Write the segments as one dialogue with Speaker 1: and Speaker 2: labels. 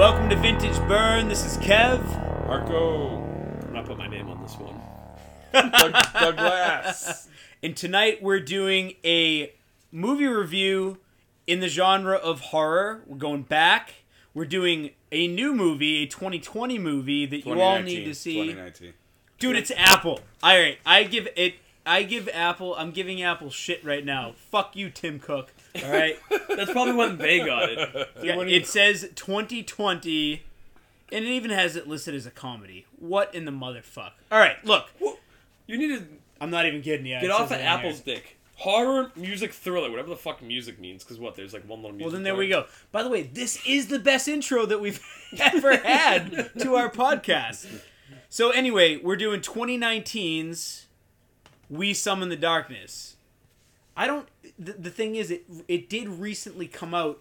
Speaker 1: Welcome to Vintage Burn. This is Kev.
Speaker 2: Marco
Speaker 3: I'm not putting my name on this one.
Speaker 2: Doug, Douglas.
Speaker 1: And tonight we're doing a movie review in the genre of horror. We're going back. We're doing a new movie, a 2020 movie that you all need
Speaker 2: 2019,
Speaker 1: to see.
Speaker 2: 2019.
Speaker 1: Dude, it's Apple. All right, I give it. I give Apple. I'm giving Apple shit right now. Fuck you, Tim Cook. All right.
Speaker 3: That's probably when they got it.
Speaker 1: Yeah, it says 2020, and it even has it listed as a comedy. What in the motherfuck? All right, look.
Speaker 3: You need to
Speaker 1: I'm not even kidding you.
Speaker 3: get
Speaker 1: It
Speaker 3: off
Speaker 1: says
Speaker 3: of
Speaker 1: it on here.
Speaker 3: Apple's dick. Horror, music, thriller, whatever the fuck music means. Because what? There's like one little music.
Speaker 1: Well, then there
Speaker 3: part.
Speaker 1: we go. By the way, this is the best intro that we've ever had to our podcast. So, anyway, we're doing 2019's We Summon the Darkness. I don't. The, the thing is, it it did recently come out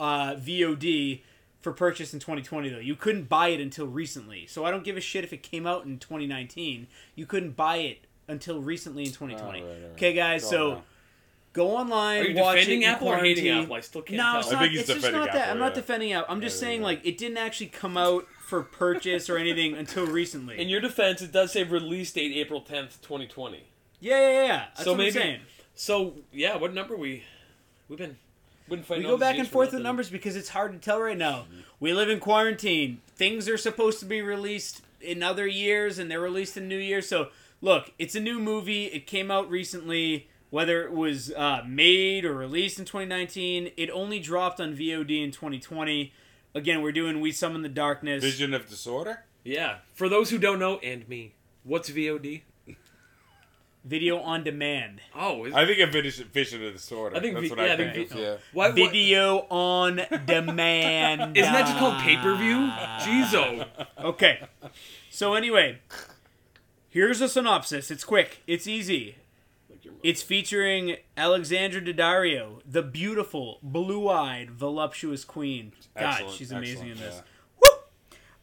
Speaker 1: uh, VOD for purchase in 2020, though. You couldn't buy it until recently. So, I don't give a shit if it came out in 2019. You couldn't buy it until recently in 2020.
Speaker 2: Oh, right, right, right.
Speaker 1: Okay, guys,
Speaker 2: Go
Speaker 1: so.
Speaker 2: on now.
Speaker 1: Go online.
Speaker 3: Are you
Speaker 1: watch
Speaker 3: defending
Speaker 1: it in
Speaker 3: Apple or hating
Speaker 1: quarantine.
Speaker 3: Apple? I still can't
Speaker 1: No,
Speaker 3: tell.
Speaker 1: it's
Speaker 2: I
Speaker 1: not.
Speaker 2: think he's
Speaker 1: It's just
Speaker 2: defending
Speaker 1: not that.
Speaker 2: Apple,
Speaker 1: I'm not
Speaker 2: yeah.
Speaker 1: defending Apple. I'm just
Speaker 2: Yeah, there
Speaker 1: saying
Speaker 2: you go.
Speaker 1: like it didn't actually come out for purchase or anything until recently.
Speaker 3: In your defense, it does say release date April 10th, 2020.
Speaker 1: yeah, yeah, yeah, yeah. That's
Speaker 3: So
Speaker 1: what I'm
Speaker 3: maybe-
Speaker 1: saying.
Speaker 3: So yeah, what number we we've been we've been
Speaker 1: We
Speaker 3: fighting. all
Speaker 1: go
Speaker 3: these
Speaker 1: back
Speaker 3: years
Speaker 1: and
Speaker 3: for
Speaker 1: forth with
Speaker 3: nothing.
Speaker 1: numbers because it's hard to tell right now. We live in quarantine. Things are supposed to be released in other years, and they're released in New Year. So look, it's a new movie. It came out recently. Whether it was uh, made or released in 2019, it only dropped on VOD in 2020. Again, we're doing We Summon the Darkness.
Speaker 2: Vision of Disorder?
Speaker 3: Yeah. For those who don't know, and me, what's VOD?
Speaker 1: Video on demand.
Speaker 3: Oh, is,
Speaker 2: I think a vision, vision of Disorder.
Speaker 3: I think
Speaker 2: That's
Speaker 3: vi-
Speaker 2: what
Speaker 3: yeah,
Speaker 2: I
Speaker 3: I think
Speaker 2: think.
Speaker 3: vi- oh,
Speaker 2: of, yeah.
Speaker 3: why, why,
Speaker 1: Video on demand.
Speaker 3: Isn't that just called pay per view? Jeez,
Speaker 1: Okay. So anyway, here's a synopsis. It's quick. It's easy. It's featuring Alexandra Daddario, the beautiful, blue-eyed, voluptuous queen. God,
Speaker 2: Excellent,
Speaker 1: she's amazing in
Speaker 2: excellent,
Speaker 1: this.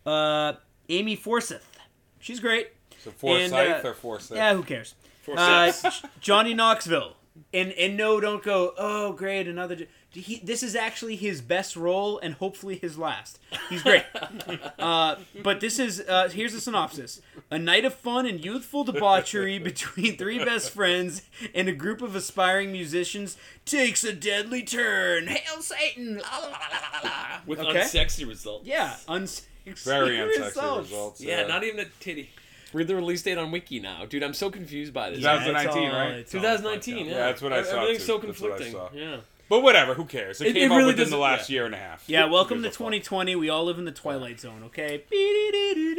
Speaker 1: Woo! Uh, Amy Forsyth. She's great.
Speaker 2: So Forsyth
Speaker 1: uh,
Speaker 2: or Forsyth?
Speaker 1: Yeah, who cares?
Speaker 3: Four
Speaker 1: Uh,
Speaker 3: six.
Speaker 1: Johnny Knoxville. And and no, don't go. Oh, great, another. J-" He, this is actually his best role and hopefully his last. He's great. uh, but this is uh, here's the synopsis: a night of fun and youthful debauchery between three best friends and a group of aspiring musicians takes a deadly turn. Hail Satan! La, la, la, la, la, la.
Speaker 3: with
Speaker 1: Okay.
Speaker 3: unsexy results.
Speaker 1: Yeah, unsexy
Speaker 2: Very unsexy
Speaker 1: results.
Speaker 2: results.
Speaker 3: Yeah, not even a titty. Read the release date on Wiki now, dude. I'm so confused by this.
Speaker 2: Yeah.
Speaker 1: It's
Speaker 2: 2019,
Speaker 1: all-
Speaker 2: right?
Speaker 1: it's all fucked up.
Speaker 3: 2019. Yeah.
Speaker 2: Yeah, that's what I saw,
Speaker 3: Everything's
Speaker 2: too.
Speaker 3: so
Speaker 2: That's what I
Speaker 3: conflicting.
Speaker 2: saw.
Speaker 3: Yeah.
Speaker 2: But whatever, who cares? It,
Speaker 3: e-, It-
Speaker 2: came
Speaker 3: it
Speaker 2: out
Speaker 3: really
Speaker 2: within the
Speaker 3: doesn't-
Speaker 2: last
Speaker 3: yeah.
Speaker 2: year and a half.
Speaker 1: Yeah,
Speaker 2: Who
Speaker 1: welcome to
Speaker 2: gives a fuck?
Speaker 1: 2020. We all live in the twilight zone, okay?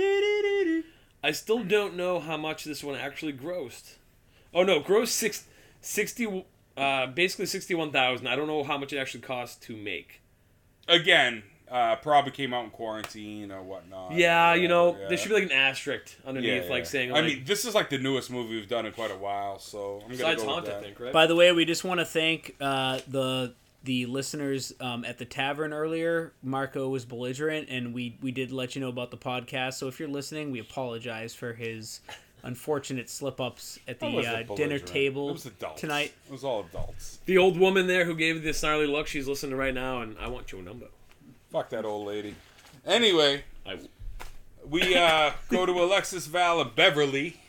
Speaker 3: I still don't know how much this one actually grossed. Oh no, gross six, 60 uh, basically 61,000. I don't know how much it actually cost to make.
Speaker 2: Again, uh, probably came out in quarantine or whatnot.
Speaker 3: Yeah, you know, there should
Speaker 2: yeah.
Speaker 3: be like an asterisk underneath,
Speaker 2: Yeah,
Speaker 3: like
Speaker 2: yeah.
Speaker 3: saying,
Speaker 2: I
Speaker 3: like,
Speaker 2: mean, this is like the newest movie we've done in quite a while, so I'm gonna
Speaker 3: besides
Speaker 2: go with
Speaker 3: Haunt, I
Speaker 2: that.
Speaker 3: think, right?
Speaker 1: By the way, we just want to thank uh, the the listeners um, at the tavern earlier. Marco was belligerent, and we we did let you know about the podcast. So if you're listening, we apologize for his unfortunate slip ups at
Speaker 2: I
Speaker 1: the
Speaker 2: wasn't
Speaker 1: uh, dinner
Speaker 2: belligerent.
Speaker 1: table
Speaker 2: It was adults.
Speaker 1: tonight.
Speaker 2: It was all adults.
Speaker 3: the old woman there who gave this snarly look, she's listening right now, and I want your number.
Speaker 2: Fuck that old lady. Anyway,
Speaker 3: I,
Speaker 2: we uh, go to Alexis Val and Beverly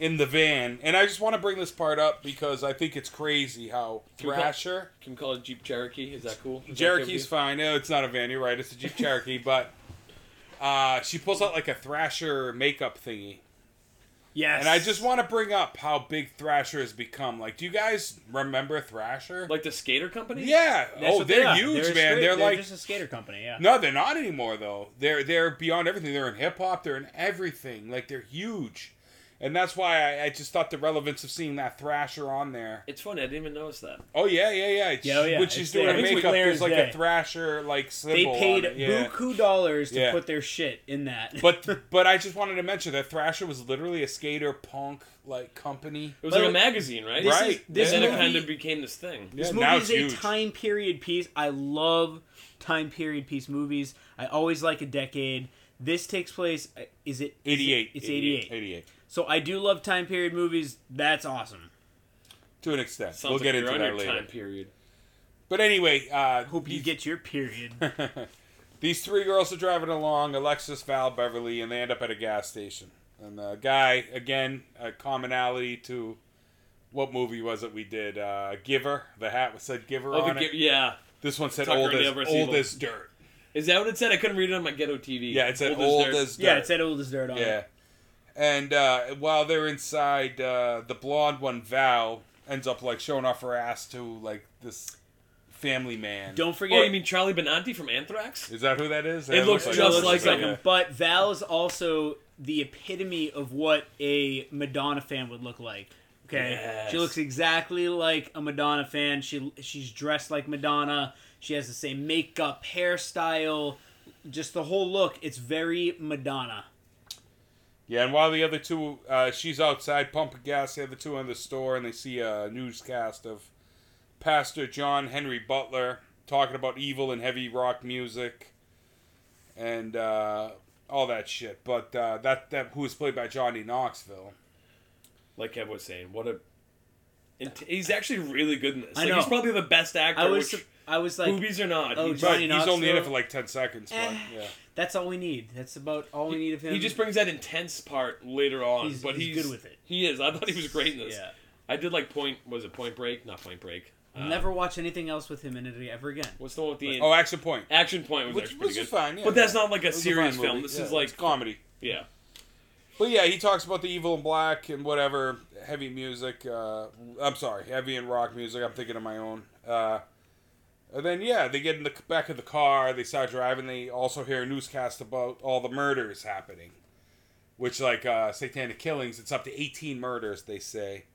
Speaker 2: in the van, and I just want to bring this part up because I think it's crazy how
Speaker 3: we call-
Speaker 2: Thrasher
Speaker 3: can we call it Jeep Cherokee? Is that cool? Is that
Speaker 2: Cherokee's
Speaker 3: okay
Speaker 2: fine. No, it's not a van. You're right. It's a Jeep Cherokee, but uh, she pulls out like a Thrasher makeup thingy,
Speaker 1: Yes,
Speaker 2: and I just want to bring up how big Thrasher has become. Like, do you guys remember Thrasher?
Speaker 3: with you? Like the skater company?
Speaker 2: yeah.
Speaker 1: That's
Speaker 2: oh,
Speaker 1: what
Speaker 2: they're
Speaker 1: they are.
Speaker 2: huge,
Speaker 1: They're
Speaker 2: man.
Speaker 1: straight-
Speaker 2: they're like
Speaker 1: just a skater company. Yeah,
Speaker 2: No, they're not anymore though. They're they're beyond everything. They're in hip hop. They're in everything. Like they're huge, and that's why I, I just thought the relevance of seeing that Thrasher on there.
Speaker 3: It's funny. I didn't even notice that.
Speaker 2: Oh yeah, yeah, yeah. It's,
Speaker 1: Yeah, oh, yeah.
Speaker 2: When she's
Speaker 1: It's
Speaker 2: doing
Speaker 1: there.
Speaker 2: her
Speaker 1: It's
Speaker 2: makeup,
Speaker 1: clear
Speaker 2: there's
Speaker 1: as
Speaker 2: like
Speaker 1: day.
Speaker 2: a Thrasher like symbol.
Speaker 1: they paid
Speaker 2: on it, yeah.
Speaker 1: buku dollars to
Speaker 2: Yeah.
Speaker 1: put their shit in that.
Speaker 2: But but I just wanted to mention that Thrasher was literally a skater punk like company.
Speaker 3: It was
Speaker 1: But
Speaker 3: like a
Speaker 1: it-
Speaker 3: magazine, right?
Speaker 1: this
Speaker 2: Right.
Speaker 1: is this
Speaker 3: and then
Speaker 1: movie
Speaker 3: it kind of became this thing.
Speaker 2: Yeah,
Speaker 1: This
Speaker 2: now
Speaker 1: movie is
Speaker 2: it's
Speaker 1: a
Speaker 2: huge.
Speaker 1: time period piece. I love time period piece movies. I always like a decade. This takes place. uh, Is it is it-
Speaker 2: 88.
Speaker 1: It's eighty eight.
Speaker 2: 88.
Speaker 1: So I do love time period movies. That's awesome.
Speaker 2: to an extent.
Speaker 3: Sounds
Speaker 2: we'll
Speaker 3: like
Speaker 2: get
Speaker 3: you're
Speaker 2: into
Speaker 3: on
Speaker 2: that
Speaker 3: your
Speaker 2: later.
Speaker 3: Time period.
Speaker 2: But anyway, uh,
Speaker 1: Hope you
Speaker 2: these-
Speaker 1: get your period.
Speaker 2: These three girls are driving along, Alexis, Val, Beverly, and they end up at a gas station. And the guy, again, a commonality to what movie was it we did? Uh, Giver. The hat was said Giver
Speaker 3: Oh,
Speaker 2: on
Speaker 3: the
Speaker 2: it.
Speaker 3: gi- yeah.
Speaker 2: this one said
Speaker 3: Tucker
Speaker 2: old
Speaker 3: and the
Speaker 2: as,
Speaker 3: Empress
Speaker 2: old
Speaker 3: Evil.
Speaker 2: as dirt.
Speaker 3: Is that what it said? I couldn't read it on my ghetto TV.
Speaker 2: Yeah, it said old, as,
Speaker 3: dirt.
Speaker 2: dirt.
Speaker 1: yeah, it's that old as dirt
Speaker 3: Uh-huh.
Speaker 1: on
Speaker 2: Yeah.
Speaker 1: it.
Speaker 2: And uh, while they're inside, uh, the blonde one, Val, ends up like showing off her ass to like this family man.
Speaker 1: Don't forget.
Speaker 3: Oh, you mean Charlie Benanti from Anthrax?
Speaker 2: Is that who that is?
Speaker 3: It
Speaker 2: That
Speaker 3: looks
Speaker 1: It
Speaker 3: just
Speaker 1: looks
Speaker 3: like
Speaker 2: that,
Speaker 3: him.
Speaker 2: yeah.
Speaker 1: But Val is also the epitome of what a Madonna fan would look like. Okay,
Speaker 3: Yes.
Speaker 1: she looks exactly like a Madonna fan. She she's dressed like Madonna. She has the same makeup, hairstyle, just the whole look. It's very Madonna.
Speaker 2: Yeah, and while the other two, uh, she's outside pumping gas, the other two are in the store, and they see a newscast of Pastor John Henry Butler talking about evil and heavy rock music and uh, all that shit. But uh, that that who was played by Johnny Knoxville.
Speaker 3: Like Kev was saying, what a. int- He's actually really good in this.
Speaker 1: I
Speaker 3: Like,
Speaker 1: know.
Speaker 3: He's probably the best actor.
Speaker 1: I was
Speaker 3: which,
Speaker 1: I was like,
Speaker 3: movies or not.
Speaker 1: oh,
Speaker 3: he,
Speaker 2: But
Speaker 1: Johnny
Speaker 2: he's only in it
Speaker 1: Knoxville?
Speaker 2: for like ten seconds. But
Speaker 1: Eh.
Speaker 2: yeah,
Speaker 1: that's all we need. That's about all we need of him.
Speaker 3: he just brings that intense part later on,
Speaker 1: He's-
Speaker 3: but
Speaker 1: he's
Speaker 3: he's,
Speaker 1: good with it.
Speaker 3: He is. I thought he was great in this.
Speaker 1: yeah.
Speaker 3: I did like Point. Was it Point Break? Not Point Break. Uh,
Speaker 1: Never watch anything else with him in it ever again.
Speaker 3: What's the one with the
Speaker 2: oh, Action Point,
Speaker 3: Action Point was
Speaker 2: which,
Speaker 3: actually
Speaker 2: which
Speaker 3: pretty
Speaker 2: is
Speaker 3: good.
Speaker 2: fine. Yeah,
Speaker 3: But that's not like a
Speaker 2: It was fine
Speaker 3: serious
Speaker 2: movie,
Speaker 3: film. This is
Speaker 2: yeah, it's
Speaker 3: like
Speaker 2: comedy.
Speaker 3: yeah.
Speaker 2: But yeah, he talks about the evil and black and whatever heavy music. Uh, I'm sorry, heavy and rock music. I'm thinking of my own. Uh, and then yeah, they get in the back of the car. They start driving. They also hear a newscast about all the murders happening, which like uh, satanic killings. It's up to 18 murders they say,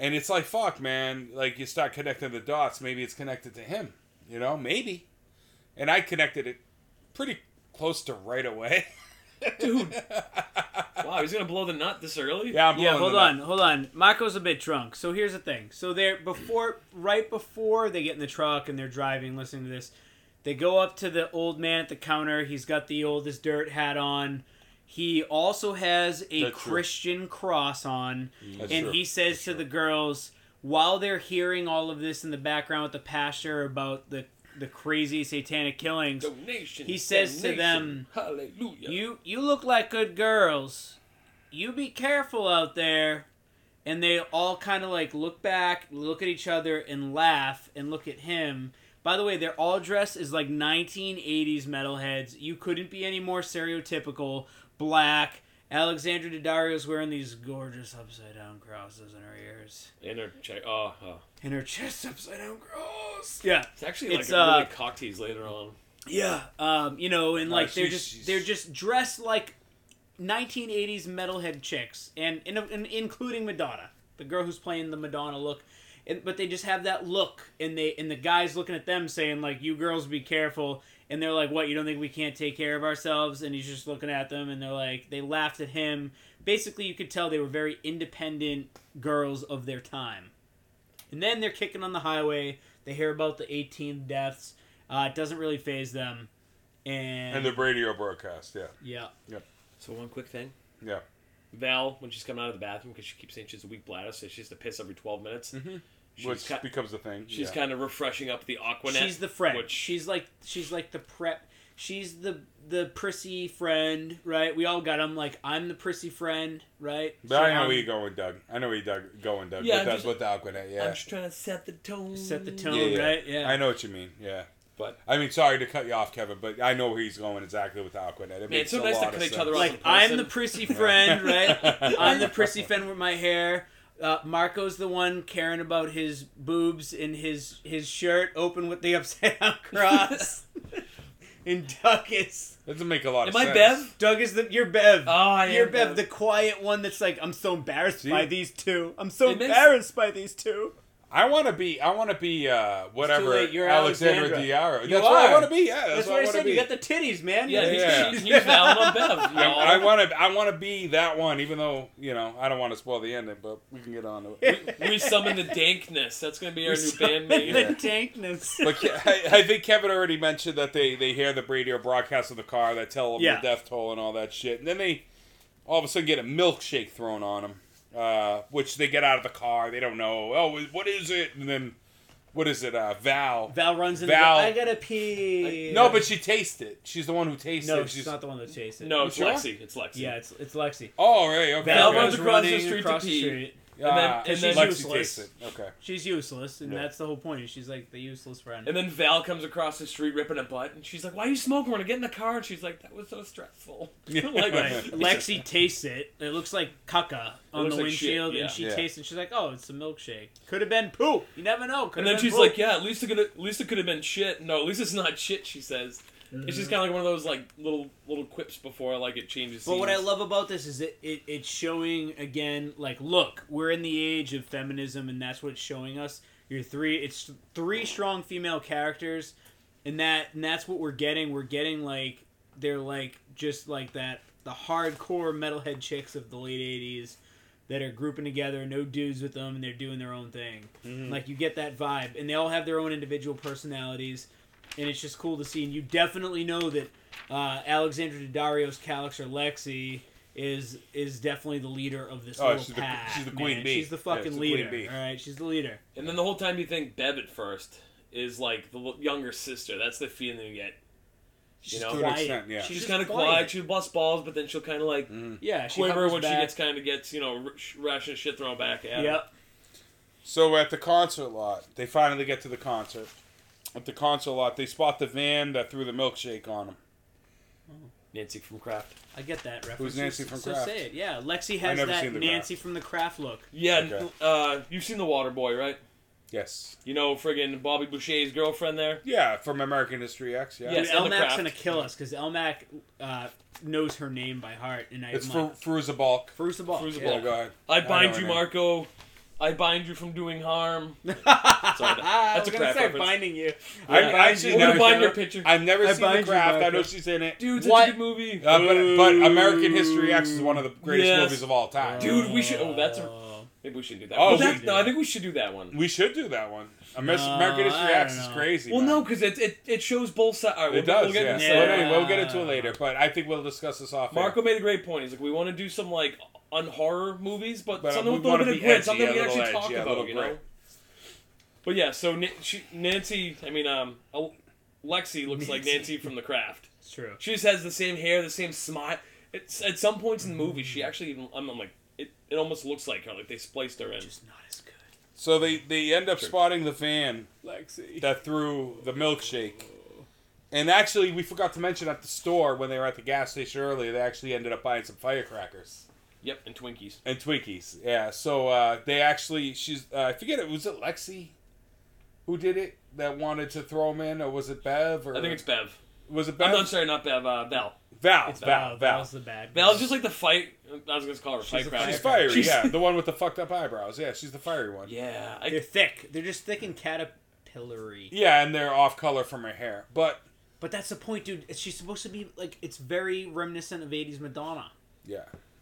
Speaker 2: and it's like fuck, man. Like you start connecting the dots. Maybe it's connected to him. You know, maybe. And I connected it pretty close to right away.
Speaker 3: Wow, he's gonna blow the nut this early.
Speaker 2: yeah, I'm
Speaker 1: yeah,
Speaker 2: blowing
Speaker 1: hold
Speaker 2: the nut.
Speaker 1: on, hold on. Mako's a bit drunk. So here's the thing. So they're before, right before they get in the truck and they're driving, listening to this, they go up to the old man at the counter. He's got the oldest dirt hat on. He also has a
Speaker 2: That's true.
Speaker 1: Christian cross on,
Speaker 2: That's
Speaker 1: and
Speaker 2: true.
Speaker 1: he says to the girls while they're hearing all of this in the background with the pastor about the the crazy satanic killings.
Speaker 3: Donation.
Speaker 1: He says to them,
Speaker 3: donation, "Hallelujah."
Speaker 1: You you look like good girls. You be careful out there. And they all kind of like look back, look at each other, and laugh and look at him. By the way, they're all dressed as like 1980s metalheads. You couldn't be any more stereotypical. Black. Alexandra Daddario's wearing these gorgeous upside down crosses in her ears.
Speaker 3: Inner check. Oh, oh.
Speaker 1: And her chest upside down cross. Yeah.
Speaker 3: it's actually like
Speaker 1: It's,
Speaker 3: a really
Speaker 1: uh,
Speaker 3: cock tease later on.
Speaker 1: Yeah, um, you know, and
Speaker 2: Uh,
Speaker 1: like they're
Speaker 2: she's-
Speaker 1: just
Speaker 2: she's-
Speaker 1: they're just dressed like 1980s metalhead chicks, and, and, and including Madonna, the girl who's playing the Madonna look, and, but they just have that look, and they and the guys looking at them saying like, "You girls be careful," and they're like, "What? You don't think we can't take care of ourselves?" And he's just looking at them, and they're like, they laughed at him. Basically, you could tell they were very independent girls of their time. And then they're kicking on the highway. They hear about the 18 deaths. Uh, it doesn't really phase them. And,
Speaker 2: And the radio broadcast, yeah.
Speaker 1: yeah,
Speaker 3: So one quick thing.
Speaker 2: Yeah.
Speaker 3: Val, when she's coming out of the bathroom, because she keeps saying she has a weak bladder, so she has to piss every twelve minutes.
Speaker 2: Mhm.
Speaker 3: She's,
Speaker 2: Which
Speaker 3: ki-
Speaker 2: becomes a thing.
Speaker 3: she's
Speaker 2: yeah.
Speaker 3: kind of refreshing up the Aquanet.
Speaker 1: she's the friend.
Speaker 3: Which
Speaker 1: She's like she's like the prep. She's the the prissy friend, right? We all got. I'm like I'm the prissy friend, right?
Speaker 2: But I know
Speaker 1: I'm-
Speaker 2: where you're going, Doug. I know where you're Doug, going, Doug.
Speaker 3: Yeah,
Speaker 2: Yeah,
Speaker 3: I'm
Speaker 2: that's
Speaker 3: just-
Speaker 2: what the Aquanet, yeah.
Speaker 3: I'm just trying to set the tone.
Speaker 1: set the tone,
Speaker 2: yeah, yeah.
Speaker 1: right? Yeah.
Speaker 2: I know what you mean, yeah.
Speaker 3: But
Speaker 2: I mean, sorry to cut you off, Kevin, but I know where he's going exactly with the Aquanet. It
Speaker 3: Man,
Speaker 2: makes
Speaker 3: it's so
Speaker 2: a
Speaker 3: nice to
Speaker 2: lot of
Speaker 3: cut each
Speaker 2: sense.
Speaker 3: other off.
Speaker 1: Like
Speaker 3: person.
Speaker 1: I'm the prissy friend, right? I'm the prissy friend with my hair. Uh, Marco's the one caring about his boobs and his his shirt open with the upside down cross. and Doug is
Speaker 2: Doesn't make a lot
Speaker 3: am
Speaker 2: of
Speaker 3: I
Speaker 2: sense.
Speaker 3: Bev?
Speaker 1: Doug is the you're Bev.
Speaker 3: Oh, I
Speaker 1: you're
Speaker 3: am
Speaker 1: Bev,
Speaker 3: Bev.
Speaker 1: the quiet one that's like I'm so embarrassed
Speaker 2: See?
Speaker 1: by these two. I'm so
Speaker 3: It makes-
Speaker 1: embarrassed by these two.
Speaker 2: I want to be, I want to be, uh, whatever,
Speaker 1: late, you're
Speaker 2: Alexandra
Speaker 1: Alexandra.
Speaker 2: Diaro.
Speaker 1: You
Speaker 2: That's what
Speaker 1: are.
Speaker 2: I want to be, yeah. That's,
Speaker 1: That's,
Speaker 2: what
Speaker 1: what I said.
Speaker 2: want to
Speaker 1: You
Speaker 2: be.
Speaker 1: got the titties, man.
Speaker 3: Yeah,
Speaker 2: Yeah.
Speaker 3: He's, he's Val and I'm Bev.
Speaker 2: I,
Speaker 3: y'all.
Speaker 2: I want to, I want to be that one, even though, you know, I don't want to spoil the ending, but we can get on to it.
Speaker 3: We summon the dankness. That's gonna be our new band
Speaker 1: the
Speaker 3: name.
Speaker 2: Yeah.
Speaker 1: dankness.
Speaker 2: But Ke- I, I think Kevin already mentioned that they, they hear the radio broadcast of the car that tell them
Speaker 1: Yeah.
Speaker 2: the death toll and all that shit, and then they all of a sudden get a milkshake thrown on them. uh, which they get out of the car. They don't know. Oh, what is it? And then what is it? Uh, Val.
Speaker 1: Val runs in.
Speaker 2: Val-
Speaker 1: The, I gotta pee.
Speaker 2: No, but she tastes it. She's the one who tastes
Speaker 1: no,
Speaker 2: it.
Speaker 1: she's not the one that chased it.
Speaker 3: No, it's
Speaker 2: sure?
Speaker 3: Lexi. It's Lexi.
Speaker 1: yeah, it's it's Lexi.
Speaker 2: Oh, right. Okay.
Speaker 3: Val
Speaker 2: okay.
Speaker 3: runs across the
Speaker 1: running
Speaker 3: street to pee.
Speaker 2: Ah,
Speaker 3: and then- and
Speaker 2: she's
Speaker 3: then-
Speaker 2: Lexi
Speaker 1: useless.
Speaker 2: tastes it. Okay.
Speaker 1: She's useless, and
Speaker 2: Yeah.
Speaker 1: that's the whole point. is She's like the useless friend.
Speaker 3: And then Val comes across the street ripping a butt, and she's like, "Why you smoking? We're gonna get in the car." And she's like, "That was so stressful."
Speaker 2: Yeah.
Speaker 3: like,
Speaker 1: Right. Lexi tastes it. and It looks like caca on
Speaker 3: looks
Speaker 1: the
Speaker 3: like shit,
Speaker 1: windshield,
Speaker 3: yeah.
Speaker 1: and she
Speaker 2: Yeah.
Speaker 1: tastes it. She's like, "Oh, it's a milkshake. Could have been poop. You never know." Could
Speaker 3: And then she's like, "Yeah, at least it could at least it could have been shit." No, at least it's not shit. She says
Speaker 1: Mm.
Speaker 3: it's just kind of like one of those like little little quips before like it changes.
Speaker 1: But what I
Speaker 3: scenes.
Speaker 1: love about this is it, it it's showing again, like, look, we're in the age of feminism, and that's what it's showing us. You're three. It's three strong female characters, and that and that's what we're getting. We're getting like they're like just like that the hardcore metalhead chicks of the late '80s that are grouping together, no dudes with them, and they're doing their own thing.
Speaker 2: Hmm. Mm-hmm.
Speaker 1: Like you get that vibe, and they all have their own individual personalities, and it's just cool to see. And you definitely know that uh, Alexandra Daddario's Calix or Lexi is is definitely the leader of this
Speaker 2: Oh,
Speaker 1: little
Speaker 2: she's the-
Speaker 1: pack.
Speaker 2: she's the
Speaker 1: man.
Speaker 2: queen bee.
Speaker 1: She's the
Speaker 2: Yeah,
Speaker 1: fucking
Speaker 2: she's the queen
Speaker 1: leader.
Speaker 2: bee.
Speaker 1: All right, she's the leader.
Speaker 3: And then the whole time you think Bev at first is like the l- younger sister. That's the feeling you get.
Speaker 2: She's
Speaker 3: know,
Speaker 2: to an
Speaker 1: quiet.
Speaker 2: extent, yeah.
Speaker 1: She's
Speaker 3: She's
Speaker 1: just
Speaker 3: kind of
Speaker 1: quiet.
Speaker 3: quiet. She busts balls, but then she'll kind of like
Speaker 2: Hmm.
Speaker 1: Yeah, she
Speaker 3: quiver
Speaker 1: hovers
Speaker 3: when she
Speaker 1: back.
Speaker 3: gets kind of gets you know r- sh- ration shit thrown back at her.
Speaker 1: Yep.
Speaker 2: So at the concert lot, they finally get to the concert. At the concert lot, they spot the van that threw the milkshake on them.
Speaker 3: Nancy from Kraft.
Speaker 1: I get that reference.
Speaker 2: Who's Nancy
Speaker 1: So-
Speaker 2: from
Speaker 1: so
Speaker 2: Kraft?
Speaker 1: say it. Yeah, Lexi has
Speaker 2: never
Speaker 1: that
Speaker 2: seen The
Speaker 1: Nancy from the Kraft look.
Speaker 3: Yeah, n-
Speaker 2: Okay.
Speaker 3: uh, you've seen the Water Boy, right?
Speaker 2: Yes.
Speaker 3: You know, friggin' Bobby Boucher's girlfriend there.
Speaker 2: Yeah, from American History X. Yeah.
Speaker 3: Yes.
Speaker 1: Dude,
Speaker 3: and the
Speaker 1: Elmac's
Speaker 3: Kraft.
Speaker 1: gonna kill us because Elmac uh, knows her name by heart, and I
Speaker 2: It's
Speaker 1: am
Speaker 2: for Fruza Balk.
Speaker 1: Fruza Balk.
Speaker 3: Fruza
Speaker 2: Yeah,
Speaker 1: yeah.
Speaker 2: go ahead.
Speaker 3: I
Speaker 2: know
Speaker 3: bind
Speaker 2: her
Speaker 3: you,
Speaker 2: name.
Speaker 3: Marco. I bind you from doing harm. Sorry,
Speaker 1: I
Speaker 3: that's a
Speaker 1: was gonna
Speaker 3: crap
Speaker 1: start
Speaker 3: reference.
Speaker 1: binding you.
Speaker 2: I,
Speaker 3: Yeah.
Speaker 2: I
Speaker 3: We're
Speaker 2: actually
Speaker 3: gonna
Speaker 2: never
Speaker 3: bind
Speaker 2: seen
Speaker 3: your
Speaker 2: her.
Speaker 3: picture.
Speaker 2: I've never
Speaker 1: I
Speaker 2: seen The
Speaker 1: bind you,
Speaker 2: Craft. I
Speaker 1: Marco.
Speaker 2: know she's in it.
Speaker 3: Dude, such
Speaker 1: What?
Speaker 3: a good movie.
Speaker 2: Uh, but, but American History X is one of the greatest
Speaker 3: Yes.
Speaker 2: movies of all time.
Speaker 3: Dude, we should- oh, that's a- Maybe we should do that.
Speaker 2: Oh,
Speaker 3: Oh,
Speaker 2: we
Speaker 3: that,
Speaker 1: do
Speaker 3: no,
Speaker 1: that.
Speaker 3: I think we should do that one.
Speaker 2: we should do that one. Amer-
Speaker 1: No,
Speaker 2: American
Speaker 1: I
Speaker 2: History
Speaker 1: don't
Speaker 2: X is
Speaker 1: know.
Speaker 2: crazy.
Speaker 3: Well,
Speaker 2: man.
Speaker 3: no, because it, it it shows both sides. All right,
Speaker 2: It
Speaker 3: we'll,
Speaker 2: does,
Speaker 3: we'll get
Speaker 2: yeah.
Speaker 3: into
Speaker 1: Yeah.
Speaker 2: Well,
Speaker 3: that.
Speaker 2: anyway, we'll get into it later, but I think we'll discuss this off. air.
Speaker 3: Marco made a great point. He's like, we want to do some like on horror movies, but,
Speaker 2: But uh,
Speaker 3: something
Speaker 2: we
Speaker 3: with a
Speaker 2: wanna
Speaker 3: little bit of
Speaker 2: be
Speaker 3: grit,
Speaker 2: edgy,
Speaker 3: something
Speaker 2: a
Speaker 3: we can
Speaker 2: little
Speaker 3: actually
Speaker 2: edgy,
Speaker 3: talk
Speaker 2: a little
Speaker 3: about, you know.
Speaker 2: grit.
Speaker 3: But yeah, so Na- she, Nancy, I mean, um, Al- Lexi looks like
Speaker 1: Nancy.
Speaker 3: Nancy from The Craft.
Speaker 1: It's true.
Speaker 3: She just has the same hair, the same smile. It's at some points in the movie, she actually, even, I'm, I'm like, it, it almost looks like her. Like they spliced her in.
Speaker 1: Just not as good.
Speaker 2: So they, they end up
Speaker 3: Sure.
Speaker 2: spotting the van
Speaker 1: Lexi.
Speaker 2: that threw the milkshake. And actually, we forgot to mention at the store when they were at the gas station earlier, they actually ended up buying some firecrackers
Speaker 3: Yep, and Twinkies.
Speaker 2: and Twinkies. Yeah, so uh, they actually, she's, uh, I forget it, was it Lexi who did it that wanted to throw them in, or was it Bev? Or
Speaker 3: I think it's Bev.
Speaker 2: Was it
Speaker 3: I'm
Speaker 2: Bev?
Speaker 3: not sorry, not Bev. Uh, Val.
Speaker 2: Val,
Speaker 3: It's
Speaker 2: Val,
Speaker 1: Oh, That was
Speaker 2: Val.
Speaker 1: the bad.
Speaker 3: Val's just like the fight. I was gonna call her fight
Speaker 1: a
Speaker 3: crowd.
Speaker 2: She's
Speaker 1: firecracker.
Speaker 2: fiery,
Speaker 3: She's-
Speaker 2: yeah. The one with the fucked up eyebrows. Yeah, she's the fiery one.
Speaker 3: Yeah,
Speaker 1: They're
Speaker 3: I,
Speaker 1: thick. They're just thick and caterpillary.
Speaker 2: Yeah, and they're off color from her hair. But,
Speaker 1: But that's the point, dude. It's- She's supposed to be like it's very reminiscent of '80s Madonna.
Speaker 2: yeah,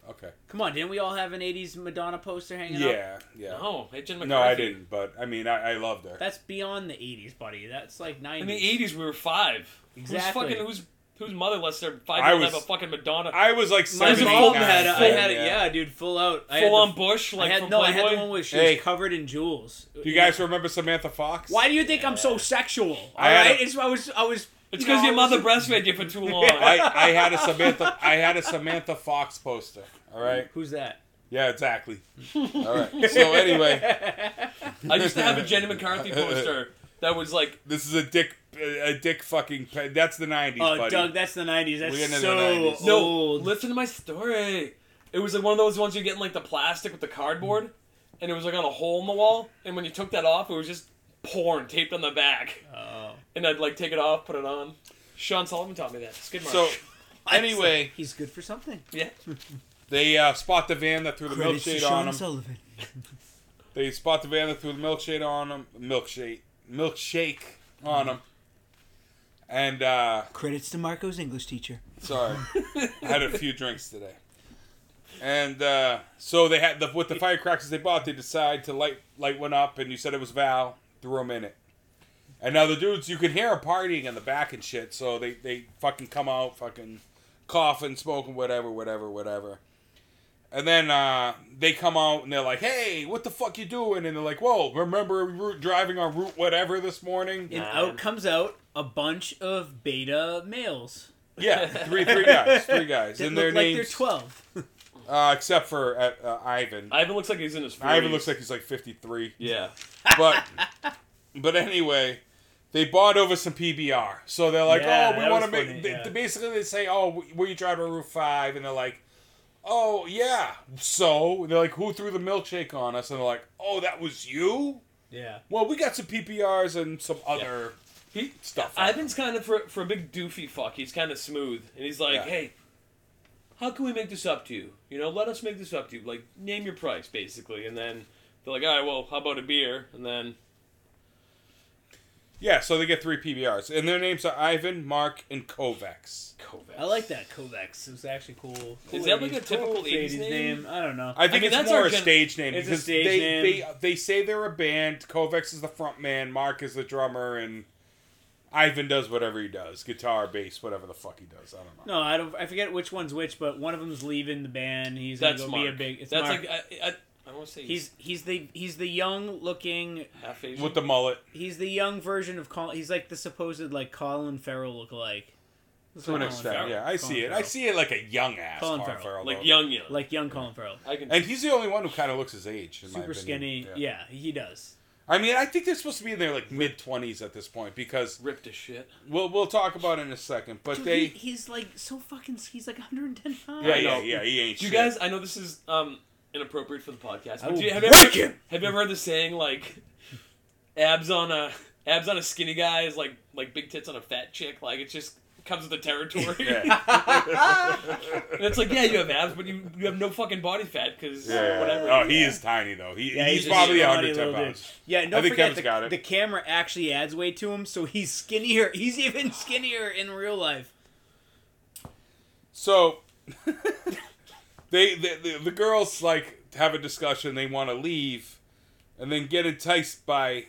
Speaker 2: okay.
Speaker 1: Come on, didn't we all have an '80s Madonna poster hanging up?
Speaker 2: Yeah, yeah.
Speaker 3: no, hey, Jen McCarthy.
Speaker 2: No, I didn't, but I mean, I, I loved her.
Speaker 1: That's beyond the '80s, buddy. That's like '90s.
Speaker 3: In the '80s, we were five.
Speaker 1: Exactly.
Speaker 3: Who's fucking who's whose mother lets their five
Speaker 2: I
Speaker 3: year old
Speaker 2: was-
Speaker 3: have a fucking Madonna
Speaker 2: I was like
Speaker 1: My
Speaker 2: 17.
Speaker 1: mom
Speaker 3: now,
Speaker 1: had,
Speaker 3: so,
Speaker 1: I had it, yeah, dude, full out. I had
Speaker 3: full
Speaker 1: the-
Speaker 3: on Bush like
Speaker 1: I had
Speaker 3: from
Speaker 1: no, I
Speaker 3: Playboy?
Speaker 1: had the one where she
Speaker 2: Hey.
Speaker 1: was covered in jewels.
Speaker 2: Do you guys remember Samantha Fox?
Speaker 1: Why do you think I'm so sexual? All
Speaker 2: I had
Speaker 1: right,
Speaker 2: a-
Speaker 1: it's I was I was.
Speaker 3: It's
Speaker 1: you know,
Speaker 3: because your
Speaker 1: I
Speaker 3: mother
Speaker 1: was-
Speaker 3: breastfed you for too long.
Speaker 2: I, I had a Samantha I had a Samantha Fox poster. All right.
Speaker 1: Who's that?
Speaker 2: Yeah, exactly. All right. So anyway,
Speaker 3: I used to have a Jenny McCarthy poster that was like
Speaker 2: this is a dick a dick fucking pe- that's the 90s,
Speaker 1: Oh,
Speaker 2: buddy.
Speaker 1: Doug, that's the '90s. That's
Speaker 2: We're getting into
Speaker 1: so
Speaker 2: the 90s.
Speaker 3: no.
Speaker 1: old.
Speaker 3: Listen to my story. It was like one of those ones you get in like the plastic with the cardboard, and it was like on a hole in the wall. And when you took that off, it was just porn taped on the back.
Speaker 1: Oh.
Speaker 3: and I'd like take it off, put it on. Sean Sullivan taught me that. Skid mark.
Speaker 2: So anyway,
Speaker 1: He's good for something.
Speaker 3: yeah,
Speaker 2: they uh, spot the van that threw the
Speaker 1: Credits to
Speaker 2: milkshade
Speaker 1: Sean
Speaker 2: on them.
Speaker 1: Sullivan.
Speaker 2: They spot the van that threw the milkshade on them. Milkshake, milkshake on them. And uh,
Speaker 1: Credits to Marco's English teacher.
Speaker 2: Sorry, I had a few drinks today, and uh, so they had the, with the firecrackers they bought. They decide to light light one up, and you said it was Val. Threw him in it, and now the dudes you can hear them partying in the back and shit. So they they fucking come out, fucking coughing, smoking, whatever, whatever, whatever. And then uh, they come out and they're like, "Hey, what the fuck you doing?" And they're like, "Whoa, remember we were driving on route whatever this morning?"
Speaker 1: And
Speaker 2: Yeah,
Speaker 1: out comes out a bunch of beta males.
Speaker 2: three three guys, three guys,
Speaker 1: That
Speaker 2: and
Speaker 1: look
Speaker 2: their
Speaker 1: like they're
Speaker 2: names,
Speaker 1: 12.
Speaker 2: uh, except for uh, uh, Ivan.
Speaker 3: Ivan looks like he's in his. 40s.
Speaker 2: Ivan looks like he's like fifty three.
Speaker 3: Yeah.
Speaker 2: but but anyway, they bought over some PBR. So they're like,
Speaker 1: Yeah,
Speaker 2: oh, we
Speaker 1: that
Speaker 2: want to
Speaker 1: was
Speaker 2: make.
Speaker 1: funny,
Speaker 2: they,
Speaker 1: yeah.
Speaker 2: they basically, they say, oh, were you driving Route Five? And they're like, oh yeah. So they're like, who threw the milkshake on us? And they're like, oh, that was you.
Speaker 1: Yeah.
Speaker 2: Well, we got some PBRs and some other
Speaker 3: He-
Speaker 2: stuff.
Speaker 3: Ivan's kind of for for a big doofy fuck. He's kind of smooth, and he's like,
Speaker 2: Yeah.
Speaker 3: "Hey, how can we make this up to you? You know, let us make this up to you. Like, name your price, basically." And then they're like, "All right, well, how about a beer?" And then
Speaker 2: yeah, so they get three PBRs, and their names are Ivan, Mark, and Kovacs.
Speaker 3: Kovacs.
Speaker 1: I like that Kovacs. It was actually cool.
Speaker 3: Is
Speaker 1: Cool
Speaker 3: that like a
Speaker 1: 80s,
Speaker 3: typical
Speaker 1: cool
Speaker 3: 80s name?
Speaker 1: I don't know.
Speaker 2: I think
Speaker 3: mean,
Speaker 2: it's
Speaker 3: that's
Speaker 2: more
Speaker 3: our
Speaker 2: a
Speaker 3: gen-
Speaker 2: stage name
Speaker 1: it's a
Speaker 2: because
Speaker 1: stage
Speaker 2: they,
Speaker 1: name.
Speaker 2: they they say they're a band. Kovacs is the front man, Mark is the drummer, and Ivan does whatever he does, guitar, bass, whatever the fuck he does. I don't know.
Speaker 1: No, I don't. I forget which one's which, but one of them's leaving the band. He's
Speaker 3: That's
Speaker 1: gonna go
Speaker 3: Mark.
Speaker 1: be a big. It's
Speaker 3: That's
Speaker 1: Mark.
Speaker 3: like I, I, I want to say
Speaker 1: he's he's the he's the young looking.
Speaker 3: half Asian.
Speaker 2: With the mullet,
Speaker 1: He's the young version of Colin. He's like the supposed like Colin Farrell look alike.
Speaker 2: to an extent,
Speaker 3: Farrell.
Speaker 2: yeah, I see it. I see it like a young ass
Speaker 1: Colin
Speaker 2: Colin
Speaker 1: Farrell.
Speaker 2: Farrell,
Speaker 3: like
Speaker 2: though.
Speaker 3: young young.
Speaker 1: Like young Colin Farrell.
Speaker 3: I can.
Speaker 2: and he's the only one who kind of looks his age. In my
Speaker 1: Super
Speaker 2: opinion.
Speaker 1: skinny. Yeah. he does.
Speaker 2: I mean, I think they're supposed to be in their like mid twenties at this point because
Speaker 3: ripped to shit.
Speaker 2: we'll we'll talk about it in a second. But
Speaker 1: Dude,
Speaker 2: they,
Speaker 1: he, he's like so fucking. He's like 110 pounds.
Speaker 2: yeah,
Speaker 3: I
Speaker 2: yeah,
Speaker 3: know.
Speaker 2: yeah, he ain't.
Speaker 3: Do you
Speaker 2: shit.
Speaker 3: guys? I know this is um inappropriate for the podcast.
Speaker 1: I
Speaker 3: But do
Speaker 1: will
Speaker 3: you, have, you
Speaker 1: break
Speaker 3: ever,
Speaker 1: him!
Speaker 3: have you ever heard the saying like abs on a abs on a skinny guy is like like big tits on a fat chick? Like it just comes with the territory.
Speaker 2: Yeah.
Speaker 3: and it's like yeah, you have abs, but you, you have no fucking body fat because
Speaker 2: Yeah.
Speaker 3: whatever.
Speaker 2: Oh, he is tiny though. He,
Speaker 1: Yeah,
Speaker 2: he's,
Speaker 1: he's a
Speaker 2: probably
Speaker 1: scrawny
Speaker 2: 110
Speaker 1: little dude.
Speaker 2: pounds.
Speaker 1: Yeah, and don't
Speaker 2: I think
Speaker 1: forget
Speaker 2: Kevin's
Speaker 1: the,
Speaker 2: got it.
Speaker 1: the camera actually adds weight to him, so he's skinnier. He's even skinnier in real life.
Speaker 2: So they the, the the girls like have a discussion. They want to leave, and then get enticed by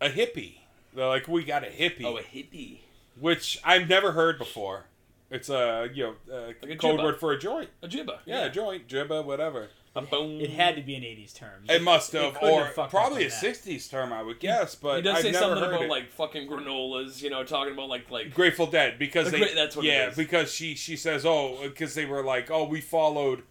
Speaker 2: a hippie. They're like, "We got a hippie,"
Speaker 3: Oh, a hippie,
Speaker 2: which I've never heard before. It's a you know a
Speaker 3: Like a
Speaker 2: code
Speaker 3: jibba.
Speaker 2: word for a joint.
Speaker 3: a jibba.
Speaker 2: Yeah, a joint, jibba, whatever.
Speaker 3: a bone.
Speaker 1: It had to be an 80s term.
Speaker 2: It must
Speaker 1: It
Speaker 2: have,
Speaker 1: couldn't
Speaker 2: or
Speaker 1: have fucked
Speaker 2: probably a
Speaker 1: up with
Speaker 2: '60s term, I would guess. But
Speaker 3: He does
Speaker 2: I've
Speaker 3: say
Speaker 2: never
Speaker 3: something
Speaker 2: heard
Speaker 3: about
Speaker 2: it.
Speaker 3: like fucking granolas, you know, talking about like like
Speaker 2: Grateful Dead
Speaker 3: The
Speaker 2: because they
Speaker 3: Gra- that's what it
Speaker 2: yeah
Speaker 3: is.
Speaker 2: because she she says oh because they were like oh we followed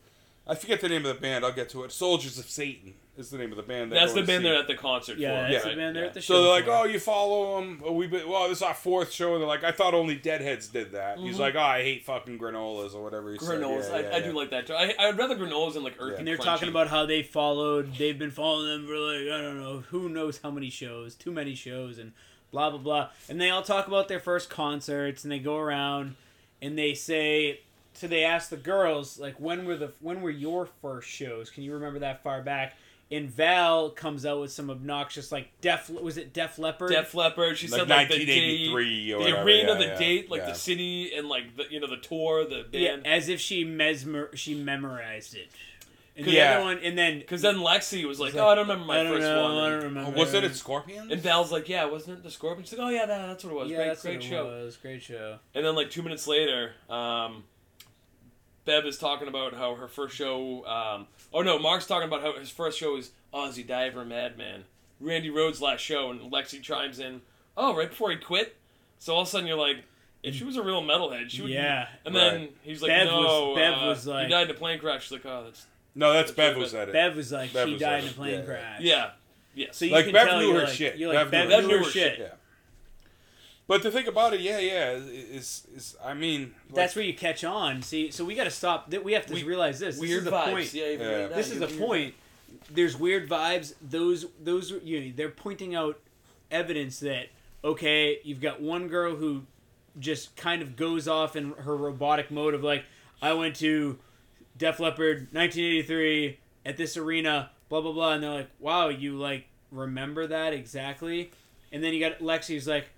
Speaker 2: I forget the name of the band I'll get to it Soldiers of Satan is the name of the band they're
Speaker 3: that's the
Speaker 2: going to
Speaker 3: band
Speaker 2: see.
Speaker 3: they're at the concert
Speaker 1: Yeah,
Speaker 3: for.
Speaker 1: that's
Speaker 2: Yeah.
Speaker 1: the man there
Speaker 3: yeah.
Speaker 1: at the show.
Speaker 2: so they're like
Speaker 1: before.
Speaker 2: oh you follow them we been, well this is our fourth show and they're like I thought only Deadheads did that he's like oh I hate fucking granolas or whatever he
Speaker 3: Mm-hmm. Granolas,
Speaker 2: said.
Speaker 3: I, I do like that too. I, I'd rather granolas and like earthy.
Speaker 1: And they're
Speaker 3: crunchy.
Speaker 1: talking about how they followed, they've been following them for like, I don't know, who knows how many shows, too many shows, and blah, blah, blah. And they all talk about their first concerts, and they go around, and they say, so they ask the girls, like, when were the when were your first shows? Can you remember that far back? And Val comes out with some obnoxious, like, Def, was it Def Leppard?
Speaker 3: Def Leppard. She
Speaker 2: like
Speaker 3: said like the date,
Speaker 2: 1983 or
Speaker 3: the
Speaker 2: whatever.
Speaker 3: arena,
Speaker 2: yeah,
Speaker 3: the
Speaker 2: yeah,
Speaker 3: date, like
Speaker 2: yeah.
Speaker 3: the city, and like the you know the tour, the
Speaker 1: Yeah,
Speaker 3: band.
Speaker 1: as if she mesmer she memorized it. And the
Speaker 2: Yeah.
Speaker 1: other one, and then
Speaker 3: Because then Lexi was like,
Speaker 1: It's like,
Speaker 3: "Oh, I don't remember my
Speaker 1: I don't
Speaker 3: first
Speaker 1: know, I
Speaker 3: one."
Speaker 1: don't remember.
Speaker 2: Oh, wasn't it Scorpions
Speaker 3: and Val's like, "Yeah, wasn't it the Scorpions?" She's like, "Oh yeah, that, that's what it was.
Speaker 1: Yeah,
Speaker 3: great,
Speaker 1: that's
Speaker 3: great
Speaker 1: what it
Speaker 3: show."
Speaker 1: was. Great show.
Speaker 3: And then like two minutes later, um, Bev is talking about how her first show. Um, oh no, Mark's talking about how his first show is Aussie Diver Madman, Randy Rhodes' last show, and Lexi chimes in, "Oh, right before he quit." So all of a sudden you're like, if she was a real metalhead, she would.
Speaker 1: Yeah.
Speaker 3: And then
Speaker 2: Right.
Speaker 3: he's like,
Speaker 1: Bev
Speaker 3: "No,
Speaker 1: was- Bev
Speaker 3: uh,
Speaker 1: was like-
Speaker 3: he died in a plane crash." She's like, "Oh, that's
Speaker 2: no that's
Speaker 3: That's
Speaker 2: Bev who said it
Speaker 1: Bev was like,
Speaker 2: Bev
Speaker 1: she
Speaker 2: was
Speaker 1: died
Speaker 2: like-
Speaker 1: in a plane
Speaker 2: yeah, yeah.
Speaker 1: crash.
Speaker 3: yeah, yes."
Speaker 1: So you
Speaker 2: Like,
Speaker 1: can
Speaker 2: Bev
Speaker 1: tell
Speaker 2: knew
Speaker 1: you're
Speaker 2: her
Speaker 1: like,
Speaker 2: shit.
Speaker 1: You're like,
Speaker 2: Bev
Speaker 1: Bev,
Speaker 3: knew
Speaker 1: knew
Speaker 3: her
Speaker 1: her shit.
Speaker 2: yeah but to think about it yeah yeah is is I mean like,
Speaker 1: That's where you catch on. See, so we got to stop. That we have to
Speaker 3: We-
Speaker 1: realize this. This
Speaker 3: Weird
Speaker 1: is the
Speaker 3: vibes.
Speaker 1: point.
Speaker 3: Yeah, even
Speaker 2: Yeah.
Speaker 3: like that,
Speaker 1: This is the
Speaker 3: you're weird.
Speaker 1: point. There's weird vibes. Those those you know, they're pointing out evidence that okay, you've got one girl who just kind of goes off in her robotic mode of like, I went to Def Leppard 1983 at this arena, blah blah blah, and they're like, wow, you like remember that exactly? And then you got Lexi who's like,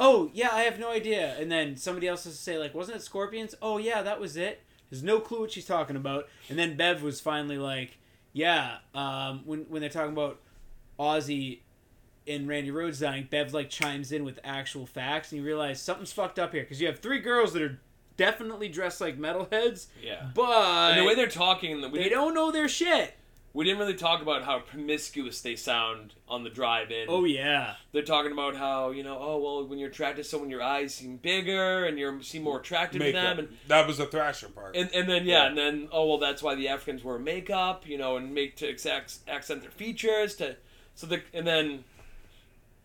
Speaker 1: oh yeah, I have no idea. And then somebody else has to say like, wasn't it Scorpions? Oh yeah, that was it. There's no clue what she's talking about. And then Bev was finally like, yeah, um, when when they're talking about Ozzy and Randy Rhodes dying, Bev like chimes in with actual facts, and you realize something's fucked up here because you have three girls that are definitely dressed like metalheads,
Speaker 3: Yeah.
Speaker 1: but
Speaker 3: And the way they're talking, we,
Speaker 1: they
Speaker 3: didn't,
Speaker 1: don't know their shit.
Speaker 3: we didn't really talk about how promiscuous they sound on the drive-in.
Speaker 1: Oh yeah,
Speaker 3: They're talking about how you know, oh well, when you're attracted to someone, your eyes seem bigger and you seem more attractive to
Speaker 2: Makeup.
Speaker 3: them, and
Speaker 2: That was the Thrasher part.
Speaker 3: and, and then yeah,
Speaker 2: Yeah.
Speaker 3: and then oh well, that's why the Africans wear makeup, you know, and make to exact, accent their features to so the and then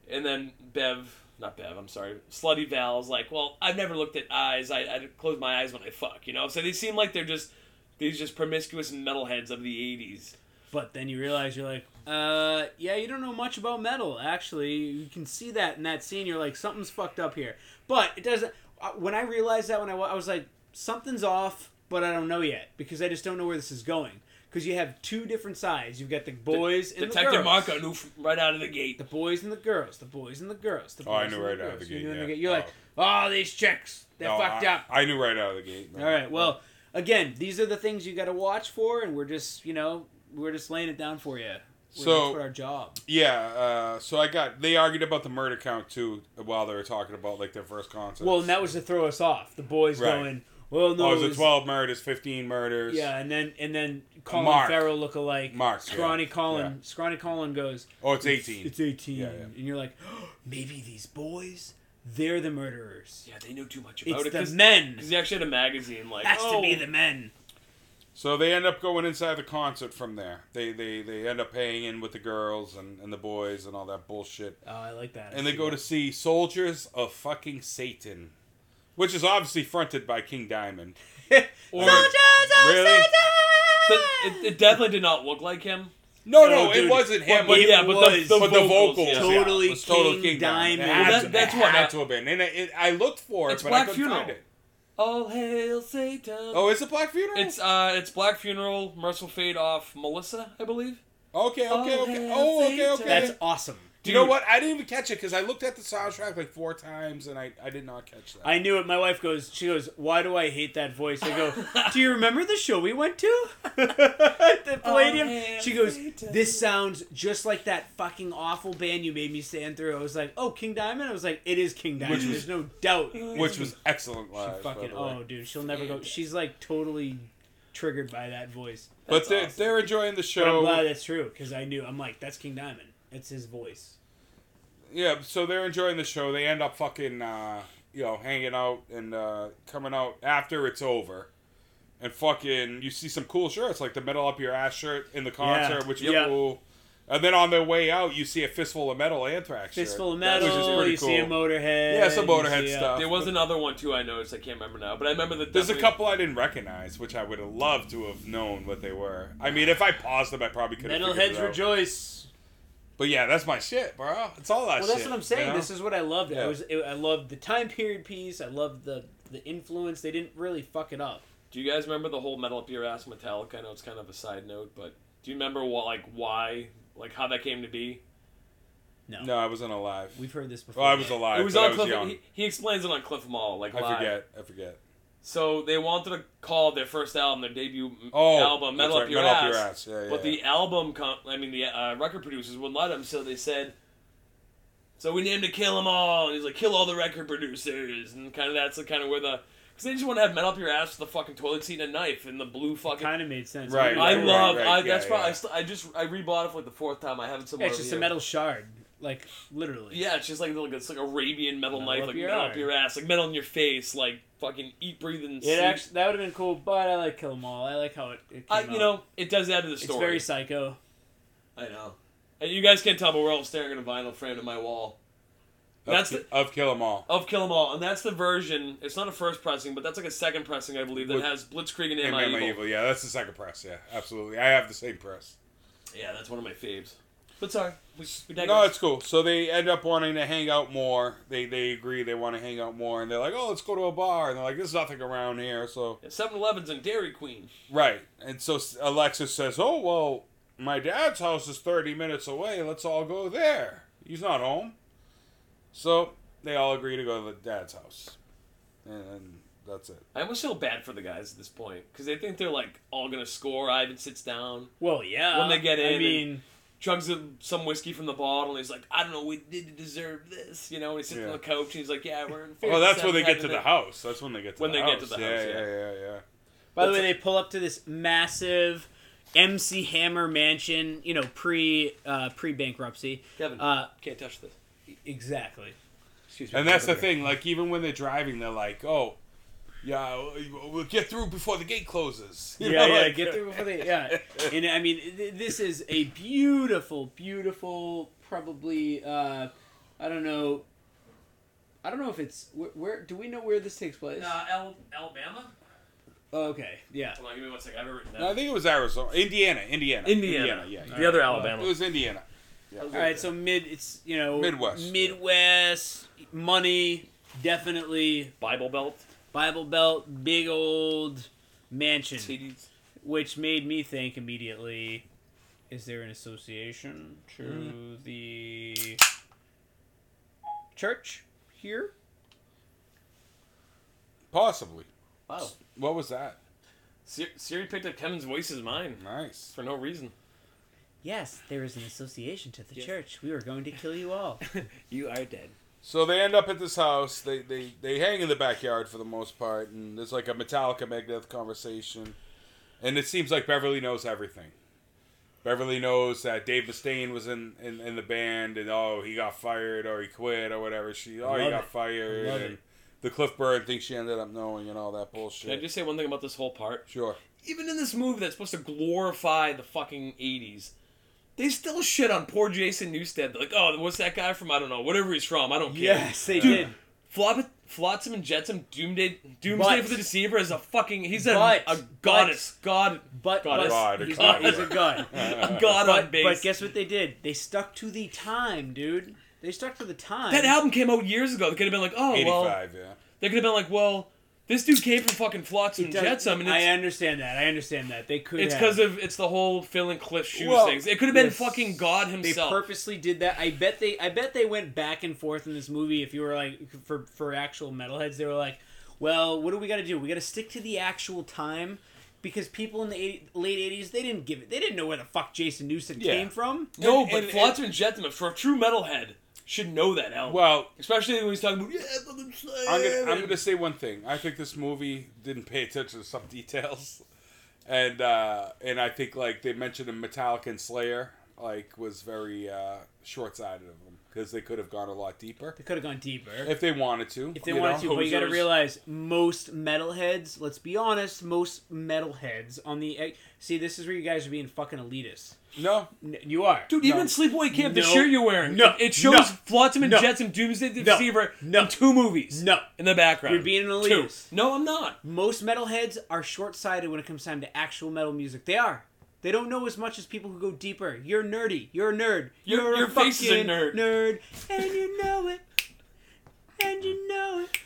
Speaker 3: and then Bev, not Bev, I'm sorry, Slutty Val's like, well, I've never looked at eyes. I I close my eyes when I fuck, you know. So they seem like they're just these just promiscuous metalheads of the '80s.
Speaker 1: but then you realize you're like, uh, yeah, you don't know much about metal. Actually, you can see that in that scene. You're like, something's fucked up here. But it doesn't. uh, When I realized that, when I wa- I was like, something's off, but I don't know yet because I just don't know where this is going. Because you have two different sides. You've got the boys and the
Speaker 3: Detective
Speaker 1: girls.
Speaker 3: Marco knew f- right out of the gate.
Speaker 1: The boys and the girls. The boys and the girls. The boys
Speaker 2: Oh, I
Speaker 1: and
Speaker 2: knew right out of
Speaker 1: girls.
Speaker 2: the
Speaker 1: You
Speaker 2: gate,
Speaker 1: knew in
Speaker 2: yeah.
Speaker 1: You're like, oh, these chicks, they're
Speaker 2: No,
Speaker 1: fucked
Speaker 2: I,
Speaker 1: up.
Speaker 2: I knew right out of the gate. No.
Speaker 1: All right. Well, again, these are the things you got to watch for, and we're just, you know, we're just laying it down for you. We're,
Speaker 2: So-
Speaker 1: that's what our job.
Speaker 2: Yeah, uh, so I got. They argued about the murder count too while they were talking about like their first concert.
Speaker 1: Well, and that was to throw us off. The boys
Speaker 2: Right.
Speaker 1: going, well, no,
Speaker 2: oh, it was
Speaker 1: it
Speaker 2: it
Speaker 1: was-
Speaker 2: twelve murders, fifteen murders?
Speaker 1: Yeah, and then and then Colin
Speaker 2: Mark.
Speaker 1: Farrell look alike.
Speaker 2: Mark, yeah.
Speaker 1: Scrawny Colin.
Speaker 2: Yeah.
Speaker 1: Scrawny Colin goes.
Speaker 2: Oh, it's eighteen.
Speaker 1: It's eighteen,
Speaker 2: Yeah, yeah.
Speaker 1: and you're like, "Oh, maybe these boys, they're the murderers.
Speaker 3: Yeah, they knew too much
Speaker 2: Oh,
Speaker 3: about
Speaker 1: It's
Speaker 3: it.
Speaker 1: the
Speaker 3: 'cause-
Speaker 1: men.
Speaker 3: Because he actually had a magazine like
Speaker 1: Has
Speaker 3: oh,
Speaker 1: to be the men.
Speaker 2: So they end up going inside the concert from there. They they, they end up hanging in with the girls and, and the boys and all that bullshit.
Speaker 1: Oh, I like that.
Speaker 2: And they go to see Soldiers of Fucking Satan, which is obviously fronted by King Diamond.
Speaker 3: or
Speaker 1: oh,
Speaker 2: Really?
Speaker 3: the, it, it definitely did not look like him.
Speaker 2: No,
Speaker 1: Oh,
Speaker 2: no,
Speaker 1: dude.
Speaker 2: it wasn't him.
Speaker 1: Well,
Speaker 3: But
Speaker 2: But,
Speaker 3: yeah, but the,
Speaker 1: was.
Speaker 3: the
Speaker 2: but the
Speaker 3: vocals,
Speaker 2: vocals,
Speaker 3: yeah.
Speaker 1: Totally
Speaker 2: yeah, was total
Speaker 1: King
Speaker 2: King Diamond.
Speaker 1: Diamond.
Speaker 2: It
Speaker 3: Well,
Speaker 2: had
Speaker 3: that-
Speaker 2: to-
Speaker 3: that's
Speaker 2: it
Speaker 3: what
Speaker 2: had
Speaker 3: I-
Speaker 2: to have been. And it, it, I looked for it,
Speaker 3: It's
Speaker 2: but I
Speaker 3: Black
Speaker 2: couldn't find
Speaker 3: Funeral.
Speaker 2: it.
Speaker 3: All hail Satan.
Speaker 2: Oh, is it Black Funeral?
Speaker 3: It's uh, it's Black Funeral, Merciful Fate off Melissa, I believe.
Speaker 2: okay, okay,
Speaker 3: Oh,
Speaker 2: okay.
Speaker 3: hail
Speaker 2: Oh, okay,
Speaker 3: Satan.
Speaker 2: okay.
Speaker 1: That's awesome.
Speaker 2: Do you know what? I didn't even catch it because I looked at the soundtrack like four times and I, I did not catch that.
Speaker 1: I knew it. My wife goes, she goes, why do I hate that voice? I go, do you remember the show we went to? At the Palladium?
Speaker 3: man,
Speaker 1: she goes,
Speaker 3: Satan.
Speaker 1: this sounds just like that fucking awful band you made me stand through. I was like, oh, King Diamond? I was like, it is King Diamond.
Speaker 2: Which was-
Speaker 1: There's no doubt.
Speaker 2: which was excellent live. by
Speaker 1: fucking,
Speaker 2: the way.
Speaker 1: oh, dude, she'll never go. She's like totally triggered by that voice.
Speaker 2: But
Speaker 3: That's
Speaker 2: they're,
Speaker 3: awesome.
Speaker 2: they're enjoying the
Speaker 1: But I'm glad
Speaker 2: show.
Speaker 1: that's true because I knew. I'm like, that's King Diamond. It's his voice.
Speaker 2: Yeah, so they're enjoying the show. They end up fucking, uh, you know, hanging out and uh, coming out after it's over. And fucking, you see some cool shirts, like the metal up your ass shirt in the concert,
Speaker 1: Yeah.
Speaker 2: which is
Speaker 1: Yeah.
Speaker 2: cool. And then on their way out, you see a fistful of metal anthrax shirt,
Speaker 1: Fistful of metal.
Speaker 2: which is pretty
Speaker 1: you
Speaker 2: cool.
Speaker 1: see a Motorhead.
Speaker 2: Yeah, some
Speaker 1: you
Speaker 2: Motorhead
Speaker 1: see, uh,
Speaker 2: stuff.
Speaker 3: There was another one too. I noticed. I can't remember now, but I remember that.
Speaker 2: There's a
Speaker 3: definitely-
Speaker 2: couple I didn't recognize, which I would have loved to have known what they were. I mean, if I paused them, I probably could have.
Speaker 1: Metalheads
Speaker 2: rejoice.
Speaker 1: rejoice.
Speaker 2: But yeah, that's my shit, bro. It's all that.
Speaker 1: Well, that's
Speaker 2: shit,
Speaker 1: what I'm saying.
Speaker 2: you know?
Speaker 1: This is what I loved. I
Speaker 2: Yeah.
Speaker 1: was, it, I loved the time period piece. I loved the the influence. They didn't really fuck it up.
Speaker 3: Do you guys remember the whole metal up your ass Metallica? I know it's kind of a side note, but do you remember what like why like how that came to be?
Speaker 1: No,
Speaker 2: No, I wasn't alive.
Speaker 1: we've heard this before.
Speaker 2: Well, I was alive.
Speaker 3: it was
Speaker 2: but
Speaker 3: on
Speaker 2: I was
Speaker 3: Cliff.
Speaker 2: young.
Speaker 3: He, he explains it on Cliff Mall. Like
Speaker 2: I
Speaker 3: live.
Speaker 2: forget. I forget.
Speaker 3: So they wanted to call their first album, their debut m-
Speaker 2: Oh,
Speaker 3: album, Metal, up,
Speaker 2: that's right,
Speaker 3: your
Speaker 2: Metal
Speaker 3: ass,
Speaker 2: Up Your Ass, yeah, yeah,
Speaker 3: But the
Speaker 2: yeah.
Speaker 3: album, com- I mean, the uh, record producers wouldn't let him, so they said, "So we named it Kill 'Em All," and he's like, "Kill all the record producers," and kind of that's the kind of where the because they just want to have Metal Up Your Ass with a fucking toilet seat and a knife and the blue fucking.
Speaker 1: kind of made sense.
Speaker 2: Right,
Speaker 3: I
Speaker 2: right,
Speaker 3: love.
Speaker 2: right,
Speaker 3: I,
Speaker 2: yeah,
Speaker 3: that's why
Speaker 2: yeah.
Speaker 3: I, st- I just I rebought it for like the fourth time. I have it
Speaker 1: Yeah,
Speaker 3: somewhere.
Speaker 1: it's just
Speaker 3: over
Speaker 1: a
Speaker 3: here.
Speaker 1: metal shard, like literally.
Speaker 3: Yeah, it's just like like it's like Arabian metal
Speaker 1: Metal
Speaker 3: knife,
Speaker 1: up
Speaker 3: like
Speaker 1: your
Speaker 3: metal
Speaker 1: ass.
Speaker 3: up your ass, like metal in your face, like fucking eat, breathe, and
Speaker 1: It
Speaker 3: sleep.
Speaker 1: actually that would have been cool, but I like Kill 'Em All. I like how it. it came
Speaker 3: I, you
Speaker 1: out.
Speaker 3: know, it does add to the
Speaker 1: it's
Speaker 3: story.
Speaker 1: very psycho.
Speaker 3: I know. Uh, You guys can't tell, but we're all staring at a vinyl frame in my wall That's
Speaker 2: of, of Kill 'Em All.
Speaker 3: of Kill 'Em All, and that's the version. It's not a first pressing, but that's like a second pressing, I believe, that
Speaker 2: With-
Speaker 3: has Blitzkrieg and
Speaker 2: And
Speaker 3: Am I
Speaker 2: Man, My
Speaker 3: Evil.
Speaker 2: Evil. Yeah, that's the second press. Yeah, absolutely. I have the same press.
Speaker 3: Yeah, that's one of my faves. But sorry, we, we
Speaker 2: No,
Speaker 3: digress.
Speaker 2: it's cool. So they end up wanting to hang out more. They they agree they want to hang out more, and they're like, oh, let's go to a bar. And they're like, there's nothing around here, so
Speaker 3: 7-Elevens and Dairy Queen.
Speaker 2: Right. And so Alexis says, Oh, well, my dad's house is 30 minutes away. Let's all go there. He's not home. So they all agree to go to the dad's house. And, and that's it.
Speaker 3: I almost feel bad for the guys at this point because they think they're like all gonna score. Ivan sits down.
Speaker 1: Well, yeah.
Speaker 3: When they get in
Speaker 1: I
Speaker 3: and-
Speaker 1: mean,
Speaker 3: chugs a- some whiskey from the bottle, and he's like, I don't know, we did deserve this, you know. And he sits
Speaker 2: Yeah.
Speaker 3: on the couch, and he's like, Yeah, we're. in
Speaker 2: Oh, that's when they
Speaker 3: 57
Speaker 2: get to the
Speaker 3: having
Speaker 2: house. That's when they get to
Speaker 3: When
Speaker 2: the
Speaker 3: they
Speaker 2: house.
Speaker 3: get to the house,
Speaker 2: Yeah,
Speaker 3: yeah.
Speaker 2: yeah, yeah, yeah.
Speaker 1: By the way, they pull up to this massive MC Hammer mansion, you know, pre uh, pre bankruptcy.
Speaker 3: it." Kevin,
Speaker 1: Uh,
Speaker 3: can't touch this.
Speaker 1: exactly.
Speaker 3: Excuse me.
Speaker 2: And that's the
Speaker 3: Kevin.
Speaker 2: thing. Like even when they're driving, they're like, "Oh, yeah, we'll- we'll get through before the gate closes." You
Speaker 1: yeah,
Speaker 2: know,
Speaker 1: yeah,
Speaker 2: like-
Speaker 1: get there before they. Yeah, and I mean, th- this is a beautiful, beautiful, probably. Uh, I don't know. I don't know if it's where, where. Do we know where this takes place?
Speaker 3: Uh, Al- Alabama?
Speaker 1: Oh, okay, yeah.
Speaker 3: Hold on, give me one second. I've written
Speaker 2: No, I
Speaker 3: that.
Speaker 2: think it was Arizona, Indiana, Indiana,
Speaker 3: Indiana.
Speaker 2: yeah,
Speaker 3: the
Speaker 2: yeah.
Speaker 3: other
Speaker 2: It
Speaker 3: Alabama.
Speaker 2: was Indiana.
Speaker 1: All right, so mid. It's you know
Speaker 2: Midwest.
Speaker 1: Midwest money definitely
Speaker 3: Bible Belt.
Speaker 1: Bible Belt big old mansion.
Speaker 3: CDs.
Speaker 1: which made me think immediately is there an association to
Speaker 3: Hmm.
Speaker 1: the church here
Speaker 2: Possibly.
Speaker 3: Wow.
Speaker 2: What was that?
Speaker 3: Siri, Siri picked up Kevin's voice as mine
Speaker 2: Nice.
Speaker 3: for no reason.
Speaker 1: yes there is an association to the
Speaker 3: Yes.
Speaker 1: church we are going to kill you all
Speaker 3: You are dead.
Speaker 2: So they end up at this house. They they they hang in the backyard for the most part, and there's like a Metallica Megadeth conversation, and it seems like Beverly knows everything. Beverly knows that Dave Mustaine was in, in, in the band, and oh, he got fired or he quit or whatever. She oh, he
Speaker 1: Love
Speaker 2: got
Speaker 1: it.
Speaker 2: fired,
Speaker 1: Love
Speaker 2: and
Speaker 1: it.
Speaker 2: the Cliff Bird thing she ended up knowing, and all that bullshit.
Speaker 3: Can I just say one thing about this whole part?
Speaker 2: sure.
Speaker 3: Even in this movie that's supposed to glorify the fucking 80s, they still shit on poor Jason Newstead. They're like, oh, what's that guy from? I don't know. Whatever he's from, I don't care.
Speaker 1: they
Speaker 3: Dude, Flop, Flotsam and Jetsam, Doomsday, Doomsday
Speaker 1: But-
Speaker 3: for the Deceiver is a fucking. He's a,
Speaker 1: But-
Speaker 3: a goddess. God.
Speaker 1: but,
Speaker 3: God,
Speaker 1: but
Speaker 2: God,
Speaker 1: he's,
Speaker 2: God,
Speaker 1: he's
Speaker 2: yeah.
Speaker 1: a god
Speaker 3: A god on
Speaker 1: but,
Speaker 3: base.
Speaker 1: but guess what they did they stuck to the time dude they stuck to the time
Speaker 3: that album came out years ago. They could have been like, oh, well.
Speaker 2: 85, yeah.
Speaker 3: They could have been like, well, this dude came from fucking Flotsam and
Speaker 1: Does-
Speaker 3: Jetsam, and
Speaker 1: I
Speaker 3: it's
Speaker 1: understand that. I understand that they could.
Speaker 3: it's
Speaker 1: have.
Speaker 3: because of it's the whole Phil and Cliff shoes
Speaker 2: Well,
Speaker 3: things. It could have been
Speaker 1: yes.
Speaker 3: fucking God
Speaker 1: They
Speaker 3: himself.
Speaker 1: purposely did that. I bet they. I bet they went back and forth in this movie. If you were like for for actual metalheads, they were like, "Well, what do we got to do? We got to stick to the actual time." Because people in the 80, late '80s, they didn't give it. They didn't know where the fuck Jason Newsted
Speaker 2: Yeah.
Speaker 1: came from.
Speaker 3: no,
Speaker 2: And-
Speaker 3: but
Speaker 2: and-
Speaker 3: Flotsam and Jetsam for a true metalhead should know that album.
Speaker 2: Well,
Speaker 3: Especially when he's talking about yeah, fucking Slayer.
Speaker 2: I'm gonna, I'm gonna say one thing. I think this movie didn't pay attention to some details, and uh, and I think like they mentioned in Metallica and Slayer like was very uh, short sighted of them because they could have gone a lot deeper
Speaker 1: They could have gone deeper
Speaker 2: if they wanted to.
Speaker 1: if they
Speaker 2: you
Speaker 1: wanted to.
Speaker 2: know?
Speaker 1: But you got to
Speaker 3: hosers.
Speaker 1: realize, most metalheads. Let's be honest, most metalheads on the e, see. This is where you guys are being fucking elitist.
Speaker 2: No,
Speaker 1: N- You are,
Speaker 3: Dude, even Sleepaway Camp, the
Speaker 1: No.
Speaker 3: shirt you're wearing,
Speaker 1: No.
Speaker 3: it, it shows
Speaker 1: No.
Speaker 3: Flotsam and
Speaker 1: No.
Speaker 3: Jetsam, Doomsday the
Speaker 1: No.
Speaker 3: Deceiver,
Speaker 1: No.
Speaker 3: in two movies.
Speaker 1: No.
Speaker 3: in the background.
Speaker 1: You're being an
Speaker 3: Two.
Speaker 1: elitist.
Speaker 3: No, I'm not.
Speaker 1: most metalheads are short-sighted when it comes time to actual metal music. They are. They don't know as much as people who go deeper. You're nerdy. You're a nerd.
Speaker 3: Your-
Speaker 1: You're
Speaker 3: your
Speaker 1: a fucking
Speaker 3: face is a nerd.
Speaker 1: nerd, and you know it. And you know it.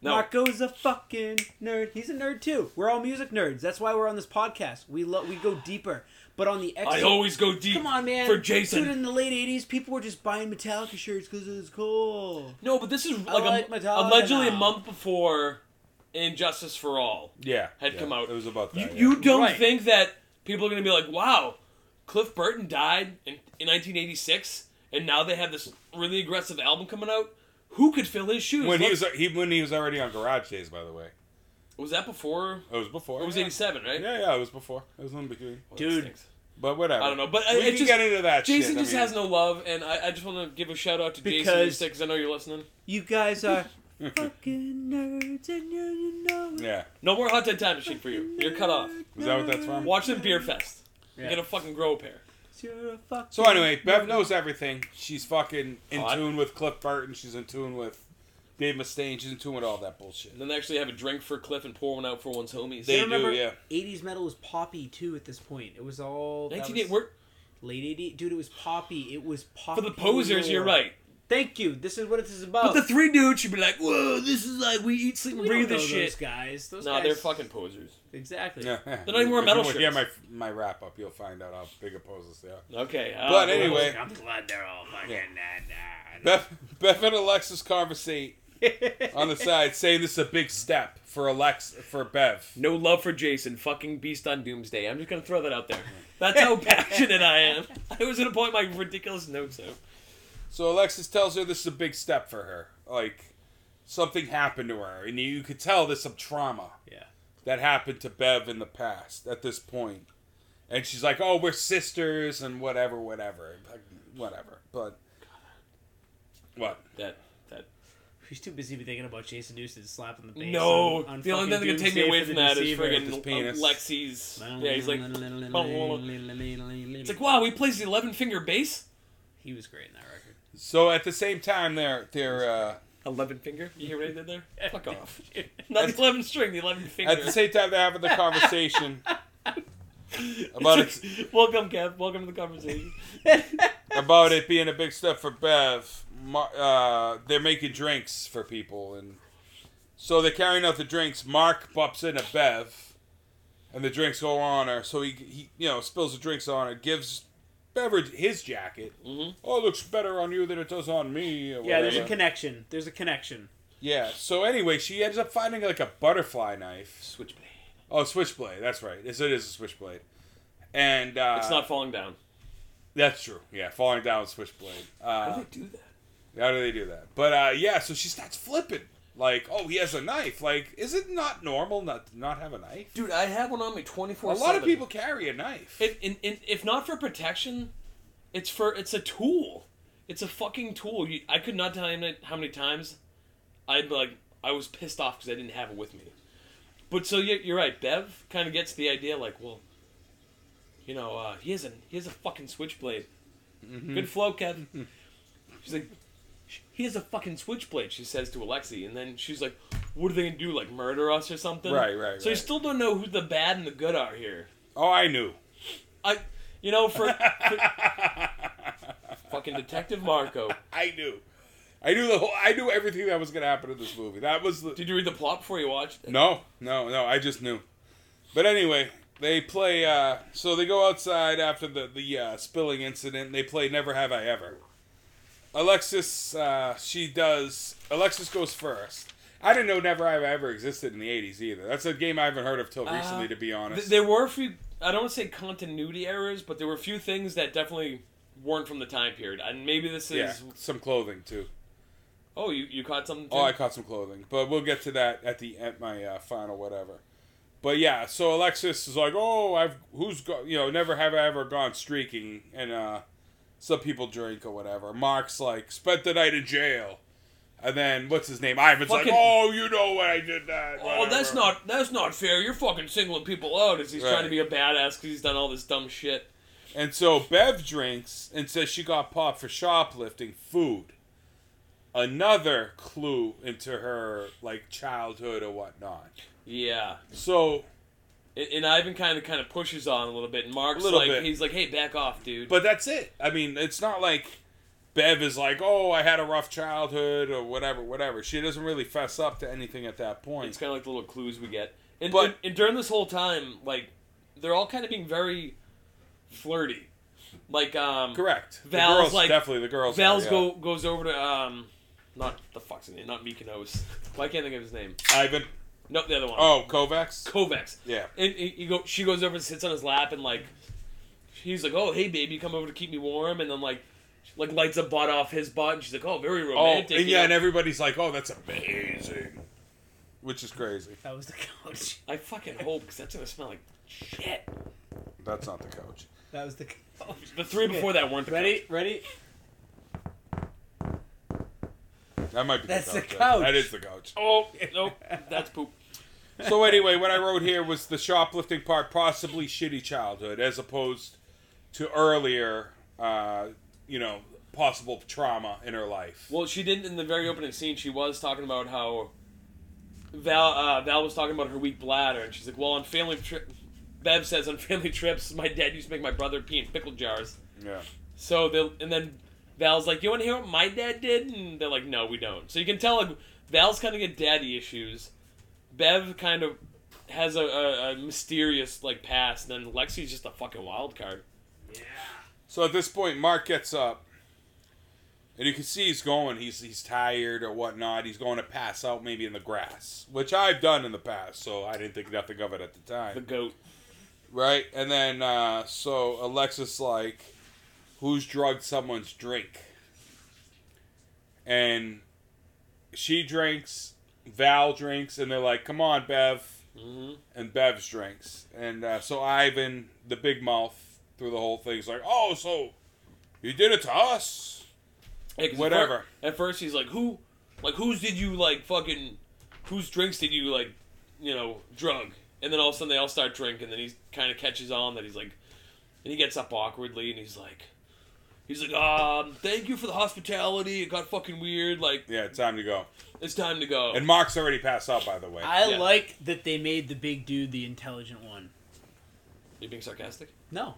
Speaker 3: No.
Speaker 1: Marco's a fucking nerd. He's a nerd too. We're all music nerds. That's why we're on this podcast. We lo- we go deeper. But on the X,
Speaker 3: I always go deep.
Speaker 1: come on, man.
Speaker 3: For Jason.
Speaker 1: dude, in the late '80s, people were just buying Metallica shirts because it was cool.
Speaker 3: No, but this is
Speaker 1: I
Speaker 3: like,
Speaker 1: like
Speaker 3: a,
Speaker 1: Madonna.
Speaker 3: allegedly a month before Injustice for All.
Speaker 2: yeah,
Speaker 3: Had
Speaker 2: yeah,
Speaker 3: come out.
Speaker 2: It was about
Speaker 3: You,
Speaker 2: that. yeah.
Speaker 3: you don't
Speaker 1: Right.
Speaker 3: think that people are going to be like, wow, Cliff Burton died in, in 1986, and now they have this really aggressive album coming out? Who could fill his shoes?
Speaker 2: when he
Speaker 3: Look-
Speaker 2: was he, when he was already on Garage Days, by the way.
Speaker 3: was that before?
Speaker 2: It was before.
Speaker 3: It was
Speaker 2: yeah.
Speaker 3: 87, right?
Speaker 2: Yeah, yeah, it was before. It was in between.
Speaker 3: Well, that
Speaker 1: Dude.
Speaker 3: stinks.
Speaker 2: But whatever.
Speaker 3: I don't know, but I-
Speaker 2: we
Speaker 3: it
Speaker 2: can
Speaker 3: just-
Speaker 2: get into that.
Speaker 3: Jason
Speaker 2: shit.
Speaker 3: just
Speaker 2: I mean,
Speaker 3: has no love, and I, I just want to give a shout out to Jason
Speaker 1: Because-
Speaker 3: Newsted because I know you're listening.
Speaker 1: You guys are fucking nerds, and you, you know it.
Speaker 2: Yeah,
Speaker 3: No more Hot Dead Time Machine for you. You're cut off.
Speaker 2: Is that what that's from?
Speaker 3: Watch them Beer Fest.
Speaker 1: Yeah.
Speaker 3: You're going to fucking grow a pair.
Speaker 1: You're a fucking
Speaker 2: So anyway, Bev knows everything. She's fucking in
Speaker 3: Hot.
Speaker 2: tune with Cliff Burton. She's in tune with Dave Mustaine. She's in tune with all that bullshit.
Speaker 3: And then they actually have a drink for Cliff and pour one out for one's homies.
Speaker 2: They
Speaker 1: I remember
Speaker 2: do, yeah.
Speaker 1: 80s metal was poppy too at this point. It was all that
Speaker 3: 1980
Speaker 1: was
Speaker 3: we're-
Speaker 1: late 80s. Dude, it was poppy. It was
Speaker 3: for
Speaker 1: poppy.
Speaker 3: the posers, you're right.
Speaker 1: Thank you. This is what this is about.
Speaker 3: But the three dudes should be like, whoa, this is like, we eat, sleep, and
Speaker 1: Oh. we don't
Speaker 3: breathe this
Speaker 1: know
Speaker 3: shit.
Speaker 1: Those guys. Those
Speaker 3: Nah,
Speaker 1: guys-
Speaker 3: they're fucking posers.
Speaker 1: Exactly.
Speaker 2: Yeah.
Speaker 3: They're not even wearing metal
Speaker 2: If you hear my,
Speaker 3: shirts.
Speaker 2: my wrap up, you'll find out how big opposers they are.
Speaker 3: Okay. uh,
Speaker 2: But anyway-
Speaker 1: I'm glad they're all fucking
Speaker 2: Yeah.
Speaker 1: nah, nah,
Speaker 2: Beth, Beth and Alexis conversate on the side, saying this is a big step for Alex for Bev.
Speaker 3: No love for Jason. Fucking beast on Doomsday. I'm just going to throw that out there. That's how passionate I am. I was gonna point my ridiculous notes out.
Speaker 2: So Alexis tells her this is a big step for her. Like something happened to her, and you could tell there's some trauma
Speaker 1: Yeah.
Speaker 2: that happened to Bev in the past at this point. And she's like, "Oh, we're sisters and whatever, whatever, like, whatever." But what?
Speaker 3: That that
Speaker 1: She's too busy to be thinking about Jason Newsted slapping the face.
Speaker 3: no.
Speaker 1: on- on
Speaker 3: the only
Speaker 1: fucking
Speaker 3: thing that can take me
Speaker 1: Doomsday
Speaker 3: away
Speaker 1: for
Speaker 3: from
Speaker 1: the
Speaker 3: that is
Speaker 1: Deceiver.
Speaker 2: His
Speaker 3: friggin'
Speaker 2: penis.
Speaker 3: Lexi's. Yeah, he's like.
Speaker 1: it's
Speaker 3: it's like wow, he plays the eleven finger bass.
Speaker 1: he was great in that record.
Speaker 2: So at the same time, they're they're uh,
Speaker 3: Eleven finger. You hear what I did there? Fuck off. Not the eleven string. The eleven finger.
Speaker 2: at the same time they're having the conversation about it
Speaker 3: It's like, welcome, Kev. Welcome to the conversation.
Speaker 2: about it being a big step for Bev. Mar- uh, they're making drinks for people, and so they're carrying out the drinks. Mark bumps into Bev, and the drinks go on her. So he, he you know spills the drinks on her, gives Beverage his jacket.
Speaker 3: Mhm.
Speaker 2: Oh, it looks better on you than it does on me. Or
Speaker 1: Mm-hmm. Yeah, there's a
Speaker 2: whatever.
Speaker 1: connection. There's a connection.
Speaker 2: yeah. So anyway, she ends up finding like a butterfly knife.
Speaker 3: Switchblade.
Speaker 2: Oh, switchblade. That's right. It's, it is a switchblade. And uh,
Speaker 3: It's not falling down.
Speaker 2: That's true. Yeah, falling down with switchblade.
Speaker 3: How
Speaker 2: Uh,
Speaker 3: do they do that?
Speaker 2: How do they do that? But uh, yeah, so she starts flipping. Like, oh, he has a knife. Like, is it not normal not to not have a knife?
Speaker 3: Dude, I have one on me twenty
Speaker 2: A
Speaker 3: four.
Speaker 2: lot of people carry a knife.
Speaker 3: If, in, in, if not for protection, it's for it's a tool. It's a fucking tool. You, I could not tell you how many times I'd be like I was pissed off because I didn't have it with me. But so you're, you're right. Bev kind of gets the idea, like, well, you know, uh, he has a he has a fucking switchblade.
Speaker 2: Mm-hmm.
Speaker 3: Good flow, Kev. She's like, he has a fucking switchblade. She says to Alexi, and then she's like, what are they gonna do? Like murder us or something?
Speaker 2: Right, right,
Speaker 3: So you
Speaker 2: right.
Speaker 3: still don't know who the bad and the good are here.
Speaker 2: oh, I knew.
Speaker 3: I, you know, for, for fucking Detective Marco.
Speaker 2: I knew. I knew the whole. I knew everything that was gonna happen in this movie. That was the.
Speaker 3: Did you read the plot before you watched it?
Speaker 2: No, no, no. I just knew. But anyway, they play. Uh, so they go outside after the the uh, spilling incident. and They play "Never Have I Ever." Alexis, uh, she does. Alexis goes first. I didn't know "Never Have I Ever" existed in the '80s either. That's a game I haven't heard of till recently,
Speaker 3: Uh,
Speaker 2: to be
Speaker 3: Th-
Speaker 2: honest.
Speaker 3: there were a few. I don't want to say continuity errors, but there were a few things that definitely weren't from the time period. And maybe this is.
Speaker 2: yeah, some clothing too.
Speaker 3: Oh, you, you caught something. Too?
Speaker 2: Oh, I caught some clothing, but we'll get to that at the at my uh, final whatever. But yeah, so Alexis is like, "Oh, I've who's go, you know never have I ever gone streaking," and uh, some people drink or whatever. Mark's like, "Spent the night in jail," and then what's his name? Ivan's
Speaker 3: Fucking-
Speaker 2: like, "Oh, you know when I did that."
Speaker 3: Oh, that's
Speaker 2: whatever."
Speaker 3: not that's not fair. You're fucking singling people out as he's trying to
Speaker 2: Right.
Speaker 3: be a badass because he's done all this dumb shit.
Speaker 2: And so Bev drinks and says she got popped for shoplifting food. Another clue into her like childhood or whatnot.
Speaker 3: Yeah,
Speaker 2: So
Speaker 3: and, and Ivan kind of kind of pushes on a little bit. And Mark's
Speaker 2: A little
Speaker 3: like
Speaker 2: bit.
Speaker 3: he's like, hey, back off, dude.
Speaker 2: But that's it. I mean, it's not like Bev is like, oh, I had a rough childhood or whatever, whatever. She doesn't really fess up to anything at that
Speaker 3: It's
Speaker 2: point.
Speaker 3: kind of like the little clues we get. And,
Speaker 2: But-
Speaker 3: and, and during this whole time, like, they're all kind of being very flirty. Like, um,
Speaker 2: Correct.
Speaker 3: Val's
Speaker 2: the girls,
Speaker 3: like-
Speaker 2: definitely the girls.
Speaker 3: Val's
Speaker 2: are, yeah.
Speaker 3: go, goes over to, um, not the fuck's his name, not Mykonos. Why can't I think of his name?
Speaker 2: Ivan.
Speaker 3: No, the other one.
Speaker 2: Oh, Kovacs.
Speaker 3: Kovacs.
Speaker 2: yeah.
Speaker 3: And he he go, she goes over and sits on his lap and, like, he's like, oh, hey, baby, come over to keep me warm. And then, like, she- like lights a butt off his butt, and she's like, "Oh, very
Speaker 2: Oh,
Speaker 3: romantic."
Speaker 2: and
Speaker 3: you
Speaker 2: yeah,
Speaker 3: know?
Speaker 2: and everybody's like, oh, that's amazing, which is crazy.
Speaker 1: That was the coach.
Speaker 3: I fucking hope because that's gonna smell like shit.
Speaker 2: That's not the coach.
Speaker 1: That was the
Speaker 2: Oh,
Speaker 1: coach.
Speaker 3: The three
Speaker 1: Okay.
Speaker 3: before that weren't the
Speaker 1: Ready? Ready?
Speaker 2: That might be.
Speaker 1: That's
Speaker 2: the
Speaker 1: the
Speaker 2: coach. yeah.
Speaker 1: coach.
Speaker 2: That is the coach.
Speaker 3: Oh, nope. That's poop.
Speaker 2: so anyway, what I wrote here was the shoplifting part, possibly shitty childhood, as opposed to earlier, uh, you know, possible trauma in her life.
Speaker 3: Well, she didn't in the very opening scene. She was talking about how Val uh, Val was talking about her weak bladder, and she's like, "Well, on family trip, Bev says on family trips, my dad used to make my brother pee in pickle jars."
Speaker 2: yeah.
Speaker 3: So they will and then Val's like, "You want to hear what my dad did?" And they're like, "No, we don't." So you can tell like Val's kind of get daddy issues. Bev kind of has a, a, a mysterious like past, and then Lexi's just a fucking wild card.
Speaker 2: So at this point, Mark gets up, and you can see he's going. He's he's tired or whatnot. He's going to pass out maybe in the grass, which I've done in the past, so I didn't think nothing of it at the
Speaker 3: The
Speaker 2: time.
Speaker 3: goat.
Speaker 2: right? And then uh, so Alexis like, who's drugged someone's drink? And she drinks, Val drinks, and they're like, "Come on, Bev,"
Speaker 3: Mhm.
Speaker 2: and Bev's drinks, and uh, so Ivan, the big mouth, through the whole thing is like, "Oh, so you did it to us?"
Speaker 3: Yeah, 'cause at
Speaker 2: Whatever.
Speaker 3: fir- At first, he's like, "Who, like, whose did you like fucking, whose drinks did you like, you know, drug?" And then all of a sudden, they all start drinking. And then he kind of catches on that he's like, and he gets up awkwardly, and he's like, he's like, "Um, thank you for the hospitality. It got fucking weird. Like,
Speaker 2: Yeah, time to go.
Speaker 3: it's time to go."
Speaker 2: And Mark's already passed out, by the way.
Speaker 1: I
Speaker 3: Yeah.
Speaker 1: like that they made the big dude the intelligent one.
Speaker 3: you being sarcastic?
Speaker 1: No,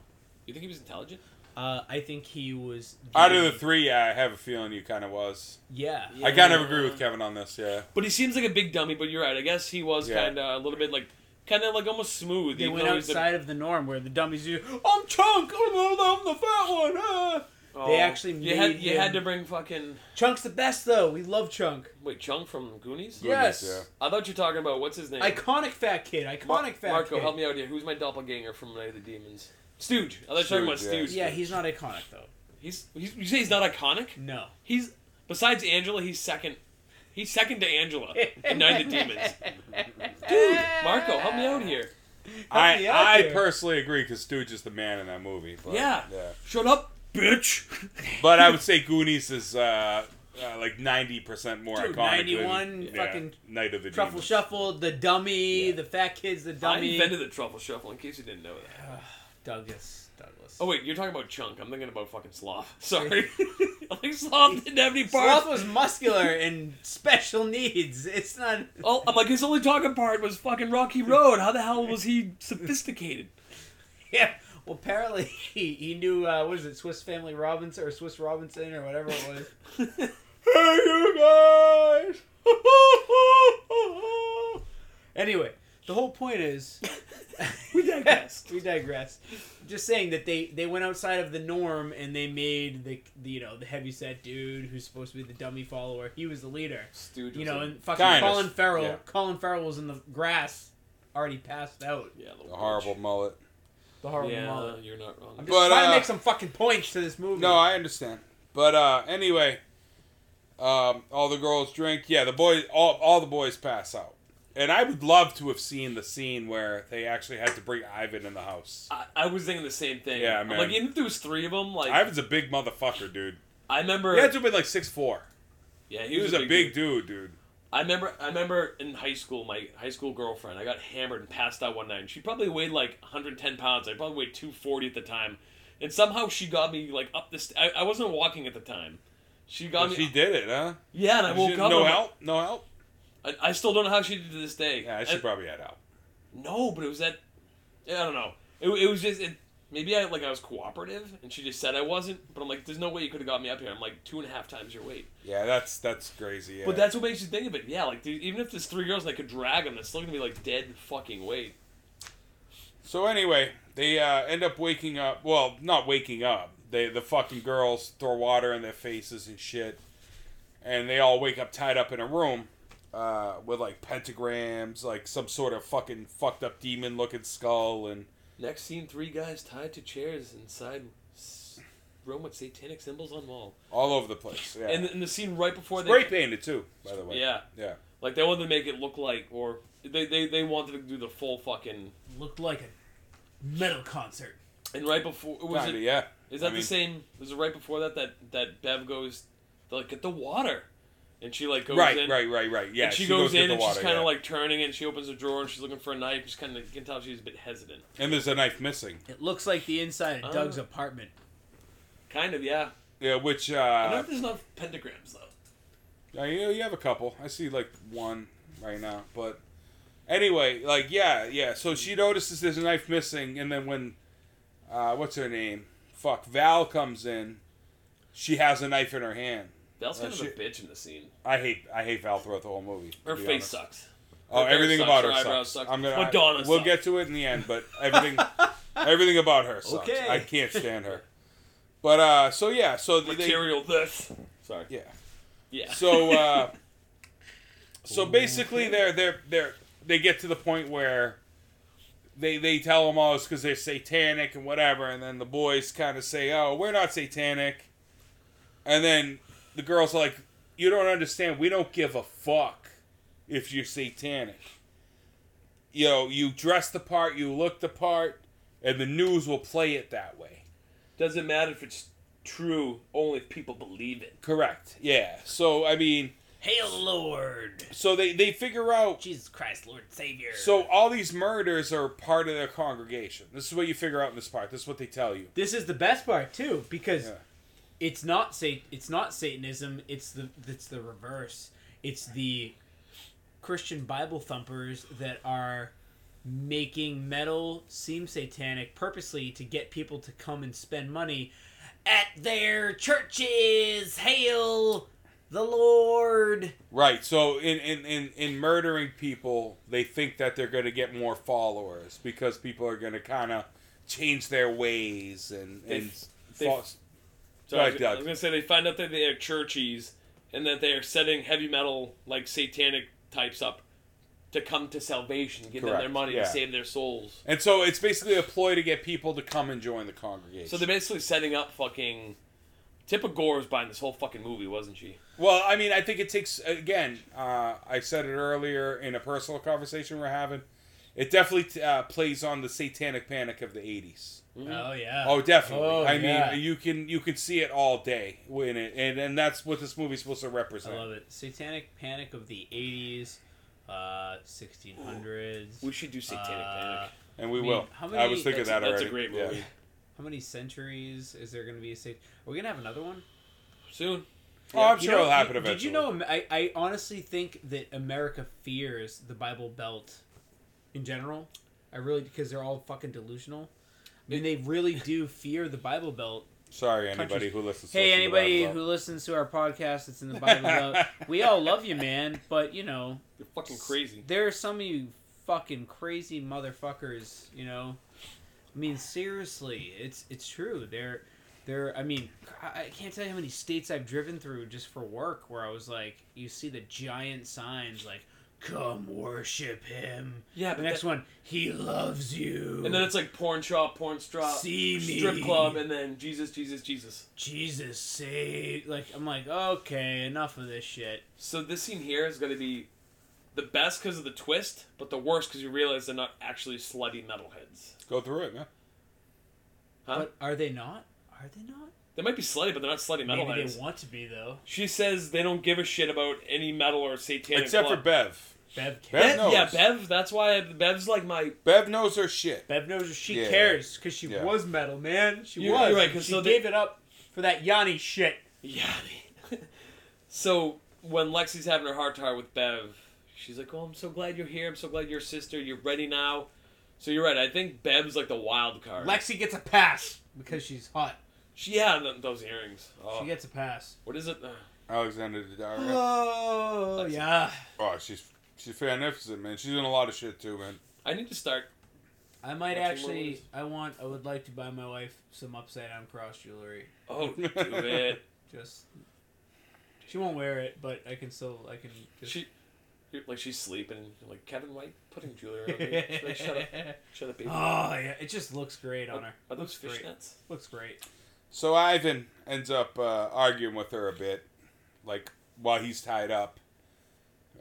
Speaker 3: You think he was intelligent?
Speaker 1: uh, I think he was.
Speaker 2: Out of the
Speaker 1: giving-
Speaker 2: three, yeah, I have a feeling you kind of was.
Speaker 1: yeah.
Speaker 3: Yeah.
Speaker 2: I kind of agree with Kevin on this. Yeah,
Speaker 3: But he seems like a big dummy. But you're right. I guess he was
Speaker 2: Yeah.
Speaker 3: kind of a little bit like, kind of like almost smooth.
Speaker 1: They
Speaker 3: even
Speaker 1: went
Speaker 3: though he's a-
Speaker 1: outside of the norm where the dummies do. I'm Chunk. Oh, I'm the fat one. ah."
Speaker 3: Oh.
Speaker 1: They actually
Speaker 3: you had
Speaker 1: made
Speaker 3: you had
Speaker 1: him-
Speaker 3: to bring fucking
Speaker 1: Chunk's the best though. We love Chunk.
Speaker 3: wait Chung from Goonies.
Speaker 2: Goodness,
Speaker 1: yes.
Speaker 3: I thought you were talking about what's his name?
Speaker 1: Iconic fat kid. Iconic
Speaker 3: Mar-
Speaker 1: fat
Speaker 3: Marco,
Speaker 1: kid.
Speaker 3: help me out here. Who's my doppelganger from Night of the Demons? Stooge. I thought you were talking about
Speaker 2: Stooge, yeah.
Speaker 3: Stooge.
Speaker 1: Yeah, he's not iconic though.
Speaker 3: He's, he's you say he's not iconic?
Speaker 1: No.
Speaker 3: He's besides Angela, he's second. He's second to Angela in Night of the Demons. Dude, Marco, help me out here.
Speaker 2: I
Speaker 1: me out
Speaker 2: I
Speaker 1: here.
Speaker 2: personally agree because Stooge is the man in that movie. But,
Speaker 3: Yeah. Shut up, bitch.
Speaker 2: But I would say Goonies is uh, uh, like ninety percent more
Speaker 1: Dude,
Speaker 2: iconic.
Speaker 1: 91
Speaker 2: than,
Speaker 1: fucking
Speaker 2: Night of the
Speaker 1: Truffle
Speaker 2: Demons.
Speaker 1: Shuffle, the dummy,
Speaker 2: Yeah.
Speaker 1: the fat kid's the
Speaker 3: I
Speaker 1: dummy.
Speaker 3: invented the truffle shuffle. In case you didn't know that.
Speaker 1: Douglas. Douglas.
Speaker 3: Oh wait, you're talking about Chunk. I'm thinking about fucking Sloth. Sorry. I think Sloth didn't have any parts.
Speaker 1: Sloth was muscular and special needs. It's not.
Speaker 3: Oh, I'm like his only talking part was fucking Rocky Road. How the hell was he sophisticated?
Speaker 1: Yeah. Well, apparently he, he knew uh, what is it, Swiss Family Robinson or Swiss Robinson or whatever it was.
Speaker 2: Hey, you guys!
Speaker 1: anyway, the whole point is
Speaker 3: we digress.
Speaker 1: we digress. Just saying that they they went outside of the norm and they made the, the you know the heavyset dude who's supposed to be the dummy follower. He was the leader.
Speaker 3: Stooge
Speaker 1: You
Speaker 3: was
Speaker 1: know,
Speaker 3: a-
Speaker 1: and fucking
Speaker 2: Kinda.
Speaker 1: Colin Farrell.
Speaker 2: Yeah.
Speaker 1: Colin Farrell was in the grass, already passed out.
Speaker 3: yeah, the
Speaker 2: The horrible mullet.
Speaker 1: The horrible
Speaker 3: Yeah,
Speaker 1: mullet.
Speaker 3: you're not wrong.
Speaker 1: I'm just
Speaker 2: But,
Speaker 1: trying
Speaker 2: uh,
Speaker 1: to make some fucking points to this movie.
Speaker 2: No, I understand. But uh, anyway, um, all the girls drink. Yeah, the boys, all, all the boys pass out. And I would love to have seen the scene where they actually had to bring Ivan in the house.
Speaker 3: I, I was thinking the same thing.
Speaker 2: Yeah,
Speaker 3: I'm
Speaker 2: man.
Speaker 3: like even if there was three of them, like
Speaker 2: Ivan's a big motherfucker, dude.
Speaker 3: I remember.
Speaker 2: He had to have been like six four.
Speaker 3: yeah,
Speaker 2: He was a big dude, dude.
Speaker 3: I remember. I remember in high school, my high school girlfriend. I got hammered and passed out one night. And she probably weighed like 110 pounds. I probably weighed 240 at the time. And somehow she got me like up the. St- I, I wasn't walking at the time. She got
Speaker 2: But
Speaker 3: me.
Speaker 2: she did it, huh?
Speaker 3: yeah, and I
Speaker 2: She
Speaker 3: woke
Speaker 2: didn't-
Speaker 3: up.
Speaker 2: no
Speaker 3: and I'm
Speaker 2: help, no help.
Speaker 3: like- I, I still don't know how she did to this day.
Speaker 2: Yeah, she
Speaker 3: And-
Speaker 2: probably had help.
Speaker 3: No, but it was that. I don't know. It, it was just. It, maybe I like I was cooperative, and she just said I wasn't. But I'm like, there's no way you could have got me up here. I'm like two and a half times your weight.
Speaker 2: Yeah, that's that's crazy. Yeah.
Speaker 3: But that's what makes you think of it. Yeah, like dude, even if there's three girls and I could drag them, that's still gonna be like dead fucking weight.
Speaker 2: So anyway, they uh, end up waking up. Well, not waking up. They the fucking girls throw water in their faces and shit, and they all wake up tied up in a room uh, with like pentagrams, like some sort of fucking fucked up demon looking skull, and
Speaker 3: Next scene: three guys tied to chairs inside s- room with satanic symbols on wall.
Speaker 2: all over the place. Yeah,
Speaker 3: And in the scene right before
Speaker 2: it's
Speaker 3: they,
Speaker 2: spray painted too, by the way.
Speaker 3: yeah,
Speaker 2: yeah.
Speaker 3: like they wanted to make it look like, or they they they wanted to do the full fucking.
Speaker 1: Looked like a metal concert.
Speaker 3: And right before was it
Speaker 2: Kinda, yeah.
Speaker 3: Is that
Speaker 2: I mean-
Speaker 3: the same? Was it right before that that that Bev goes to, like get the water, and she like goes
Speaker 2: Right,
Speaker 3: in.
Speaker 2: right, right, right. Yeah,
Speaker 3: and she, goes,
Speaker 2: get
Speaker 3: in
Speaker 2: the
Speaker 3: and
Speaker 2: water,
Speaker 3: she's kind of
Speaker 2: yeah.
Speaker 3: like turning and she opens a drawer and she's looking for a knife. She's kind of you can tell she's a bit hesitant.
Speaker 2: and there's a knife missing.
Speaker 1: It looks like the inside of
Speaker 3: Oh.
Speaker 1: Doug's apartment.
Speaker 3: Kind of, yeah.
Speaker 2: Yeah, which
Speaker 3: I don't know
Speaker 2: uh,
Speaker 3: if there's enough pentagrams though.
Speaker 2: Yeah, you, you have a couple. I see like one right now, but anyway, like yeah, yeah. So she notices there's a knife missing, and then when uh, what's her name? Fuck, Val comes in. She has a knife in her hand.
Speaker 3: Belle's kind
Speaker 2: Oh,
Speaker 3: of
Speaker 2: shit.
Speaker 3: a bitch in the scene.
Speaker 2: I hate I hate Val throughout the whole movie. to
Speaker 3: Her
Speaker 2: be
Speaker 3: face
Speaker 2: honest.
Speaker 3: sucks.
Speaker 2: Oh,
Speaker 3: Her hair
Speaker 2: everything
Speaker 3: sucks,
Speaker 2: about
Speaker 3: her
Speaker 2: her
Speaker 3: eyebrows
Speaker 2: sucks.
Speaker 3: sucks.
Speaker 2: I'm gonna.
Speaker 3: Madonna
Speaker 2: we'll
Speaker 3: sucks.
Speaker 2: get to it in the end, but everything, everything about her sucks.
Speaker 1: Okay.
Speaker 2: I can't stand her. But uh, so yeah, so they,
Speaker 3: Material this. Sorry.
Speaker 2: yeah.
Speaker 3: Yeah.
Speaker 2: So uh, so basically, they're they're they're they get to the point where they they tell them all it's because they're satanic and whatever, and then the boys kind of say, "Oh, we're not satanic," and then the girls are like, "You don't understand. We don't give a fuck if you're satanic. You know, you dress the part, you look the part, and the news will play it that way."
Speaker 3: Doesn't matter if it's true, only if people believe it.
Speaker 2: Correct. Yeah. So I mean,
Speaker 4: Hail Lord!
Speaker 2: so they they figure out
Speaker 4: Jesus Christ, Lord Savior.
Speaker 2: So all these murders are part of their congregation. This is what you figure out in this part. This is what they tell you.
Speaker 1: This is the best part too, because
Speaker 2: Yeah.
Speaker 1: it's not sa- it's not Satanism. It's the it's the reverse. It's the Christian Bible thumpers that are making metal seem satanic purposely to get people to come and spend money
Speaker 4: at their churches, hail the Lord.
Speaker 2: Right. So in in in, in murdering people, they think that they're going to get more followers because people are going to kind of change their ways and
Speaker 3: They-
Speaker 2: and
Speaker 3: they-
Speaker 2: false-
Speaker 3: So I, was,
Speaker 2: Right, Doug.
Speaker 3: I was gonna say they find out that they are churchies and that they are setting heavy metal like satanic types up to come to salvation, give them their
Speaker 2: Correct,
Speaker 3: money
Speaker 2: yeah.
Speaker 3: to save their souls.
Speaker 2: and so it's basically a ploy to get people to come and join the congregation.
Speaker 3: So they're basically setting up fucking. Tippa Gore was behind this whole fucking movie, wasn't she?
Speaker 2: Well, I mean, I think it takes again. Uh, I said it earlier in a personal conversation we're having. It definitely uh, plays on the satanic panic of the '80s.
Speaker 3: Mm-hmm. Uh,
Speaker 1: Oh yeah.
Speaker 2: Oh, definitely.
Speaker 1: Oh,
Speaker 2: I
Speaker 1: yeah.
Speaker 2: mean, you can you can see it all day when it, and and that's what this movie's supposed to
Speaker 1: I
Speaker 2: represent.
Speaker 1: love it. Satanic Panic of the 80s, uh, 1600s.
Speaker 3: We should do Satanic
Speaker 1: Uh,
Speaker 3: Panic.
Speaker 2: And we
Speaker 1: I mean,
Speaker 2: will.
Speaker 1: how
Speaker 2: I
Speaker 1: many-
Speaker 2: was thinking that
Speaker 3: That's- that's a
Speaker 2: already.
Speaker 3: great movie.
Speaker 2: Yeah.
Speaker 1: How many centuries is there going to be? A sat- Are we going to have another one?
Speaker 3: Soon.
Speaker 2: Oh, I'm
Speaker 1: You
Speaker 2: sure
Speaker 1: know,
Speaker 2: it'll happen
Speaker 1: you-
Speaker 2: eventually.
Speaker 1: Did you know? I, I honestly think that America fears the Bible Belt in general. I really because they're all fucking delusional. I mean, they really do fear the Bible Belt.
Speaker 2: Sorry, anybody
Speaker 1: countries-
Speaker 2: who listens. to
Speaker 1: Hey,
Speaker 2: us in the
Speaker 1: anybody
Speaker 2: Bible
Speaker 1: who listens to our podcast, it's in the Bible Belt. We all love you, man. But you know,
Speaker 3: You're fucking crazy.
Speaker 1: There are some of you fucking crazy motherfuckers, you know. I mean, seriously, it's it's true. There, there. I mean, I I can't tell you how many states I've driven through just for work, where I was like, you see the giant signs like, "Come worship him."
Speaker 3: Yeah,
Speaker 1: The next one, he loves you.
Speaker 3: And then it's like porn shop, porn strip,
Speaker 1: See me.
Speaker 3: strip club, and then Jesus, Jesus, Jesus.
Speaker 1: Jesus save. Like I'm like, okay, enough of this shit.
Speaker 3: So this scene here is going to be the best because of the twist, but the worst because you realize they're not actually slutty metalheads.
Speaker 2: Go through it, man.
Speaker 3: Huh?
Speaker 1: But are they not? Are they not?
Speaker 3: They might be slutty, but they're not slutty
Speaker 1: Maybe
Speaker 3: metalheads.
Speaker 1: they want to be though.
Speaker 3: She says they don't give a shit about any metal or satanic.
Speaker 2: Except for
Speaker 3: club.
Speaker 2: Bev.
Speaker 1: Bev cares.
Speaker 2: Bev
Speaker 3: Bev,
Speaker 2: knows.
Speaker 3: yeah, Bev. That's why Bev's like my.
Speaker 2: Bev knows her shit.
Speaker 1: Bev knows that she
Speaker 2: Yeah.
Speaker 1: cares because she
Speaker 2: Yeah.
Speaker 1: was metal, man. She
Speaker 3: You're-
Speaker 1: was.
Speaker 3: you're right, 'cause
Speaker 1: she
Speaker 3: so they-
Speaker 1: gave it up for that Yanni shit.
Speaker 3: Yeah. so when Lexi's having her heart to heart with Bev, she's like, "Oh, I'm so glad you're here. I'm so glad you're a sister. You're ready now." So you're right. I think Bev's like the wild card.
Speaker 1: Lexi gets a pass because she's hot.
Speaker 3: she had th- those earrings. Oh.
Speaker 1: She gets a pass.
Speaker 3: what is it? Uh,
Speaker 2: Alexander Daddario.
Speaker 1: Oh
Speaker 3: Lexi.
Speaker 1: yeah.
Speaker 2: Oh, she's she's magnificent, man. She's in a lot of shit too, man.
Speaker 3: I need to start.
Speaker 1: I might
Speaker 3: Watching more
Speaker 1: actually.
Speaker 3: movies.
Speaker 1: I want. I would like to buy my wife some upside down cross jewelry.
Speaker 3: Oh, do it.
Speaker 1: Just. She won't wear it, but I can still. I can. Just...
Speaker 3: She. you're- Like she's sleeping, You're like Kevin White putting jewelry on me. She's like, shut up, shut up, baby.
Speaker 1: Oh yeah, it just looks great on her.
Speaker 3: Are those
Speaker 1: Looks great.
Speaker 3: fishnets?
Speaker 1: Looks great.
Speaker 2: So Ivan ends up uh, arguing with her a bit, like while he's tied up.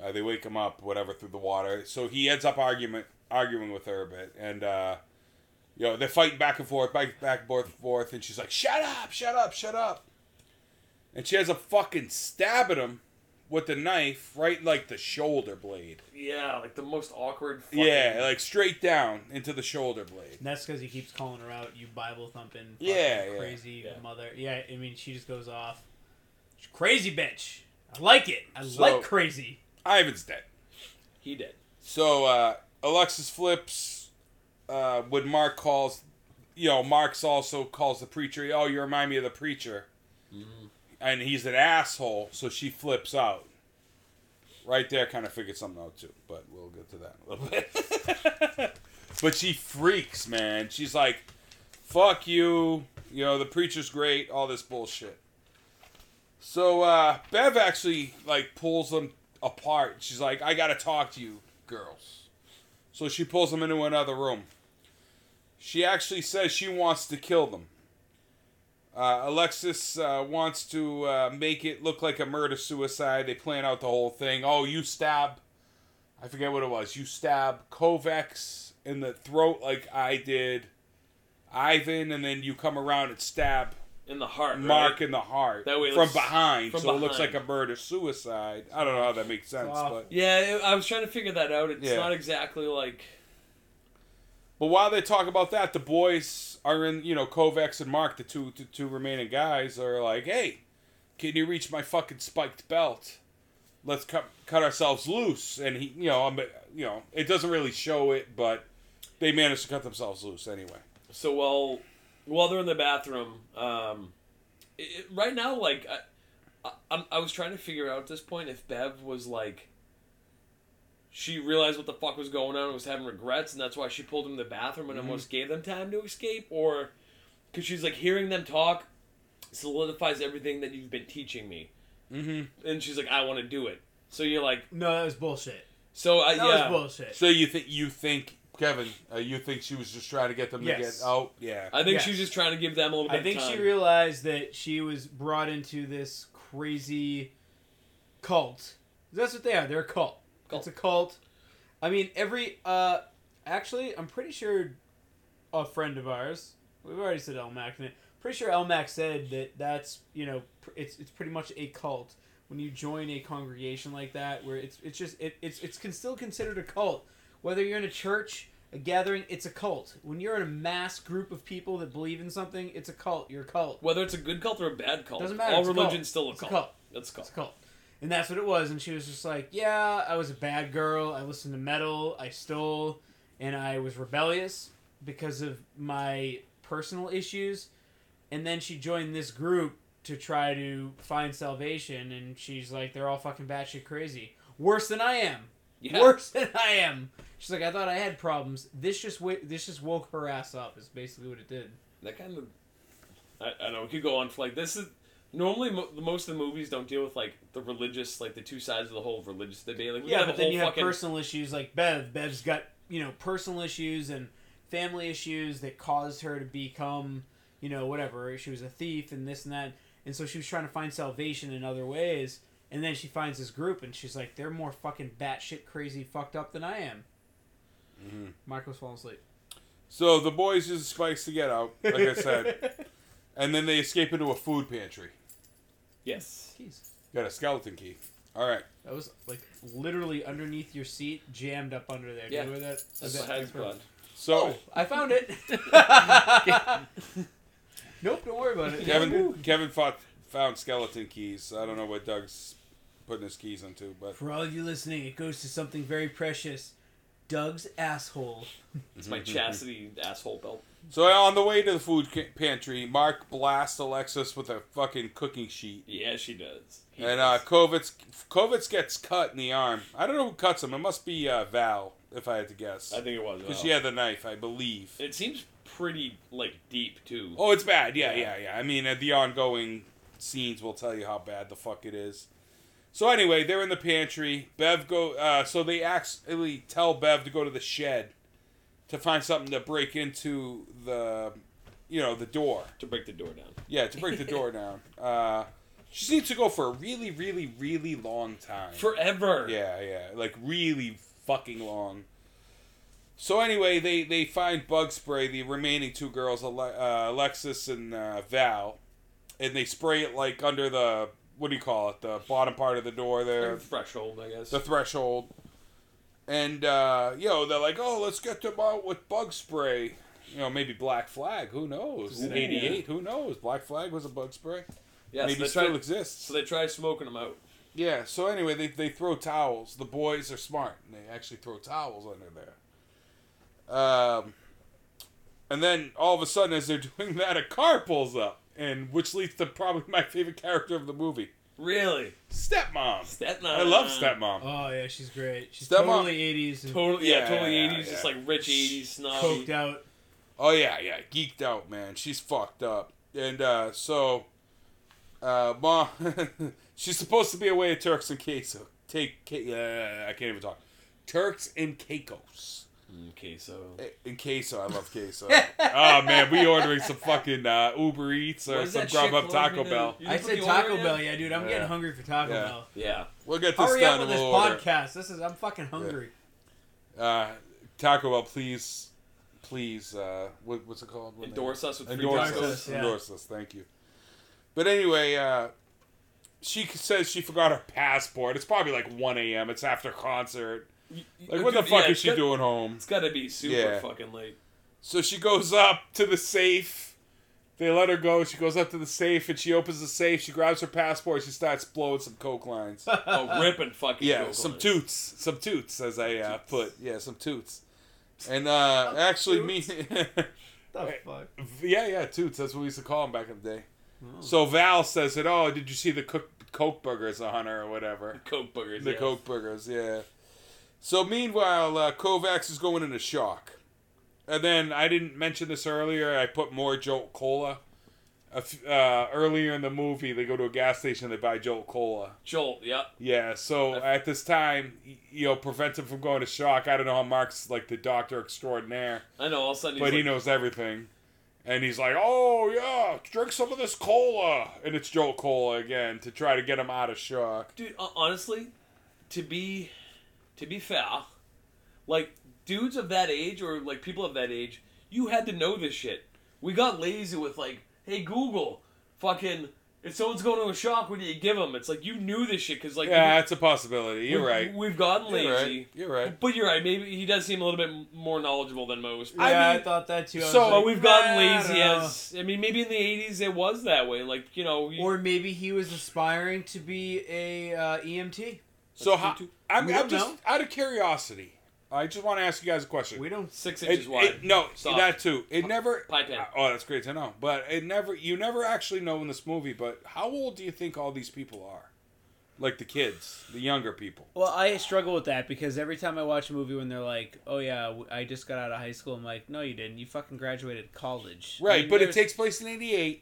Speaker 2: Uh, they wake him up, whatever, through the water. So he ends up argument arguing with her a bit, and uh, you know they're fighting back and forth, back back and forth, forth, and she's like, "Shut up, shut up, shut up," and she has a fucking stab at him with the knife, right like the shoulder blade.
Speaker 3: Yeah, like the most awkward. Fucking,
Speaker 2: Yeah, like straight down into the shoulder blade.
Speaker 1: And that's because he keeps calling her out, you Bible thumping,
Speaker 2: Yeah,
Speaker 1: yeah,
Speaker 2: yeah.
Speaker 1: crazy
Speaker 3: Yeah.
Speaker 1: mother. Yeah, I mean, she just goes off. She's crazy bitch. I like it. I
Speaker 2: So-
Speaker 1: like crazy.
Speaker 2: Ivan's dead.
Speaker 3: he did.
Speaker 2: So uh, Alexis flips uh, when Mark calls. You know, Mark's also calls the preacher. Oh, you remind me of the preacher,
Speaker 3: Mm.
Speaker 2: and he's an asshole. So she flips out. Right there, kind of figured something out too, but we'll get to that in a little bit. but she freaks, man. She's like, "Fuck you!" You know, the preacher's great. All this bullshit. So uh, Bev actually like pulls them apart. She's like, "I gotta talk to you, girls." So she pulls them into another room, She actually says she wants to kill them. Uh, Alexis uh, wants to uh, make it look like a murder suicide. They plan out the whole thing. Oh, you stab. I forget what it was. You stab Kovacs in the throat like I did. Ivan, and then you come around and stab
Speaker 3: in the heart. right?
Speaker 2: Mark in the heart
Speaker 3: That way it
Speaker 2: from
Speaker 3: looks-
Speaker 2: behind,
Speaker 3: from
Speaker 2: so it looks like
Speaker 3: behind.
Speaker 2: a murder suicide. I don't know how that makes sense,
Speaker 5: Wow.
Speaker 2: but
Speaker 3: Yeah, it- I was trying to figure that out. It's
Speaker 2: Yeah.
Speaker 3: not exactly like
Speaker 2: But while they talk about that, the boys are in, you know, Kovacs and Mark, the two, the two remaining guys, are like, hey, can you reach my fucking spiked belt? Let's cut, cut ourselves loose. And he, you know, I'm, you know, it doesn't really show it, but they managed to cut themselves loose anyway.
Speaker 3: so. While while they're in the bathroom, um, it, it- right now, like I, I, I'm- I was trying to figure out at this point if Bev was like she realized what the fuck was going on and was having regrets, and that's why she pulled him in the bathroom
Speaker 1: Mm-hmm.
Speaker 3: and almost gave them time to escape, or because she's like hearing them talk solidifies everything that you've been teaching me,
Speaker 2: Mm-hmm.
Speaker 3: and she's like, I want to do it. So you're like,
Speaker 1: No, that was bullshit.
Speaker 3: so I
Speaker 1: That
Speaker 3: yeah.
Speaker 1: was bullshit.
Speaker 2: So you think, you think, Kevin, uh, you think she was just trying to get them
Speaker 1: Yes.
Speaker 2: to get out? Yeah.
Speaker 3: I think
Speaker 1: Yeah.
Speaker 3: she was just trying to give them a little bit.
Speaker 1: I think
Speaker 3: of time.
Speaker 1: she realized that she was brought into this crazy cult. That's what they are. They're a cult.
Speaker 3: Cult.
Speaker 1: It's a cult. I mean, every uh, actually, I'm pretty sure a friend of ours. We've already said El Mac. and it- Pretty sure El Mac said that that's you know pr- it's it's pretty much a cult when you join a congregation like that where it's it's just it, it's it's con- still considered a cult whether you're in a church a gathering it's a cult when you're in a mass group of people that believe in something it's a cult you're a cult
Speaker 3: whether it's a good cult or a bad cult.
Speaker 1: Doesn't matter,
Speaker 3: All
Speaker 1: it's a cult.
Speaker 3: religion's still a
Speaker 1: It's a
Speaker 3: cult.
Speaker 1: cult.
Speaker 3: That's a cult.
Speaker 1: It's a cult. And that's what it was. And she was just like, yeah, I was a bad girl. I listened to metal. I stole. And I was rebellious because of my personal issues. And then she joined this group to try to find salvation. And she's like, they're all fucking batshit crazy. Worse than I am.
Speaker 3: Yeah.
Speaker 1: Worse than I am. She's like, I thought I had problems. This just w- this just woke her ass up. Is basically what it did.
Speaker 3: That kind of. I, I don't know. We could go on for like this is normally mo- most of the movies don't deal with like the religious, like the two sides of the whole religious debate. Like we
Speaker 1: Yeah,
Speaker 3: have a
Speaker 1: but then
Speaker 3: whole
Speaker 1: you have
Speaker 3: fucking.
Speaker 1: personal issues like Bev. Bev's got you know personal issues and family issues that caused her to become you know whatever. She was a thief and this and that, and so she was trying to find salvation in other ways. And then she finds this group, and she's like, "They're more fucking batshit crazy, fucked up than I am." Michael's falling asleep.
Speaker 2: Mm-hmm. So the boys use the spikes to get out, like I said, and then they escape into a food pantry.
Speaker 3: yes.
Speaker 1: Jeez,
Speaker 2: Got a skeleton key. All right.
Speaker 1: that was like literally underneath your seat, jammed up under there. Do
Speaker 3: Yeah.
Speaker 1: you know where that?
Speaker 3: That's
Speaker 1: that- Oh,
Speaker 3: what Hag's blood.
Speaker 2: So.
Speaker 1: I found it. nope, don't worry about it.
Speaker 2: Kevin Kevin fought, found skeleton keys. I don't know what Doug's putting his keys into, but
Speaker 1: For all of you listening, it goes to something very precious. Doug's asshole.
Speaker 3: It's my chastity asshole belt.
Speaker 2: Mhm. so on the way to the food ca- pantry, Mark blasts Alexis with a fucking cooking sheet,
Speaker 3: Yeah, she does. He
Speaker 2: and uh,
Speaker 3: does.
Speaker 2: Kovitz Kovitz gets cut in the arm. I don't know who cuts him. It must be uh, Val, if I had to guess,
Speaker 3: I think it was.
Speaker 2: because
Speaker 3: Val.
Speaker 2: she had the knife, I believe.
Speaker 3: It seems pretty like deep too.
Speaker 2: Oh, it's bad. Yeah, yeah, yeah. I mean, uh, the ongoing scenes will tell you how bad the fuck it is. So anyway, they're in the pantry. Bev go. Uh, so they actually tell Bev to go to the shed to find something to break into the, you know, the door.
Speaker 3: To break the door down.
Speaker 2: Yeah, to break the door down. Uh, she needs to go for a really, really, really long time.
Speaker 3: Forever.
Speaker 2: Yeah, yeah, like really fucking long. So anyway, they they find bug spray. The remaining two girls, Ale- uh, Alexis and uh, Val, and they spray it like under the what do you call it? The bottom part of the door there,
Speaker 3: Threshold, I guess.
Speaker 2: the threshold. And uh, you know they're like, oh, let's get them out with bug spray. You know, maybe Black Flag. Who knows?
Speaker 3: Ooh.
Speaker 2: '88. Who knows? Black Flag was a bug spray.
Speaker 3: yeah,
Speaker 2: maybe
Speaker 3: so they
Speaker 2: still
Speaker 3: tried,
Speaker 2: exists.
Speaker 3: so they try smoking them out.
Speaker 2: Yeah, so anyway, they, they throw towels. The boys are smart, and they actually throw towels under there. Um, and then all of a sudden, as they're doing that, a car pulls up, and which leads to probably my favorite character of the movie,
Speaker 3: Really?
Speaker 2: Stepmom.
Speaker 3: Stepmom.
Speaker 2: Um, I love Stepmom.
Speaker 1: Oh yeah, she's great. She's
Speaker 2: Step
Speaker 1: totally eighties and
Speaker 3: Totally, yeah,
Speaker 2: Yeah,
Speaker 3: totally
Speaker 2: yeah,
Speaker 3: 80s, just
Speaker 2: yeah.
Speaker 3: like rich 80s snobby.
Speaker 1: coked out.
Speaker 2: Oh yeah, yeah, geeked out, man. She's fucked up, and uh, so, uh, mom, she's supposed to be away at Turks and Caicos. Take, Ca- uh, I can't even talk. Turks and Caicos.
Speaker 3: Okay, so
Speaker 2: In eh, queso, I love queso. oh man, we ordering some fucking uh, Uber Eats or some grub up Taco Bell.
Speaker 6: I said Taco Bell, yeah, dude. I'm
Speaker 2: Yeah.
Speaker 6: getting hungry for Taco
Speaker 2: Yeah.
Speaker 6: Bell.
Speaker 3: Yeah.
Speaker 2: We'll get this
Speaker 6: Hurry
Speaker 2: done
Speaker 6: up with
Speaker 2: and
Speaker 6: this
Speaker 2: we'll order.
Speaker 6: podcast. This is I'm fucking hungry.
Speaker 2: Uh, Taco Bell, please, please, uh, what, what's it called? What
Speaker 3: Endorse us with free
Speaker 2: endorse
Speaker 6: tacos.
Speaker 2: us.
Speaker 6: Yeah.
Speaker 2: Endorse us. Thank you. But anyway, uh, she says she forgot her passport. It's probably like 1 a.m. It's after concert. Like,
Speaker 6: Uh,
Speaker 2: what the fuck is she doing home?
Speaker 3: It's gotta be super
Speaker 2: Yeah.
Speaker 3: fucking late.
Speaker 2: So she goes up to the safe. They let her go. She goes up to the safe and she opens the safe. She grabs her passport. She starts blowing some coke lines.
Speaker 3: Oh, ripping fucking.
Speaker 2: Yeah,
Speaker 3: Google
Speaker 2: some
Speaker 3: it.
Speaker 2: toots, some toots, as I uh, put. Yeah, some toots. And uh, actually, me.
Speaker 6: The fuck?
Speaker 2: Yeah, yeah, toots. That's what we used to call them back in the day.
Speaker 3: Oh.
Speaker 2: So Val says it. Oh, did you see the cook, Coke burgers on hunter or whatever?
Speaker 3: coke boogers.
Speaker 2: The
Speaker 3: yeah.
Speaker 2: Coke burgers, yeah. So meanwhile, uh, Kovacs is going into shock, and then I didn't mention this earlier. I put more Jolt Cola. A f- uh, earlier in the movie, they go to a gas station and they buy Jolt Cola.
Speaker 3: Jolt. Yep.
Speaker 2: Yeah, so at this time, y- you know, prevents him from going to shock. I don't know how Mark's like the doctor extraordinaire
Speaker 3: I know. All of a sudden, he's
Speaker 2: but he
Speaker 3: like,
Speaker 2: knows everything. And he's like, "Oh yeah, drink some of this cola," and it's Joel Cola again to try to get him out of shock.
Speaker 3: dude. hon- Honestly, to be, to be fair, like dudes of that age or like people of that age, you had to know this shit. We got lazy with like, hey Google, fucking. If someone's going to a shop, what do you give them? It's like you knew this shit because like
Speaker 2: Yeah,
Speaker 3: we-
Speaker 2: it's a possibility. You're
Speaker 3: we-
Speaker 2: right.
Speaker 3: We've gotten lazy.
Speaker 2: You're right. You're right.
Speaker 3: But you're right. Maybe he does seem a little bit more knowledgeable than most.
Speaker 6: Yeah, I,
Speaker 2: mean,
Speaker 6: thought that too. I was
Speaker 2: so-
Speaker 6: like,
Speaker 2: But
Speaker 3: But we've
Speaker 6: "Nah,
Speaker 3: gotten
Speaker 6: I don't
Speaker 3: lazy
Speaker 6: know."
Speaker 3: as I mean, maybe in the '80s it was that way. Like you know, you,
Speaker 6: Or maybe he was aspiring to be a uh, EMT.
Speaker 2: So how,
Speaker 3: too-
Speaker 2: I'm,
Speaker 6: we
Speaker 2: I'm
Speaker 6: don't
Speaker 2: just
Speaker 6: know.
Speaker 2: out of curiosity. I just want to ask you guys a question.
Speaker 6: We don't.
Speaker 3: six
Speaker 2: It-
Speaker 3: inches wide.
Speaker 2: it- no,
Speaker 3: Soft.
Speaker 2: that too. It never.
Speaker 3: pie pan.
Speaker 2: Oh, that's great to know. But it never. You never actually know in this movie. But how old do you think all these people are? Like the kids, the younger people.
Speaker 1: Well, I struggle with that because every time I watch a movie when they're like, "Oh yeah, w- I just got out of high school," I'm like, "No, you didn't. You fucking graduated college." I
Speaker 2: Right,
Speaker 1: mean,
Speaker 2: but it
Speaker 1: there's-
Speaker 2: takes place in '88,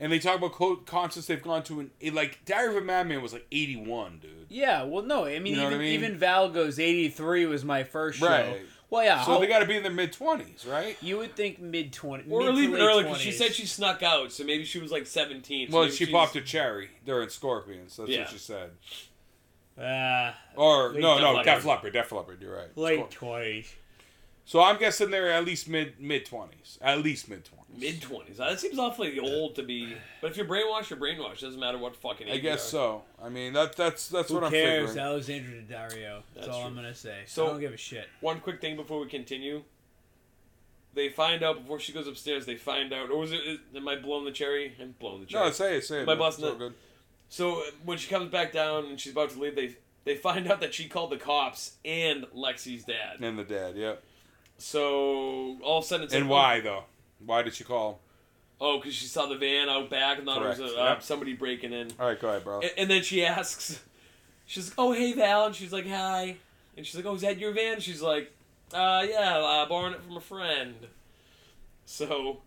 Speaker 2: and they talk about co- concerts they've gone to. And it, like Diary of a Madman was like '81, dude.
Speaker 1: Yeah, well, no, I mean,
Speaker 2: You know what
Speaker 1: even,
Speaker 2: I mean?
Speaker 1: even Val goes '83 was my first show.
Speaker 2: Right.
Speaker 1: Well, yeah,
Speaker 2: So
Speaker 1: how-
Speaker 2: they got to be in their mid twenties, right?
Speaker 1: you would think mid twenty
Speaker 3: or
Speaker 1: mid to
Speaker 3: leave it
Speaker 1: late
Speaker 3: early because she
Speaker 1: 20s.
Speaker 3: said she snuck out, so maybe she was like 17. so
Speaker 2: Well,
Speaker 3: maybe
Speaker 2: she
Speaker 3: she's-
Speaker 2: popped a cherry during Scorpions. That's
Speaker 3: Yeah.
Speaker 2: what she said.
Speaker 1: Ah,
Speaker 2: Or
Speaker 1: Like
Speaker 2: no,
Speaker 3: Def
Speaker 2: no,
Speaker 3: Leppard.
Speaker 2: Def Leppard, Def Leppard. You're right.
Speaker 1: late
Speaker 2: Scorp-
Speaker 1: twenties.
Speaker 2: So I'm guessing they're at least mid mid twenties, at least mid twenties.
Speaker 3: mid 20s. That seems awfully old to be. But if you're brainwashed, you're brainwashed. doesn't matter what fucking. Age
Speaker 2: I
Speaker 3: you
Speaker 2: guess
Speaker 3: are.
Speaker 2: so. I mean, that that's that's
Speaker 1: Who
Speaker 2: what I'm
Speaker 1: cares?
Speaker 2: figuring.
Speaker 1: Alexandra Daddario. That's,
Speaker 3: That's
Speaker 1: all I'm
Speaker 3: true.
Speaker 1: gonna say.
Speaker 3: So-
Speaker 1: So I don't give a shit.
Speaker 3: One quick thing before we continue. They find out before she goes upstairs. They find out, or was it? is- Am I blowing the cherry? I'm blowing the cherry.
Speaker 2: No, say it, say it.
Speaker 3: My
Speaker 2: man.
Speaker 3: boss
Speaker 2: It's all
Speaker 3: nut-
Speaker 2: good.
Speaker 3: So uh, when she comes back down and she's about to leave, they they find out that she called the cops and Lexi's dad.
Speaker 2: and the dad. Yeah.
Speaker 3: So all of a sudden, it's
Speaker 2: And
Speaker 3: like,
Speaker 2: why though? Why did she call?
Speaker 3: Oh, because she saw the van out back and thought it was
Speaker 2: Correct,
Speaker 3: uh,
Speaker 2: yep.
Speaker 3: somebody breaking in.
Speaker 2: All right, go ahead, bro.
Speaker 3: And, and then she asks, she's like, "Oh, hey Val," and she's like, "Hi," and she's like, "Oh, is that your van?" She's like, "Uh, yeah, uh, borrowing it from a friend." So,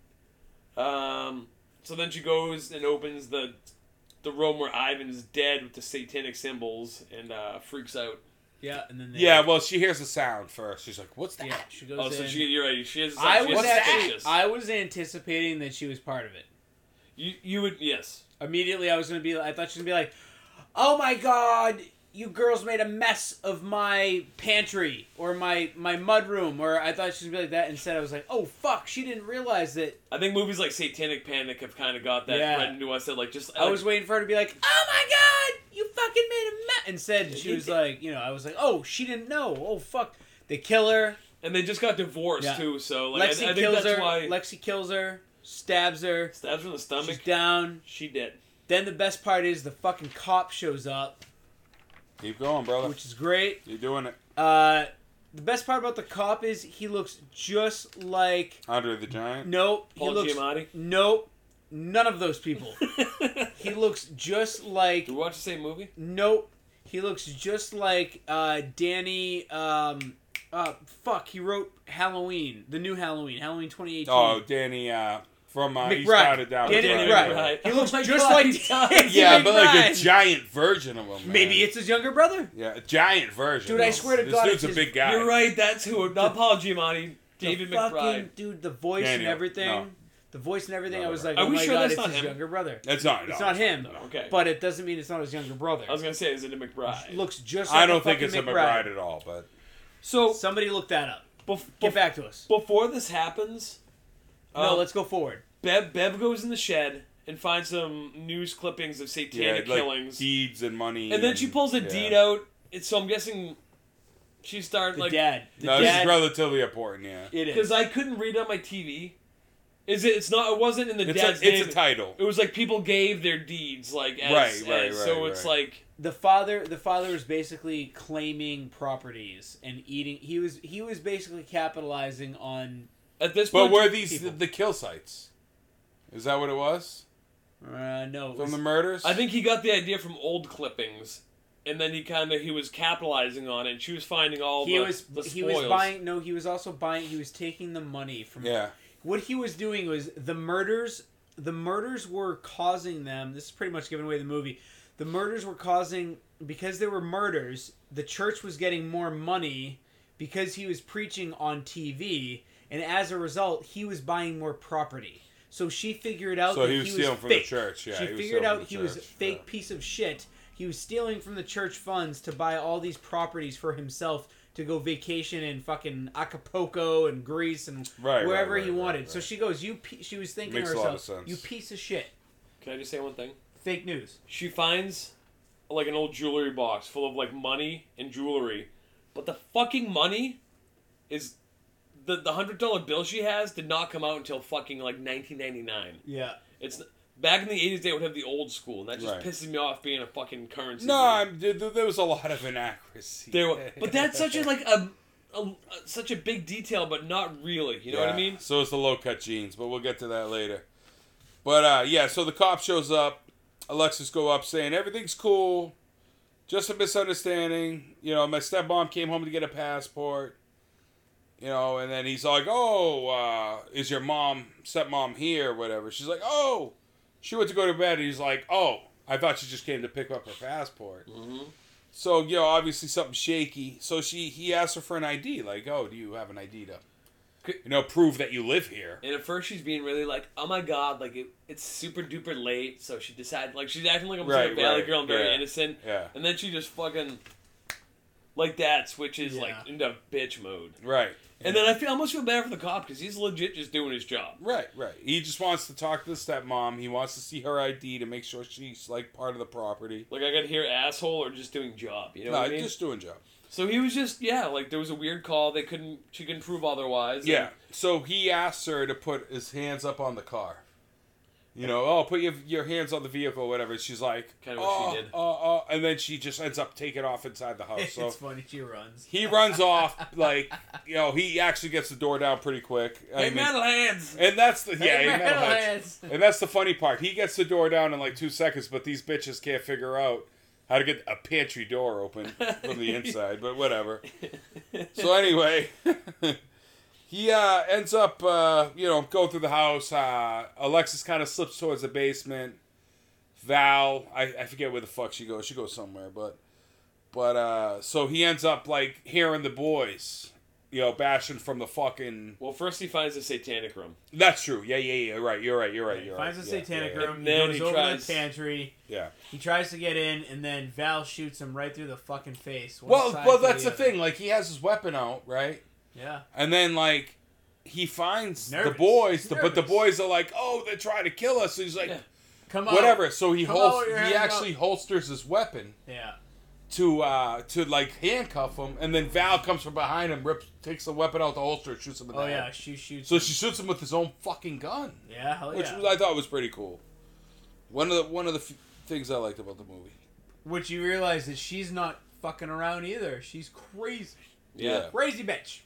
Speaker 3: um, so then she goes and opens the the room where Ivan's dead with the satanic symbols and uh, freaks out.
Speaker 1: Yeah, and then they,
Speaker 2: yeah, well, she hears the sound first. She's like, "What's that?"
Speaker 1: yeah, she goes.
Speaker 3: Oh, so
Speaker 1: in.
Speaker 3: she, you're right. She is.
Speaker 1: I
Speaker 3: she is
Speaker 1: was actually,
Speaker 3: suspicious.
Speaker 1: I was anticipating that she was part of it.
Speaker 3: you, you would yes.
Speaker 1: Immediately, I was gonna be. I thought she was gonna be like, "Oh my god, you girls made a mess of my pantry or my my mud room." Or I thought she was gonna be like that. Instead, I was like, "Oh fuck, she didn't realize that."
Speaker 3: I think movies like Satanic Panic have kind of got that
Speaker 1: Yeah.
Speaker 3: right into us. That like just
Speaker 1: I was waiting for her to be like, "Oh my god, you fucking made a mess." Instead, she was like, "You know," I was like, "Oh, she didn't know. Oh fuck." They kill her.
Speaker 3: and they just got divorced
Speaker 1: Yeah.
Speaker 3: too. So like I-
Speaker 1: Lexi
Speaker 3: I, think
Speaker 1: kills
Speaker 3: that's
Speaker 1: her.
Speaker 3: why
Speaker 1: Lexi kills her. Stabs her.
Speaker 3: stabs her in the
Speaker 1: She's
Speaker 3: stomach.
Speaker 1: down.
Speaker 3: She did.
Speaker 1: Then the best part is the fucking cop shows up,
Speaker 2: Keep going, brother.
Speaker 1: which is great.
Speaker 2: You're doing it.
Speaker 1: Uh, the best part about the cop is he looks just like
Speaker 2: Andre the Giant.
Speaker 1: nope. He
Speaker 3: Paul
Speaker 1: looks
Speaker 3: Giamatti.
Speaker 1: nope. None of those people. he looks just like
Speaker 3: Did we watch the same movie?
Speaker 1: nope. He looks just like uh, Danny. Um, uh, fuck. He wrote Halloween, the new Halloween, Halloween 2018.
Speaker 2: Oh, Danny uh, from uh, East
Speaker 1: McBride.
Speaker 2: Side of Down.
Speaker 1: Get it
Speaker 2: McBride.
Speaker 1: right.
Speaker 3: He
Speaker 2: oh
Speaker 3: looks
Speaker 1: Just like Danny
Speaker 2: Yeah, but like a
Speaker 1: McBride.
Speaker 2: giant version of him.
Speaker 1: Maybe
Speaker 2: man.
Speaker 1: it's his younger brother.
Speaker 2: yeah, a giant version.
Speaker 1: Dude, I swear to
Speaker 2: this
Speaker 1: God,
Speaker 2: dude's
Speaker 1: it's
Speaker 2: a
Speaker 1: his-
Speaker 2: big guy.
Speaker 3: You're right. That's who. Not Paul Giamatti. David
Speaker 1: the
Speaker 3: McBride.
Speaker 1: Fucking, dude, the voice and
Speaker 2: Daniel,
Speaker 1: everything.
Speaker 2: no.
Speaker 1: The voice and everything.
Speaker 2: No,
Speaker 1: I was
Speaker 2: no.
Speaker 1: like,
Speaker 3: Are
Speaker 1: oh
Speaker 3: we
Speaker 1: my
Speaker 3: sure
Speaker 1: God,
Speaker 3: that's
Speaker 1: it's
Speaker 3: not
Speaker 1: his
Speaker 3: him?
Speaker 1: younger brother.
Speaker 2: That's not.
Speaker 1: It's
Speaker 2: no,
Speaker 1: not him,
Speaker 3: Okay.
Speaker 1: but it doesn't mean it's not his younger brother.
Speaker 3: I was gonna say, is it a McBride?
Speaker 1: Looks just. Like
Speaker 2: I don't think it's
Speaker 1: fucking
Speaker 2: a McBride at all. But
Speaker 3: so
Speaker 1: Somebody look that up.
Speaker 3: bef-
Speaker 1: Get
Speaker 3: bef-
Speaker 1: back to us.
Speaker 3: before this happens,
Speaker 1: No,
Speaker 3: um,
Speaker 1: let's go forward.
Speaker 3: Bev Bev goes in the shed and finds some news clippings of
Speaker 2: yeah,
Speaker 3: satanic
Speaker 2: like
Speaker 3: killings,
Speaker 2: deeds and money.
Speaker 3: and then she pulls a
Speaker 2: yeah.
Speaker 3: deed out. And so I'm guessing she started
Speaker 1: The
Speaker 3: like
Speaker 1: dad. The
Speaker 2: No, this is
Speaker 1: dad.
Speaker 2: relatively important. Yeah,
Speaker 1: It is.
Speaker 3: because I couldn't read on my TV. Is it? It's not. It wasn't in the
Speaker 2: it's
Speaker 3: dad's
Speaker 2: a, it's
Speaker 3: name.
Speaker 2: a title.
Speaker 3: It was like people gave their deeds, like as,
Speaker 2: Right, right,
Speaker 3: as-
Speaker 2: right,
Speaker 3: so it's
Speaker 2: right.
Speaker 3: like
Speaker 1: the father the father was basically claiming properties and eating he was he was basically capitalizing on
Speaker 3: at this
Speaker 2: But
Speaker 3: point.
Speaker 2: were these
Speaker 1: people.
Speaker 2: the kill sites? Is that what it was
Speaker 1: uh, no it
Speaker 2: from
Speaker 1: was-
Speaker 2: the murders?
Speaker 3: I think he got the idea from old clippings, and then he kind of he was capitalizing on it. And she was finding all
Speaker 1: he
Speaker 3: the,
Speaker 1: was
Speaker 3: the
Speaker 1: he was
Speaker 3: spoils.
Speaker 1: buying no he was also buying he was taking the money from
Speaker 2: Yeah,
Speaker 1: what he was doing was the murders the murders were causing them this is pretty much giving away the movie the murders were causing because there were murders the church was getting more money because he was preaching on tv and as a result he was buying more property so she figured out that
Speaker 2: So he
Speaker 1: he
Speaker 2: was
Speaker 1: was
Speaker 2: stealing from the
Speaker 1: fake.
Speaker 2: church, yeah,
Speaker 1: she
Speaker 2: he was
Speaker 1: figured
Speaker 2: stealing
Speaker 1: out
Speaker 2: from the
Speaker 1: he was a
Speaker 2: church,
Speaker 1: fake
Speaker 2: yeah.
Speaker 1: piece of shit he was stealing from the church funds to buy all these properties for himself to go vacation in fucking Acapulco and Greece and
Speaker 2: Right, right,
Speaker 1: wherever
Speaker 2: right,
Speaker 1: he
Speaker 2: right,
Speaker 1: wanted. So
Speaker 2: right.
Speaker 1: she goes, "You." Pe-, she was thinking
Speaker 2: Makes
Speaker 1: to
Speaker 2: a lot of
Speaker 1: herself,
Speaker 2: sense.
Speaker 1: "You piece of shit,
Speaker 3: Can I just say one thing?
Speaker 1: fake news."
Speaker 3: She finds like an old jewelry box full of like money and jewelry, but the fucking money is the the hundred dollar bill she has did not come out until fucking like 1999.
Speaker 1: Yeah,
Speaker 3: It's back in the 80s they would have the old school, and that just
Speaker 2: Right.
Speaker 3: pisses me off being a fucking currency.
Speaker 2: no,
Speaker 3: dude.
Speaker 2: I'm, there, there was a lot of inaccuracy.
Speaker 3: There, wa- but that's such a like a, a, a- such a big detail, but not really. You know what I
Speaker 2: Yeah,
Speaker 3: mean?
Speaker 2: So it's the low cut jeans, but we'll get to that later. But uh, yeah, so the cop shows up. Alexis go up saying everything's cool, just a misunderstanding. You know, my stepmom came home to get a passport. You know, and then he's like, "Oh, uh, is your mom stepmom here or whatever?" She's like, "Oh, she went to go to bed." And he's like, "Oh, I thought she just came to pick up her passport." So you know, obviously something shaky. So she he asked her for an ID, like, "Oh, do you have an ID to you know, prove that you live here.
Speaker 3: And at first she's being really like, oh my god, like it, it's super duper late, so she decided like she's acting like almost like a
Speaker 2: Right,
Speaker 3: valley
Speaker 2: right,
Speaker 3: girl and very
Speaker 2: yeah.
Speaker 3: innocent,
Speaker 2: Yeah.
Speaker 3: and then she just fucking like that switches like
Speaker 1: Yeah.
Speaker 3: into bitch mode.
Speaker 2: Right.
Speaker 3: And then I feel I almost feel bad for the cop because he's legit just doing his job.
Speaker 2: Right, right. He just wants to talk to the stepmom. He wants to see her ID to make sure she's like part of the property.
Speaker 3: Like I got here asshole or just doing job, you know
Speaker 2: no,
Speaker 3: what I mean?
Speaker 2: just doing job.
Speaker 3: So he was just yeah, like there was a weird call they couldn't she couldn't prove otherwise.
Speaker 2: Yeah. So he asks her to put his hands up on the car. You know, oh, put your your hands on the vehicle, whatever. She's like,
Speaker 3: Kinda what
Speaker 2: oh,
Speaker 3: she did.
Speaker 2: Oh, oh, and then she just ends up taking off inside the house. Oh, So
Speaker 1: it's funny. She runs.
Speaker 2: he runs off, like, you know, he actually gets the door down pretty quick. I
Speaker 3: Hey,
Speaker 2: mean-
Speaker 3: metalheads!
Speaker 2: and that's the yeah,
Speaker 1: Hey,
Speaker 2: hey, metalheads.
Speaker 1: metalheads.
Speaker 2: And that's the funny part. He gets the door down in like two seconds, but these bitches can't figure out how to get a pantry door open from the inside. But whatever. So anyway, he uh, ends up uh, you know going through the house. Uh, Alexis kind of slips towards the basement. Val, I, I forget where the fuck she goes. She goes somewhere, but but uh, so he ends up like hearing the boys, you know, bashing from the fucking.
Speaker 3: Well, first he finds the satanic room.
Speaker 2: That's true. Yeah, yeah, yeah. Right. You're right. You're right. You're
Speaker 6: finds
Speaker 2: right.
Speaker 6: a
Speaker 2: Yeah,
Speaker 6: satanic
Speaker 2: yeah, yeah.
Speaker 6: room.
Speaker 3: And
Speaker 6: He
Speaker 3: then
Speaker 6: goes
Speaker 3: he
Speaker 6: over
Speaker 3: tries-
Speaker 6: the pantry.
Speaker 2: Yeah.
Speaker 6: He tries to get in, and then Val shoots him right through the fucking face. one
Speaker 2: Well,
Speaker 6: side
Speaker 2: well,
Speaker 6: to
Speaker 2: that's the
Speaker 6: other.
Speaker 2: thing. Like he has his weapon out, right?
Speaker 6: Yeah.
Speaker 2: And then like he finds the
Speaker 6: Nervous.
Speaker 2: boys, the, but the
Speaker 6: Nervous.
Speaker 2: boys are like, "Oh, they're trying to kill us." So he's like,
Speaker 3: Yeah.
Speaker 6: Come on.
Speaker 2: "Whatever." So he
Speaker 6: Come out
Speaker 2: holst-
Speaker 6: with
Speaker 2: he
Speaker 6: your hands
Speaker 2: actually holsters his weapon
Speaker 6: Yeah.
Speaker 2: to uh to like handcuff him, and then Val comes from behind him, rips, takes the weapon out the holster, and shoots him in the
Speaker 6: Oh yeah.
Speaker 2: head.
Speaker 6: She shoots.
Speaker 2: So
Speaker 6: him.
Speaker 2: she shoots him with his own fucking gun,
Speaker 6: Yeah.
Speaker 1: Oh,
Speaker 6: Hell
Speaker 2: which
Speaker 6: yeah.
Speaker 2: I thought was pretty cool. One of the one of the f- things I liked about the movie.
Speaker 6: Which you realize that she's not fucking around either. She's crazy.
Speaker 2: Yeah.
Speaker 6: Crazy bitch.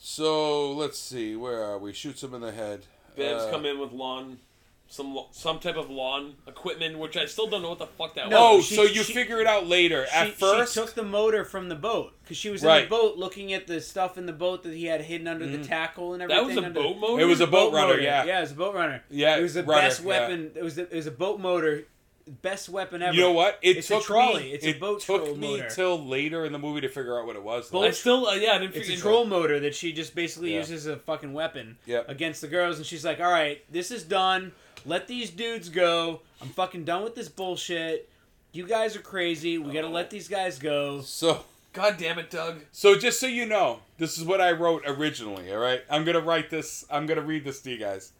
Speaker 2: So let's see, where are we? Shoots him in the head.
Speaker 3: Bev's
Speaker 2: Uh,
Speaker 3: come in with lawn some lo- some type of lawn equipment, which I still don't know what the fuck that
Speaker 1: No,
Speaker 2: oh,
Speaker 3: was.
Speaker 1: she-
Speaker 2: so you
Speaker 1: she-
Speaker 2: figure it out later.
Speaker 1: she,
Speaker 2: At first,
Speaker 1: she took the motor from the boat because she was in the
Speaker 2: Right.
Speaker 1: boat looking at the stuff in the boat that he had hidden under the tackle and everything.
Speaker 3: That was a
Speaker 1: under-
Speaker 3: boat motor.
Speaker 2: it was a boat, runner.
Speaker 1: motor.
Speaker 2: Yeah.
Speaker 1: it was a boat runner.
Speaker 2: Yeah,
Speaker 1: it was the
Speaker 2: rudder,
Speaker 1: best
Speaker 2: yeah.
Speaker 1: weapon. It was the, it was a boat motor, best weapon ever.
Speaker 2: You know what? It
Speaker 1: It's a
Speaker 2: took
Speaker 1: trolley.
Speaker 2: me.
Speaker 1: It's a
Speaker 2: it
Speaker 1: boat
Speaker 2: took
Speaker 1: troll
Speaker 2: me
Speaker 1: motor.
Speaker 2: till later in the movie to figure out what it was. though.
Speaker 3: I still uh, yeah I didn't
Speaker 1: It's
Speaker 3: figure
Speaker 1: a troll motor that she just basically
Speaker 2: Yeah.
Speaker 1: uses as a fucking weapon
Speaker 2: Yeah.
Speaker 1: against the girls, and she's like, "All right, this is done. Let these dudes go. I'm fucking done with this bullshit. You guys are crazy. We gotta
Speaker 3: Oh.
Speaker 1: let these guys go."
Speaker 2: So,
Speaker 3: God damn it, Doug.
Speaker 2: so just so you know, this is what I wrote originally. All right, I'm gonna write this. I'm gonna read this to you guys.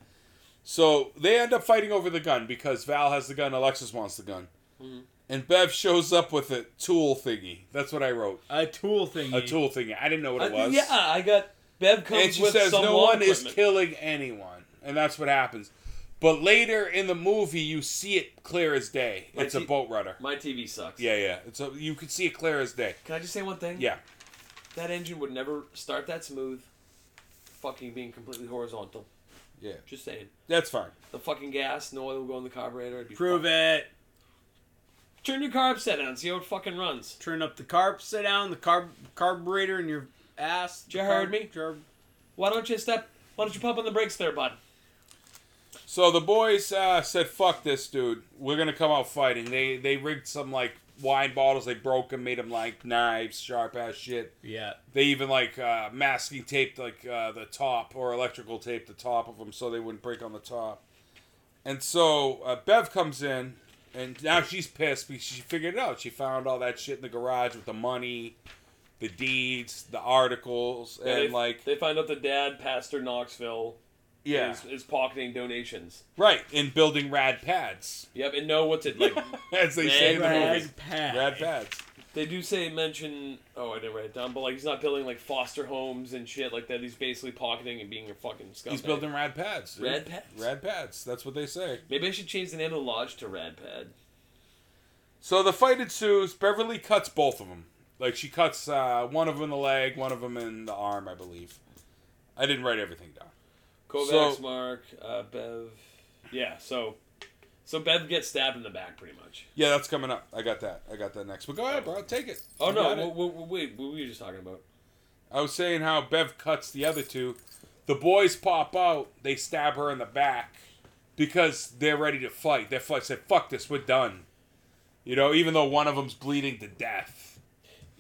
Speaker 2: So they end up fighting over the gun because Val has the gun. Alexis wants the gun,
Speaker 3: Mm-hmm.
Speaker 2: and Bev shows up with a tool thingy. That's what I wrote.
Speaker 1: A tool thingy.
Speaker 2: A tool thingy. I didn't know what it
Speaker 3: I-
Speaker 2: was.
Speaker 3: Mm-hmm. Uh, yeah, I got Bev comes
Speaker 2: and she
Speaker 3: with
Speaker 2: says
Speaker 3: some
Speaker 2: no
Speaker 3: lawn
Speaker 2: one is
Speaker 3: equipment.
Speaker 2: killing anyone, and that's what happens. But later in the movie, you see it clear as day.
Speaker 3: Like
Speaker 2: It's a
Speaker 3: he-
Speaker 2: boat rudder.
Speaker 3: My TV sucks.
Speaker 2: Yeah, yeah. It's a, you could see it clear as day.
Speaker 3: Can I just say one thing?
Speaker 2: Yeah.
Speaker 3: That engine would never start that smooth. Fucking being completely horizontal.
Speaker 2: Yeah.
Speaker 3: Just saying.
Speaker 2: That's fine.
Speaker 3: The fucking gas, no oil will go in the carburetor. It'd be
Speaker 1: Prove it.
Speaker 3: Turn your car upside down, see how it fucking runs.
Speaker 1: Turn up the carb. Sit down. The carb carburetor in your ass.
Speaker 3: You heard me?
Speaker 1: Carb-
Speaker 3: Why don't you step? Why don't you pump on the brakes there, bud?
Speaker 2: So the boys uh, said, "Fuck this, dude. We're gonna come out fighting." They they rigged some like wine bottles. They broke them, made them like knives, sharp ass shit.
Speaker 1: yeah.
Speaker 2: They even like uh, masking taped like uh, the top or electrical tape the top of them so they wouldn't break on the top. And so uh, Bev comes in, and now she's pissed because she figured it out. She found all that shit in the garage with the money, the deeds, the articles, and
Speaker 3: they,
Speaker 2: like
Speaker 3: they find out the dad, Pastor Knoxville,
Speaker 2: yeah,
Speaker 3: is, is pocketing donations.
Speaker 2: right, and building rad pads
Speaker 3: Yep, and no, what's it like?
Speaker 2: as they say in the
Speaker 3: Rad
Speaker 2: movie.
Speaker 1: Rad pad.
Speaker 2: Rad pads.
Speaker 3: they do say mention. Oh, I didn't write it down, but like he's not building like foster homes and shit like that. He's basically pocketing and being a fucking scumbag.
Speaker 2: He's building rad pads. dude.
Speaker 3: Rad pads?
Speaker 2: Rad pads. That's what they say.
Speaker 3: Maybe I should change the name of the lodge to Radpad.
Speaker 2: So the fight ensues. Beverly cuts both of them. Like she cuts uh, one of them in the leg, one of them in the arm, I believe. I didn't write everything down.
Speaker 3: Kovacs,
Speaker 2: So-
Speaker 3: Mark, uh, Bev. Yeah, so so Bev gets stabbed in the back pretty much.
Speaker 2: Yeah, that's coming up. I got that. I got that next. But go ahead, bro. Take it.
Speaker 3: Oh
Speaker 2: You
Speaker 3: no!
Speaker 2: got it.
Speaker 3: Wait, wait, what were you just talking about?
Speaker 2: I was saying how Bev cuts the other two. The boys pop out. They stab her in the back because they're ready to fight. They're fight said, "Fuck this. We're done." You know, even though one of them's bleeding to death.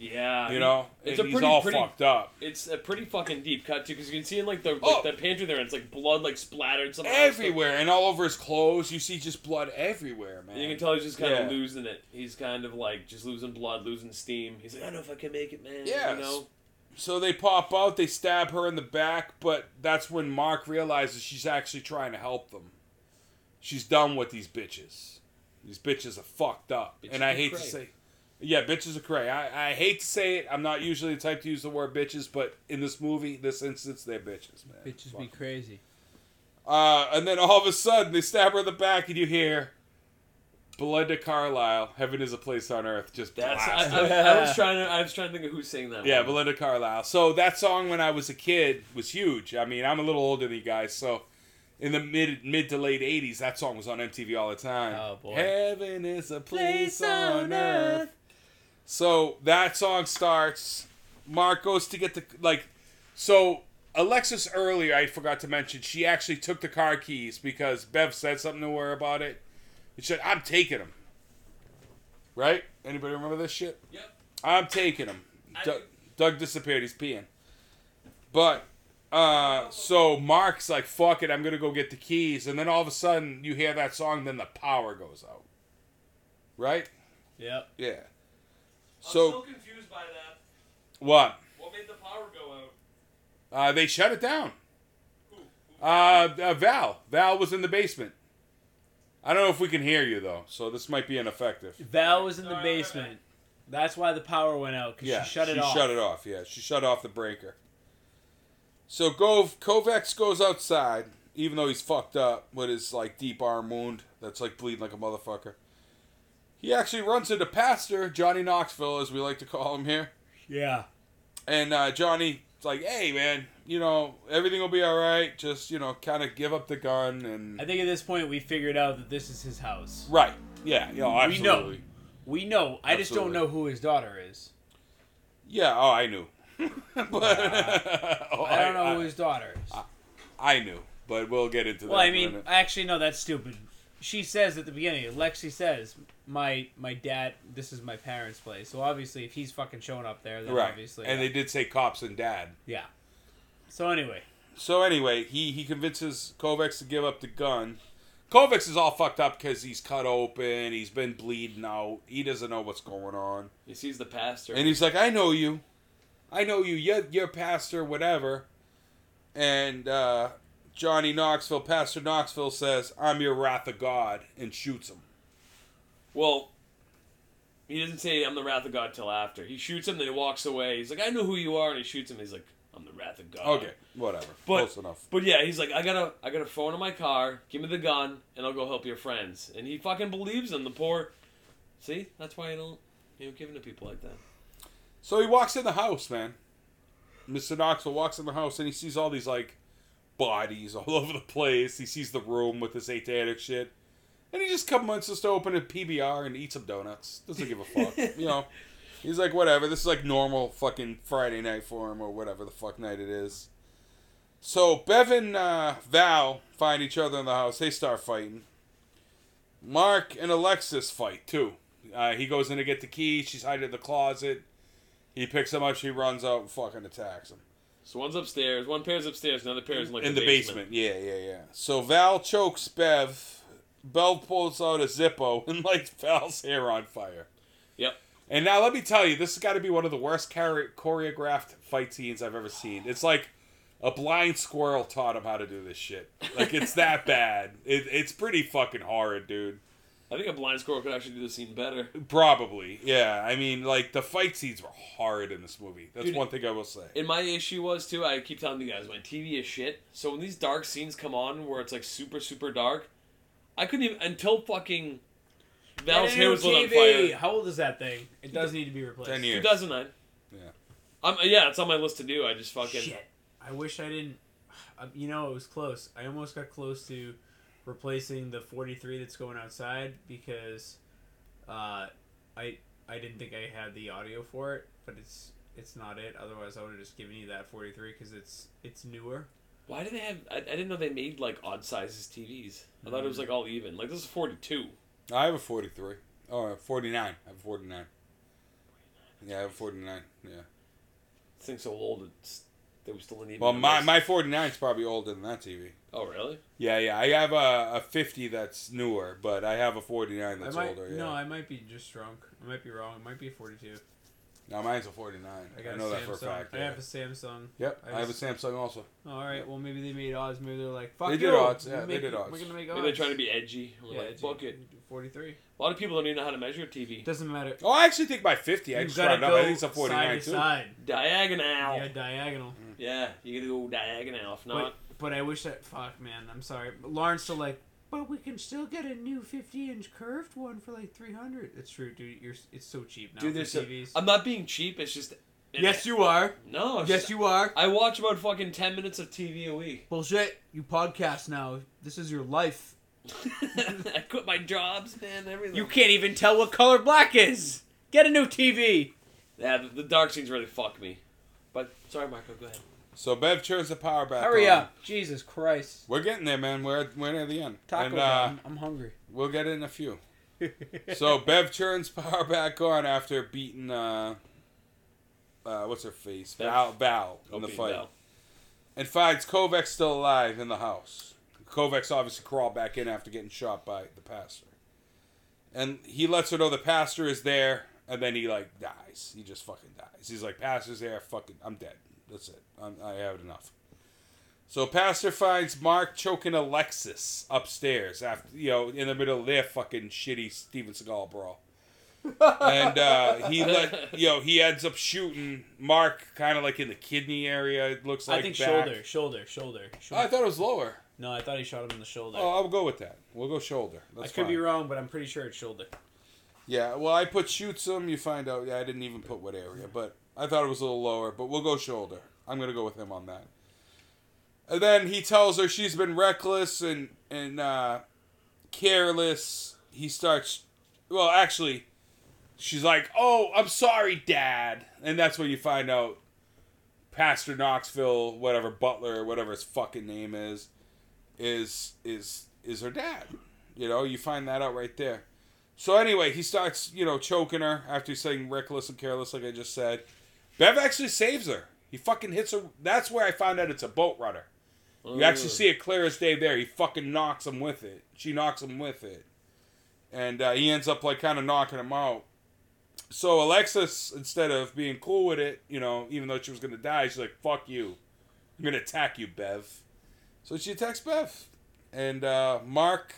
Speaker 3: Yeah,
Speaker 2: You know,
Speaker 3: it's
Speaker 2: and
Speaker 3: a
Speaker 2: he's
Speaker 3: pretty,
Speaker 2: all
Speaker 3: pretty,
Speaker 2: fucked up.
Speaker 3: It's a pretty fucking deep cut too, because you can see in like the like,
Speaker 2: Oh.
Speaker 3: the pantry there, and it's like blood like splattered somewhere.
Speaker 2: everywhere and all over his clothes. You see just blood everywhere, man.
Speaker 3: You can tell he's just kind
Speaker 2: Yeah.
Speaker 3: of losing it. He's kind of like just losing blood, losing steam. He's like, I don't know if I can make it, man.
Speaker 2: Yes.
Speaker 3: You know?
Speaker 2: So they pop out, they stab her in the back, but that's when Mark realizes she's actually trying to help them. She's done with these bitches. These bitches are fucked up,
Speaker 3: Bitches
Speaker 2: and I
Speaker 3: are
Speaker 2: hate to
Speaker 3: cray.
Speaker 2: say, yeah, bitches are cray. I, I hate to say it. I'm not usually the type to use the word bitches, but in this movie, this instance, they're bitches, man.
Speaker 1: Bitches
Speaker 2: Fuck
Speaker 1: be crazy.
Speaker 2: Uh, and then all of a sudden, they stab her in the back, and you hear Belinda Carlisle, Heaven is a Place on Earth, just
Speaker 3: That's I,
Speaker 2: blast.
Speaker 3: I, I was trying to I was trying to think of who's saying that.
Speaker 2: yeah,
Speaker 3: one.
Speaker 2: Belinda Carlisle. So that song, when I was a kid, was huge. I mean, I'm a little older than you guys, so in the mid mid to late 80s, that song was on MTV all the time.
Speaker 1: Oh, boy.
Speaker 2: Heaven is a place on earth. So that song starts. Mark goes to get the like. So Alexis earlier, I forgot to mention, she actually took the car keys because Bev said something to her about it. She said, "I'm taking them." Right? Anybody remember this shit?
Speaker 3: Yep.
Speaker 2: I'm taking them.
Speaker 3: I
Speaker 2: Doug,
Speaker 3: do.
Speaker 2: Doug disappeared. He's peeing. But uh, so Mark's like, "Fuck it, I'm gonna go get the keys." And then all of a sudden, you hear that song. Then the power goes out. Right?
Speaker 1: Yep.
Speaker 2: Yeah.
Speaker 3: I'm
Speaker 2: So
Speaker 3: confused by that.
Speaker 2: what?
Speaker 3: What made the power go out?
Speaker 2: Uh, they shut it down. Uh, uh, Val. Val was in the basement. I don't know if we can hear you though, so this might be ineffective.
Speaker 1: Val was in the
Speaker 3: Alright, alright,
Speaker 1: basement. That's why the power went out because
Speaker 2: Yeah,
Speaker 1: she shut it off.
Speaker 2: shut it off. Yeah, she shut off the breaker. So Gov Kovacs goes outside, even though he's fucked up with his like deep arm wound that's like bleeding like a motherfucker. He actually runs into Pastor Johnny Knoxville, as we like to call him here.
Speaker 1: Yeah.
Speaker 2: And uh, Johnny's like, "Hey, man, you know, everything will be all right. Just you know, kind of give up the gun and
Speaker 1: I think at this point we figured out that this is his house.
Speaker 2: right. Yeah, you know,
Speaker 1: We
Speaker 2: absolutely.
Speaker 1: know. We know. I just don't
Speaker 2: Absolutely.
Speaker 1: know who his daughter is.
Speaker 2: Yeah. Oh, I knew. but oh,
Speaker 1: I don't know
Speaker 2: I,
Speaker 1: who his daughter is.
Speaker 2: I knew, but we'll get into that.
Speaker 1: well, I
Speaker 2: in a
Speaker 1: mean,
Speaker 2: minute.
Speaker 1: actually, no, that's stupid. She says at the beginning, Lexi says, "My my dad, this is my parents' place." So obviously, if he's fucking showing up there, then
Speaker 2: right.
Speaker 1: obviously,
Speaker 2: and they did say cops and dad.
Speaker 1: yeah. So anyway,
Speaker 2: So anyway, he he convinces Kovacs to give up the gun. Kovacs is all fucked up because he's cut open. He's been bleeding out. He doesn't know what's going on.
Speaker 3: He sees the pastor.
Speaker 2: And he's like, I know you. I know you. You're, you're Pastor whatever. And uh, Johnny Knoxville, Pastor Knoxville says, I'm your wrath of God, and shoots him.
Speaker 3: well, he doesn't say I'm the wrath of God till after. He shoots him, then he walks away. He's like, I know who you are, and he shoots him. He's like, I'm the wrath of God.
Speaker 2: Okay, whatever.
Speaker 3: But-
Speaker 2: Close enough.
Speaker 3: But yeah, he's like, I got a, I got a phone in my car. Give me the gun, and I'll go help your friends. And he fucking believes him. The poor. See, that's why you don't, you know, give in to people like that.
Speaker 2: So he walks in the house, man. Mr. Knoxville walks in the house and he sees all these like bodies all over the place. He sees the room with the satanic shit. And he just comes just to open a PBR and eat some donuts. Doesn't give a fuck. you know. He's like, whatever, this is like normal fucking Friday night for him or whatever the fuck night it is. So Bev and uh, Val find each other in the house. They start fighting. Mark and Alexis fight too. Uh, he goes in to get the key. She's hiding in the closet. He picks him up. She runs out and fucking attacks him
Speaker 3: So one's upstairs, one pair's upstairs, another pair's in like
Speaker 2: in the basement. Yeah, yeah, yeah. So Val chokes Bev. Bev pulls out a Zippo and lights Val's hair on fire.
Speaker 3: Yep.
Speaker 2: And now let me tell you, this has got to be one of the worst chore- choreographed fight scenes I've ever seen. It's like a blind squirrel taught him how to do this shit. Like it's that bad. It, it's pretty fucking horrid, dude.
Speaker 3: I think a blind squirrel could actually do the scene better.
Speaker 2: Probably, yeah. I mean, like the fight scenes were hard in this movie. That's
Speaker 3: Dude,
Speaker 2: one thing I will say.
Speaker 3: And my issue was too. I keep telling you guys, my TV is shit. So when these dark scenes come on, where it's like super, super dark, I couldn't even until fucking Val's hair was lit on
Speaker 1: TV.
Speaker 3: fire.
Speaker 1: How old is that thing? It does need to be replaced.
Speaker 2: Ten
Speaker 3: Two
Speaker 2: years.
Speaker 3: thousand nine.
Speaker 2: Yeah.
Speaker 3: I'm, yeah, it's on my list to do. I just fucking
Speaker 1: Shit. I wish I didn't. uh, You know, it was close. I almost got close to replacing the 43 that's going outside because uh, I I didn't think I had the audio for it, but it's it's not it. Otherwise, I would have just given you that 43 because it's it's newer.
Speaker 3: Why do they have? I, I didn't know they made like odd sizes TVs. I thought it was like all even. Like this is forty two.
Speaker 2: I have a 43. Oh, I have 49. I have 49. Yeah, I have 49. Yeah.
Speaker 3: This thing's so old. It's they were still in even.
Speaker 2: Well, my
Speaker 3: numbers.
Speaker 2: my 49 is probably older than that TV.
Speaker 3: Oh really?
Speaker 2: Yeah, yeah. I have a, a 50 that's newer, but I have a 49 that's
Speaker 1: I might,
Speaker 2: older. Yeah.
Speaker 1: No, I might be just drunk. I might be wrong. It might be 42.
Speaker 2: no, mine's a 49.
Speaker 1: I
Speaker 2: I,
Speaker 1: got
Speaker 2: know
Speaker 1: a
Speaker 2: that
Speaker 1: Samsung.
Speaker 2: for a fact.
Speaker 1: I
Speaker 2: Yeah.
Speaker 1: have a Samsung.
Speaker 2: Yep,
Speaker 1: I
Speaker 2: I have a
Speaker 1: just-
Speaker 2: Samsung also.
Speaker 1: All right. Well, maybe they made odds. Maybe they're like, fuck
Speaker 2: They did
Speaker 1: you,
Speaker 2: odds,
Speaker 1: we
Speaker 2: yeah, they
Speaker 1: make-
Speaker 2: did odds.
Speaker 1: We're gonna make
Speaker 3: Maybe
Speaker 1: odds.
Speaker 3: they're trying to be edgy. We're
Speaker 1: yeah,
Speaker 3: like, fuck it.
Speaker 1: 43.
Speaker 3: A lot of people don't even know how to measure a TV.
Speaker 1: Doesn't matter.
Speaker 2: Oh, I actually think my 50. I
Speaker 1: You
Speaker 2: just
Speaker 1: gotta
Speaker 2: rounded up. I think
Speaker 1: go
Speaker 2: it's a 49
Speaker 1: side to
Speaker 2: too.
Speaker 1: Side.
Speaker 3: Diagonal.
Speaker 1: Yeah,
Speaker 3: Yeah,
Speaker 1: diagonal.
Speaker 3: you gotta go diagonal. If not,
Speaker 1: But, but I wish that. Fuck, man. I'm sorry. But Lauren's still like, but we can still get a new 50 inch curved one for like 300. It's true, dude. You're. It's so cheap now
Speaker 3: dude,
Speaker 1: for
Speaker 3: there's. so-
Speaker 1: TVs.
Speaker 3: I'm not being cheap. It's just.
Speaker 1: yes, you are.
Speaker 3: No. it's
Speaker 1: Yes,
Speaker 3: just-
Speaker 1: you are.
Speaker 3: I watch about fucking ten minutes of TV a week.
Speaker 1: Bullshit. You podcast now. This is your life.
Speaker 3: I quit my jobs, man. Everything.
Speaker 7: You can't even tell what color black is. Get a new TV.
Speaker 3: yeah, the, the dark scenes really fuck me. But sorry, Marco. Go ahead.
Speaker 2: So Bev turns the power back
Speaker 1: Hurry
Speaker 2: on.
Speaker 1: up. Jesus Christ.
Speaker 2: We're getting there, man. We're, we're near the end.
Speaker 1: Taco.
Speaker 2: and,
Speaker 1: Bell.
Speaker 2: uh,
Speaker 1: I'm, I'm hungry.
Speaker 2: We'll get in a few. so Bev turns power back on after beating uh, uh what's her face
Speaker 3: Bev?
Speaker 2: Val Val in
Speaker 3: Hope
Speaker 2: the
Speaker 3: you
Speaker 2: fight,
Speaker 3: know.
Speaker 2: and finds Kovacs still alive in the house. Kovacs obviously crawled back in after getting shot by the pastor, and he lets her know the pastor is there, and then he like dies. He just fucking dies. He's like, "Pastor's there. Fucking, I'm dead. That's it. I'm, I have enough." So Pastor finds Mark choking Alexis upstairs after you know in the middle of their fucking shitty Steven Seagal brawl, and uh, he let you know he ends up shooting Mark kind of like in the kidney area. It looks like
Speaker 1: I think
Speaker 2: back.
Speaker 1: shoulder, shoulder, shoulder,
Speaker 2: I
Speaker 1: shoulder.
Speaker 2: thought it was lower.
Speaker 1: no, I thought he shot him in the shoulder.
Speaker 2: Oh, I'll go with that. We'll go shoulder.
Speaker 1: I
Speaker 2: That's
Speaker 1: could be
Speaker 2: fine.
Speaker 1: wrong, but I'm pretty sure it's shoulder.
Speaker 2: Yeah, well, I put shoots him. You find out. Yeah, I didn't even put what area, but I thought it was a little lower. But we'll go shoulder. I'm gonna go with him on that. And then he tells her she's been reckless and and uh, careless. He starts. Well, actually, she's like, "Oh, I'm sorry, Dad," and that's when you find out Pastor Knoxville, whatever Butler, whatever his fucking name is, is is is her dad. You know, you find that out right there. So anyway, he starts, you know, choking her after he's saying reckless and careless, like I just said. Bev actually saves her. He fucking hits her. That's where I found out it's a boat rudder. You actually see it clear as day there. He fucking knocks him with it. She knocks him with it. And uh, he ends up, like, kind of knocking him out. So Alexis, instead of being cool with it, you know, even though she was going to die, she's like, fuck you. I'm going to attack you, Bev. So she attacks Bev. And uh, Mark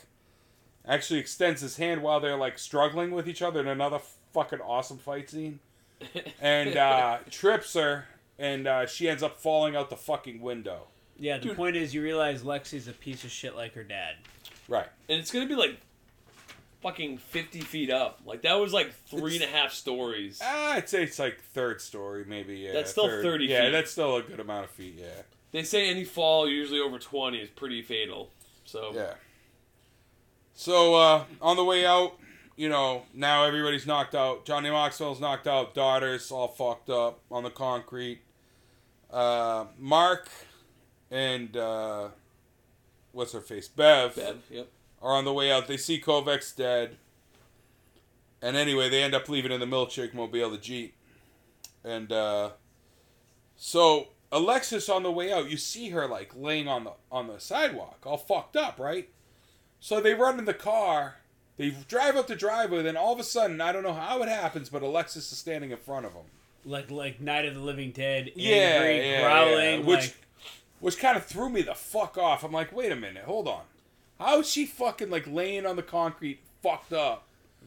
Speaker 2: actually extends his hand while they're, like, struggling with each other in another fucking awesome fight scene
Speaker 3: Oh.
Speaker 2: and uh, trips her, and uh, she ends up falling out the fucking window.
Speaker 6: Yeah, the point is you realize Lexi's a piece of shit like her dad.
Speaker 2: Right.
Speaker 3: and it's gonna be like fucking 50 feet up like that was like three and a half stories
Speaker 2: Ah, I'd say it's like third story, maybe. Yeah,
Speaker 3: That's still
Speaker 2: third.
Speaker 3: 30
Speaker 2: Yeah,
Speaker 3: feet.
Speaker 2: that's still a good amount of feet. Yeah,
Speaker 3: they say any fall usually over 20 is pretty fatal so
Speaker 2: yeah. So uh, on the way out, you know, now everybody's knocked out. Johnny Knoxville's knocked out. Daughters all fucked up on the concrete. Uh, Mark and uh, what's her face,
Speaker 3: Bev, yep
Speaker 2: are on the way out. They see Kovacs dead. And anyway, they end up leaving in the milkshake mobile, the Jeep. And uh, so Alexis on the way out, you see her like laying on the on the sidewalk, all fucked up, right? So they run in the car, they drive up the driveway, then all of a sudden, I don't know how it happens, but Alexis is standing in front of them.
Speaker 6: Like like Night of the Living Dead,
Speaker 2: Yeah,
Speaker 6: angry,
Speaker 2: yeah,
Speaker 6: growling,
Speaker 2: yeah. Which-
Speaker 6: like-
Speaker 2: which kind of threw me the fuck off. I'm like, wait a minute, hold on. How is she fucking like laying on the concrete, fucked up?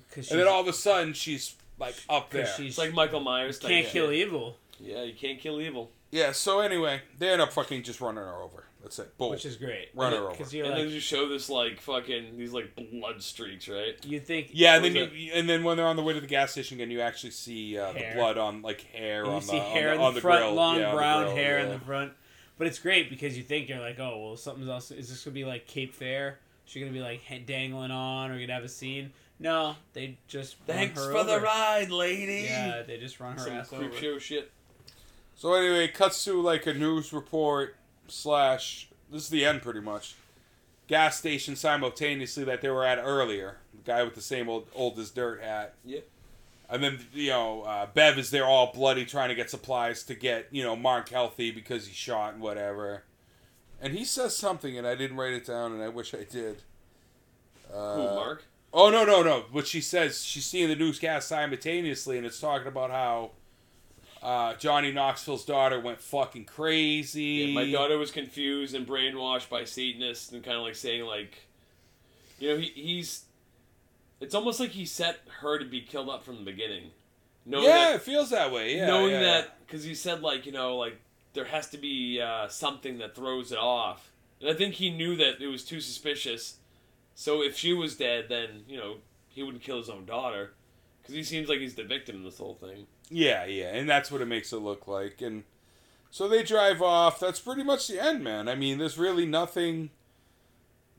Speaker 6: 'cause
Speaker 2: And then
Speaker 6: she's-
Speaker 2: all of a sudden, she's like up there.
Speaker 6: 'cause she's
Speaker 3: it's like michael myers type
Speaker 6: can't
Speaker 3: shit.
Speaker 6: kill e- evil,
Speaker 3: yeah you can't kill evil
Speaker 2: Yeah. So anyway, they end up fucking just running her over. That's it. Boom.
Speaker 6: which is great.
Speaker 2: Run her over.
Speaker 6: Because you're
Speaker 3: and
Speaker 6: like,
Speaker 3: then you show this like fucking these like blood streaks right
Speaker 6: you think
Speaker 2: yeah, and then
Speaker 3: What was
Speaker 2: you, and then when they're on the way to the gas station, again, you actually see uh, the
Speaker 6: Hair.
Speaker 2: blood on like hair
Speaker 6: And
Speaker 2: on
Speaker 6: you
Speaker 2: the,
Speaker 6: see hair
Speaker 2: on the,
Speaker 6: in the,
Speaker 2: on the
Speaker 6: front,
Speaker 2: grill.
Speaker 6: long
Speaker 2: Yeah, on the
Speaker 6: brown
Speaker 2: grill,
Speaker 6: hair in
Speaker 2: yeah.
Speaker 6: the front. But it's great because you think you're like, oh well, something's else. Is this gonna be like Cape Fair? Is she gonna be like ha- dangling on, or gonna have a scene? No, they just run her over.
Speaker 3: ride lady
Speaker 6: Yeah, they just run her
Speaker 3: some
Speaker 6: ass
Speaker 3: creep
Speaker 6: over.
Speaker 3: show shit
Speaker 2: So anyway, it cuts to like a news report slash. This is the end, pretty much. Gas station simultaneously that they were at earlier. The guy with the same old old as dirt hat.
Speaker 3: Yeah.
Speaker 2: And then you know uh, Bev is there all bloody trying to get supplies to get you know Mark healthy because he shot and whatever. And he says something, and I didn't write it down, and I wish I did. Uh,
Speaker 3: Who, mark
Speaker 2: Oh no no no! What she says, she's seeing the newscast simultaneously, and it's talking about how uh, Johnny Knoxville's daughter went fucking crazy.
Speaker 3: Yeah, my daughter was confused and brainwashed by Satanists and kind of like saying like, you know, he, he's. It's almost like he set her to be killed up from the beginning, knowing
Speaker 2: Yeah,
Speaker 3: that,
Speaker 2: it feels that way. Yeah,
Speaker 3: knowing
Speaker 2: yeah, yeah.
Speaker 3: that because he said like you know like there has to be uh, something that throws it off, and I think he knew that it was too suspicious. So if she was dead, then you know he wouldn't kill his own daughter, because he seems like he's the victim in this whole thing.
Speaker 2: Yeah, yeah, and that's what it makes it look like. And so they drive off. That's pretty much the end, man. I mean, there's really nothing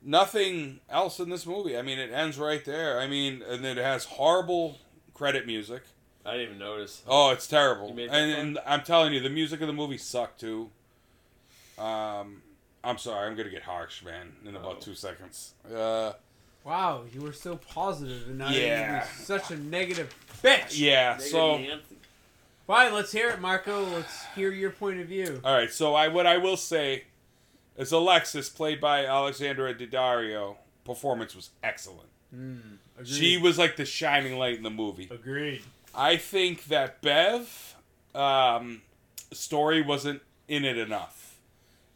Speaker 2: nothing else in this movie. I mean, it ends right there. I mean, and it has horrible credit music.
Speaker 3: I didn't even notice.
Speaker 2: Oh, it's terrible.
Speaker 3: You
Speaker 2: And,
Speaker 3: made that
Speaker 2: and I'm telling you, the music of the movie sucked too. Um, I'm sorry, I'm gonna get harsh, man, in about
Speaker 3: Oh.
Speaker 2: two seconds. Uh,
Speaker 6: Wow, you were so positive and now
Speaker 2: Yeah.
Speaker 6: you're such a negative bitch.
Speaker 2: yeah. So,
Speaker 6: Fine, let's hear it, Marco. Let's hear your point of view.
Speaker 2: all right. So, I what I will say is Alexis, played by Alexandra Daddario, performance was excellent.
Speaker 6: Mm, agreed.
Speaker 2: She was like the shining light in the movie.
Speaker 6: agreed.
Speaker 2: I think that Bev um, story wasn't in it enough,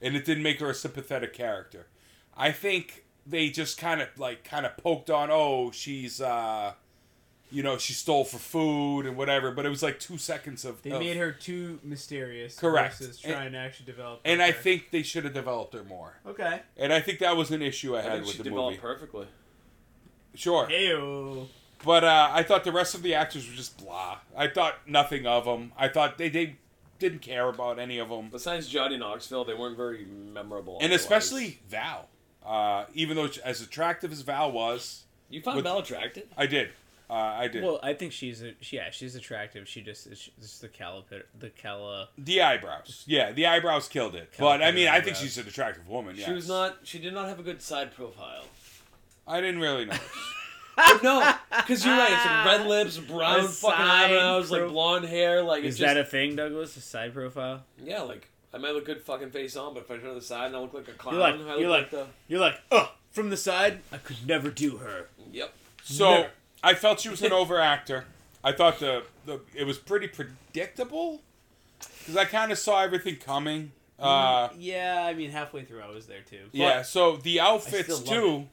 Speaker 2: and it didn't make her a sympathetic character. I think they just kind of like kind of poked on, oh, she's uh, you know, she stole for food and whatever, but it was like two seconds of.
Speaker 6: They
Speaker 2: of-
Speaker 6: made her too mysterious.
Speaker 2: Oh. Correct.
Speaker 6: Versus
Speaker 2: And-
Speaker 6: trying to actually develop.
Speaker 2: and I
Speaker 6: character.
Speaker 2: think they should have developed her more.
Speaker 6: okay.
Speaker 2: And I think that was an issue I
Speaker 3: I
Speaker 2: had
Speaker 3: think
Speaker 2: with
Speaker 3: she
Speaker 2: the
Speaker 3: developed
Speaker 2: movie.
Speaker 3: perfectly.
Speaker 2: Sure,
Speaker 6: Heyo.
Speaker 2: but uh, I thought the rest of the actors were just blah. I thought nothing of them. I thought they they didn't care about any of them.
Speaker 3: Besides Johnny Knoxville, they weren't very memorable.
Speaker 2: And
Speaker 3: otherwise.
Speaker 2: especially Val. Uh, even though she- as attractive as Val was,
Speaker 3: you found
Speaker 2: with-
Speaker 3: Val attractive.
Speaker 2: I did. Uh, I did.
Speaker 8: Well, I think she's a, she, yeah, she's attractive. She just is just the caliper the cala.
Speaker 2: the eyebrows. Yeah, the eyebrows killed it.
Speaker 8: Kinda
Speaker 2: But I mean, I think
Speaker 8: eyebrows.
Speaker 2: she's an attractive woman. Yes.
Speaker 3: She was not. She did not have a good side profile.
Speaker 2: I didn't really know.
Speaker 3: no, because you're right. It's like red lips, brown
Speaker 8: A
Speaker 3: fucking
Speaker 8: side
Speaker 3: eyebrows,
Speaker 8: pro-
Speaker 3: like blonde hair. Like
Speaker 8: Is
Speaker 3: it's
Speaker 8: that
Speaker 3: just
Speaker 8: a thing, Douglas? A side profile?
Speaker 3: yeah. Like I might look good fucking face on, but if I turn to the side and I look like a clown,
Speaker 8: like-
Speaker 3: I look
Speaker 8: you're
Speaker 3: like,
Speaker 8: like-
Speaker 3: the
Speaker 8: You're like, oh, from the side, I could never do her.
Speaker 3: yep.
Speaker 2: So
Speaker 8: Never.
Speaker 2: I felt she was an overactor. I thought the, the it was pretty predictable because I kind of saw everything coming.
Speaker 1: Mm-hmm.
Speaker 2: Uh,
Speaker 1: yeah, I mean, halfway through I was there too.
Speaker 2: yeah. So the
Speaker 1: still
Speaker 2: outfits
Speaker 1: love
Speaker 2: too,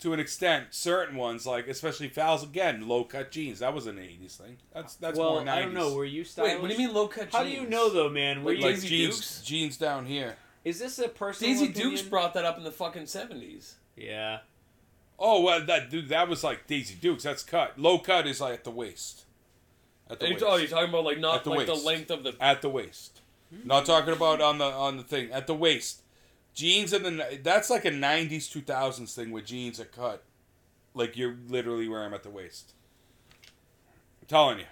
Speaker 2: to an extent, certain ones like especially Fowls again, low cut jeans. That was an '80s thing. That's that's more
Speaker 1: well,
Speaker 2: '90s.
Speaker 1: I don't know. Were you stylish?
Speaker 3: Wait, what do you mean low cut?
Speaker 1: How do you know though, man? Were
Speaker 3: Like,
Speaker 1: you,
Speaker 2: like
Speaker 3: Daisy
Speaker 2: jeans,
Speaker 3: Dukes?
Speaker 2: jeans down here.
Speaker 1: is this a personal
Speaker 3: Daisy
Speaker 1: opinion?
Speaker 3: Dukes brought that up in the fucking seventies.
Speaker 1: Yeah.
Speaker 2: Oh well, that dude, that was like Daisy Dukes. That's cut. Low cut is like at the waist. At the waist.
Speaker 3: Oh, you're talking about like
Speaker 2: At
Speaker 3: not
Speaker 2: the
Speaker 3: like the
Speaker 2: waist.
Speaker 3: length of the.
Speaker 2: at the waist. Not talking about on the on the thing at the waist. Jeans in the that's like a '90s 2000s thing where jeans are cut, like you're literally wearing them at the waist. I'm telling you,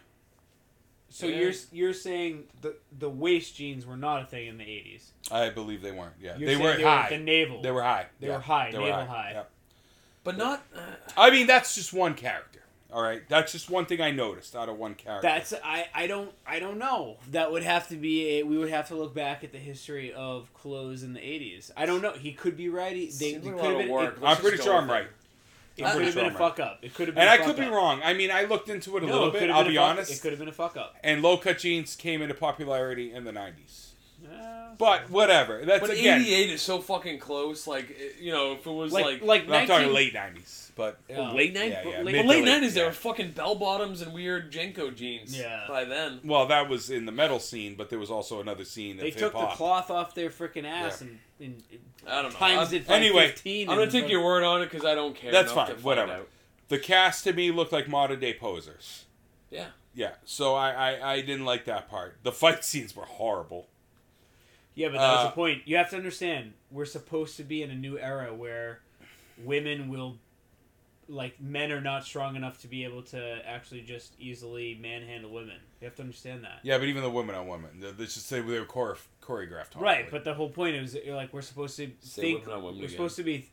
Speaker 1: So
Speaker 3: Yeah.
Speaker 1: you're you're saying the the waist jeans were not a thing in the 80s.
Speaker 2: I believe they weren't. Yeah,
Speaker 1: You're
Speaker 2: they
Speaker 1: saying
Speaker 2: were
Speaker 1: they were
Speaker 2: high.
Speaker 1: at the navel.
Speaker 2: they were high.
Speaker 1: They
Speaker 2: Yeah.
Speaker 1: were high, navel high.
Speaker 2: Yeah.
Speaker 3: But not. uh,
Speaker 2: I mean, that's just one character. All right, that's just one thing I noticed out of one character.
Speaker 1: That's I I don't I don't know. That would have to be a we would have to look back at the history of clothes in the 80s. I don't know. He could be right. He, they,
Speaker 3: Seems
Speaker 1: they
Speaker 3: like a
Speaker 1: could
Speaker 3: lot
Speaker 1: have
Speaker 3: of
Speaker 1: been,
Speaker 3: work.
Speaker 1: It,
Speaker 2: I'm
Speaker 3: Let's
Speaker 2: pretty
Speaker 3: just
Speaker 2: sure
Speaker 3: go
Speaker 2: I'm
Speaker 3: with it.
Speaker 2: right,
Speaker 1: it
Speaker 2: I'm
Speaker 1: could
Speaker 2: pretty
Speaker 1: have
Speaker 2: sure
Speaker 1: been a
Speaker 2: I'm right.
Speaker 1: fuck up. It could have been
Speaker 2: and
Speaker 1: I
Speaker 2: I could be wrong. I mean, I looked into it a
Speaker 1: No,
Speaker 2: little
Speaker 1: it could
Speaker 2: bit.
Speaker 1: have
Speaker 2: I'll
Speaker 1: been a
Speaker 2: be
Speaker 1: fuck-
Speaker 2: honest.
Speaker 1: It could have been a fuck up.
Speaker 2: and low cut jeans came into popularity in the 90s.
Speaker 1: Uh,
Speaker 2: But whatever. That's
Speaker 3: But
Speaker 2: again.
Speaker 3: '88 is so fucking close. Like it- you know, if it was
Speaker 1: like
Speaker 3: like.
Speaker 1: like
Speaker 2: I'm
Speaker 1: 19
Speaker 2: talking late 90s, but
Speaker 1: Yeah.
Speaker 8: Late night.
Speaker 2: Yeah, yeah,
Speaker 8: late-
Speaker 3: Well,
Speaker 2: mid-
Speaker 3: late
Speaker 2: to late,
Speaker 3: nineties, there
Speaker 2: yeah.
Speaker 3: were fucking bell bottoms and weird Jenko jeans.
Speaker 1: Yeah.
Speaker 3: By then,
Speaker 2: well, that was in the metal scene, but there was also another scene
Speaker 1: They
Speaker 2: of
Speaker 1: took
Speaker 2: hip
Speaker 1: the
Speaker 2: hop.
Speaker 1: cloth off their freaking ass
Speaker 2: Yeah. Um,
Speaker 1: and, and, and
Speaker 3: I don't know.
Speaker 1: times
Speaker 3: I'm,
Speaker 1: it by
Speaker 2: Anyway,
Speaker 1: 15.
Speaker 3: I'm gonna
Speaker 1: and
Speaker 3: take
Speaker 1: fuck-
Speaker 3: your word on it because I don't care.
Speaker 2: That's
Speaker 3: enough
Speaker 2: fine,
Speaker 3: to find
Speaker 2: whatever.
Speaker 3: out.
Speaker 2: The cast to me looked like modern day posers.
Speaker 3: Yeah.
Speaker 2: Yeah, so I, I, I didn't like that part. The fight scenes were horrible.
Speaker 1: Yeah, but that was
Speaker 2: Uh,
Speaker 1: the point. You have to understand, we're supposed to be in a new era where women will, like, men are not strong enough to be able to actually just easily manhandle women. You have to understand that.
Speaker 2: Yeah, but even the women on women, they they just say they were chore- choreographed. Horribly.
Speaker 1: Right, but the whole point is, that you're like, we're supposed to
Speaker 3: Say
Speaker 1: think.
Speaker 3: women on women
Speaker 1: we're
Speaker 3: again.
Speaker 1: supposed to be.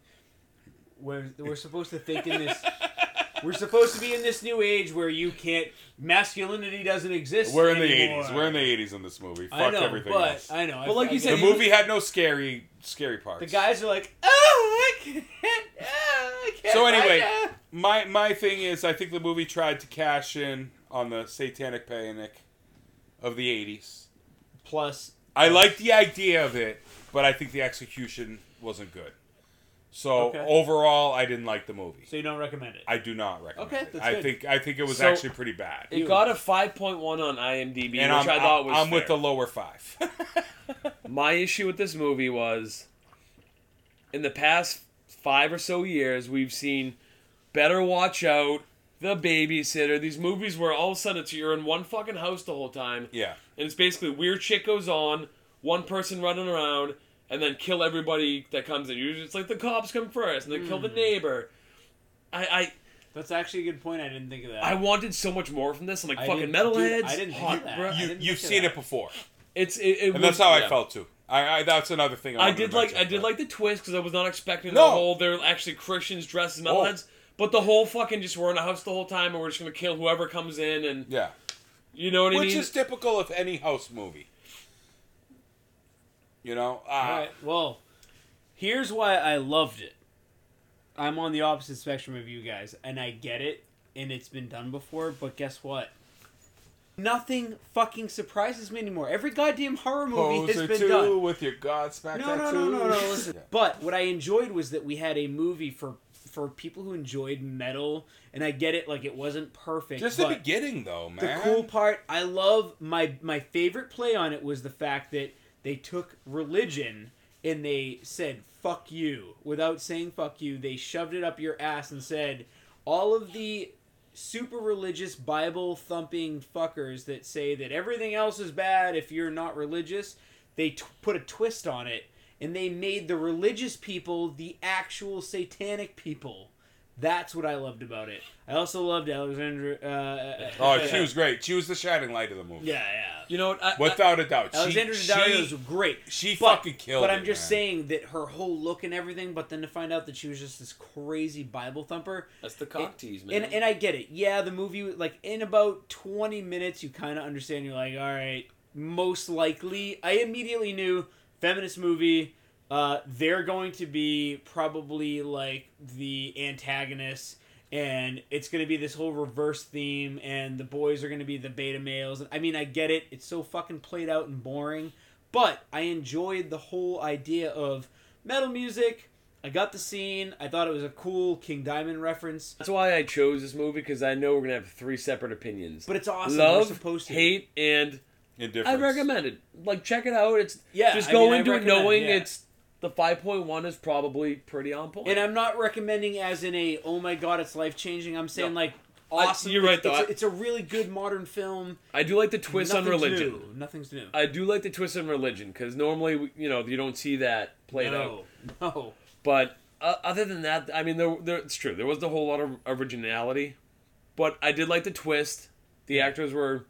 Speaker 1: We're, we're supposed to think in this. We're supposed to be in this new age where you can't. Masculinity doesn't exist.
Speaker 2: we're in the
Speaker 1: anymore.
Speaker 2: 80s. We're in the 80s in this movie. Fuck
Speaker 1: I know,
Speaker 2: everything
Speaker 1: but
Speaker 2: else.
Speaker 1: I know. I-
Speaker 3: But like
Speaker 1: I
Speaker 3: you
Speaker 1: get
Speaker 3: said,
Speaker 2: the
Speaker 1: it.
Speaker 2: movie had no scary scary parts.
Speaker 1: the guys are like, oh, I can't. Oh, I can't
Speaker 2: So
Speaker 1: right
Speaker 2: anyway,
Speaker 1: now."
Speaker 2: My my thing is, I think the movie tried to cash in on the satanic panic of the '80s.
Speaker 1: plus
Speaker 2: I like the idea of it, but I think the execution wasn't good. So
Speaker 1: Okay.
Speaker 2: overall, I didn't like the movie.
Speaker 1: so you don't recommend it
Speaker 2: I do not recommend
Speaker 1: Okay,
Speaker 2: it.
Speaker 1: that's
Speaker 2: I
Speaker 1: good.
Speaker 2: think I think it was
Speaker 3: So-
Speaker 2: actually pretty bad.
Speaker 3: It got a 5.1 on IMDb,
Speaker 2: and
Speaker 3: which
Speaker 2: I'm,
Speaker 3: i thought was
Speaker 2: I'm with the
Speaker 3: fair.
Speaker 2: lower five.
Speaker 3: My issue with this movie was, in the past five or so years, we've seen Better Watch Out, The Babysitter. These movies where all of a sudden it's you're in one fucking house the whole time,
Speaker 2: yeah,
Speaker 3: and it's basically weird shit goes on, one person running around, and then kill everybody that comes in. Usually it's like the cops come first, and then kill the
Speaker 1: Hmm.
Speaker 3: neighbor. I, I
Speaker 1: that's actually a good point i didn't think of that
Speaker 3: I wanted so much more from this. I'm like
Speaker 1: I
Speaker 3: fucking
Speaker 1: didn't- dude,
Speaker 3: metalheads.
Speaker 1: I didn't
Speaker 3: hot
Speaker 1: hear that.
Speaker 3: bro-
Speaker 1: I
Speaker 2: you
Speaker 1: didn't
Speaker 2: you've
Speaker 1: think of
Speaker 2: seen
Speaker 1: that.
Speaker 2: it before,
Speaker 3: It's it, it
Speaker 2: and
Speaker 3: was-
Speaker 2: that's how
Speaker 3: yeah.
Speaker 2: I felt too. I, I that's another thing. I,
Speaker 3: I
Speaker 2: wanted
Speaker 3: did
Speaker 2: to
Speaker 3: like I
Speaker 2: mention,
Speaker 3: did
Speaker 2: but-
Speaker 3: like the twist because I was not expecting
Speaker 2: No. Oh.
Speaker 3: the whole they're actually Christians dressed as metalheads. But the whole fucking just we're in a house the whole time and we're just gonna kill whoever comes in and
Speaker 2: yeah,
Speaker 3: you know what I
Speaker 2: which
Speaker 3: mean.
Speaker 2: is typical of any house movie. You know, uh,
Speaker 1: all right well here's why i loved it i'm on the opposite spectrum of you guys and i get it and it's been done before but guess what nothing fucking surprises me anymore every goddamn horror movie
Speaker 2: Poser
Speaker 1: has been
Speaker 2: two
Speaker 1: done
Speaker 2: with your Godsmack
Speaker 1: no, no, no, no, no. Listen. But what I enjoyed was that we had a movie for for people who enjoyed metal, and I get it. Like it wasn't perfect.
Speaker 2: Just the
Speaker 1: but
Speaker 2: beginning, though,
Speaker 1: the
Speaker 2: man.
Speaker 1: cool part, I love my my favorite play on it was the fact that they took religion and they said "fuck you" without saying "fuck you." They shoved it up your ass and said all of the super religious Bible thumping fuckers that say that everything else is bad if you're not religious. They t- put a twist on it and they made the religious people the actual satanic people. That's what I loved about it. I also loved Alexandra. Uh,
Speaker 2: Oh, she was great. She was the shining light of the movie.
Speaker 1: Yeah, yeah.
Speaker 3: You know what? I, I,
Speaker 2: Without a doubt.
Speaker 1: Alexandra
Speaker 2: she,
Speaker 1: Daddario was
Speaker 2: she,
Speaker 1: great.
Speaker 2: she
Speaker 1: but-
Speaker 2: fucking killed
Speaker 1: But
Speaker 2: it,
Speaker 1: I'm just
Speaker 2: man.
Speaker 1: saying that her whole look and everything, but then to find out that she was just this crazy Bible thumper,
Speaker 3: that's the cock tease, man.
Speaker 1: and and I get it. Yeah, the movie like in about 20 minutes you kind of understand you're like, "All right, most likely." I immediately knew feminist movie uh they're going to be probably like the antagonists and it's going to be this whole reverse theme and the boys are going to be the beta males. And I mean, I get it. It's so fucking played out and boring, but I enjoyed the whole idea of metal music. I got the scene. I thought it was a cool King Diamond reference.
Speaker 3: that's why I chose this movie because I know we're gonna have three separate opinions.
Speaker 1: But it's awesome.
Speaker 3: Love,
Speaker 1: We're supposed to.
Speaker 3: hate, and I
Speaker 2: Indifference.
Speaker 3: recommend it. Like, check it out. It's
Speaker 1: Yeah,
Speaker 3: just
Speaker 1: I
Speaker 3: go
Speaker 1: mean, I
Speaker 3: into it
Speaker 1: recommend,
Speaker 3: knowing
Speaker 1: yeah.
Speaker 3: it's the five point one is probably pretty on point.
Speaker 1: And I'm not recommending as in a oh my god it's life changing. I'm saying
Speaker 3: No.
Speaker 1: like
Speaker 3: I-
Speaker 1: awesome.
Speaker 3: you're right,
Speaker 1: it's, it's,
Speaker 3: though.
Speaker 1: it's a really good modern film.
Speaker 3: I do like the twist on
Speaker 1: Nothing's
Speaker 3: religion.
Speaker 1: new. Nothing's new.
Speaker 3: I do like the twist on religion because normally you know you don't see that played out.
Speaker 1: no, no.
Speaker 3: But uh, other than that, I mean, there, there, it's true. There wasn't a whole lot of originality, but I did like the twist. The actors were,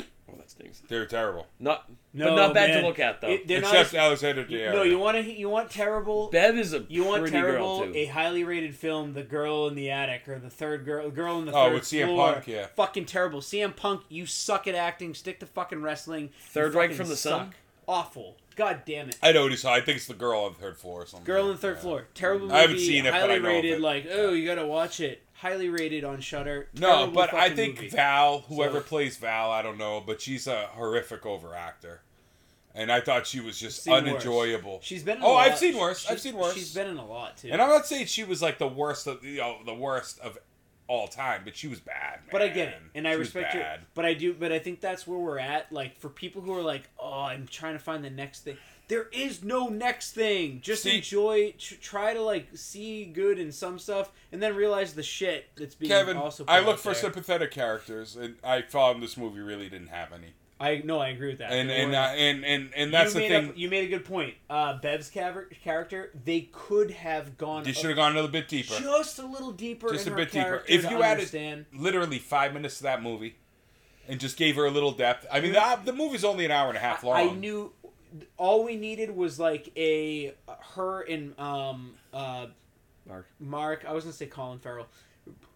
Speaker 3: oh, that stinks.
Speaker 2: They're terrible.
Speaker 3: Not,
Speaker 1: No,
Speaker 3: but not bad
Speaker 1: man.
Speaker 3: to look at though.
Speaker 1: It- they're not
Speaker 2: Except
Speaker 1: as-
Speaker 2: Alexander Daddario.
Speaker 1: No, you want to you want terrible.
Speaker 3: Bev is a
Speaker 1: You want
Speaker 3: pretty
Speaker 1: terrible,
Speaker 3: girl too.
Speaker 1: a highly rated film, The Girl in the Attic, or The Third Girl, Girl in the
Speaker 2: Oh,
Speaker 1: Third
Speaker 2: with CM
Speaker 1: Floor.
Speaker 2: Punk, yeah.
Speaker 1: Fucking terrible. CM Punk, you suck at acting. Stick to fucking wrestling. You
Speaker 3: Third Reich
Speaker 1: fucking
Speaker 3: from the
Speaker 1: suck.
Speaker 3: Sun?
Speaker 1: Awful. God damn it.
Speaker 2: I know what he saw. I think it's the girl on the third floor or something.
Speaker 1: Girl on the Third Floor. Terrible movie.
Speaker 2: I haven't seen it, but I
Speaker 1: Highly
Speaker 2: know of
Speaker 1: rated.
Speaker 2: it.
Speaker 1: Like, oh, you gotta watch it. Highly rated on Shutter.
Speaker 2: No, but I think
Speaker 1: movie.
Speaker 2: Val, whoever
Speaker 1: So-
Speaker 2: plays Val, I don't know, but she's a horrific overactor. And I thought she was just
Speaker 1: Seen worse.
Speaker 2: unenjoyable.
Speaker 1: she's been. In a
Speaker 2: Oh,
Speaker 1: lot.
Speaker 2: I've seen worse. I've
Speaker 1: She's-
Speaker 2: seen worse.
Speaker 1: She's been in a lot too.
Speaker 2: And I'm not saying she was like the worst of you know, the worst of all time, but she was bad. Man.
Speaker 1: But I get it, and I
Speaker 2: She was
Speaker 1: respect you.
Speaker 2: bad.
Speaker 1: But I do. But I think that's where we're at. Like for people who are like, "Oh, I'm trying to find the next thing." There is no next thing. Just
Speaker 2: See-
Speaker 1: enjoy. Tr- try to like see good in some stuff, and then realize the shit that's being
Speaker 2: Kevin,
Speaker 1: also. put
Speaker 2: I
Speaker 1: out
Speaker 2: look for
Speaker 1: there.
Speaker 2: sympathetic characters, and I found this movie really didn't have any.
Speaker 1: I no, I agree with that.
Speaker 2: And
Speaker 1: There
Speaker 2: and
Speaker 1: were-
Speaker 2: uh, and and and that's
Speaker 1: you made
Speaker 2: the thing.
Speaker 1: Up, you made a good point. Uh, Bev's caver- character, they could have gone
Speaker 2: you should
Speaker 1: a-
Speaker 2: have gone a little bit deeper.
Speaker 1: just a little deeper.
Speaker 2: Just
Speaker 1: in
Speaker 2: a
Speaker 1: her
Speaker 2: bit deeper.
Speaker 1: character
Speaker 2: If
Speaker 1: to
Speaker 2: you added-
Speaker 1: understand,
Speaker 2: Literally five minutes to that movie, and just gave her a little depth. I mean, the, the movie's only an hour and a half long.
Speaker 1: I knew all we needed was like a her and um uh
Speaker 3: Mark.
Speaker 1: Mark. I was gonna say Colin Farrell.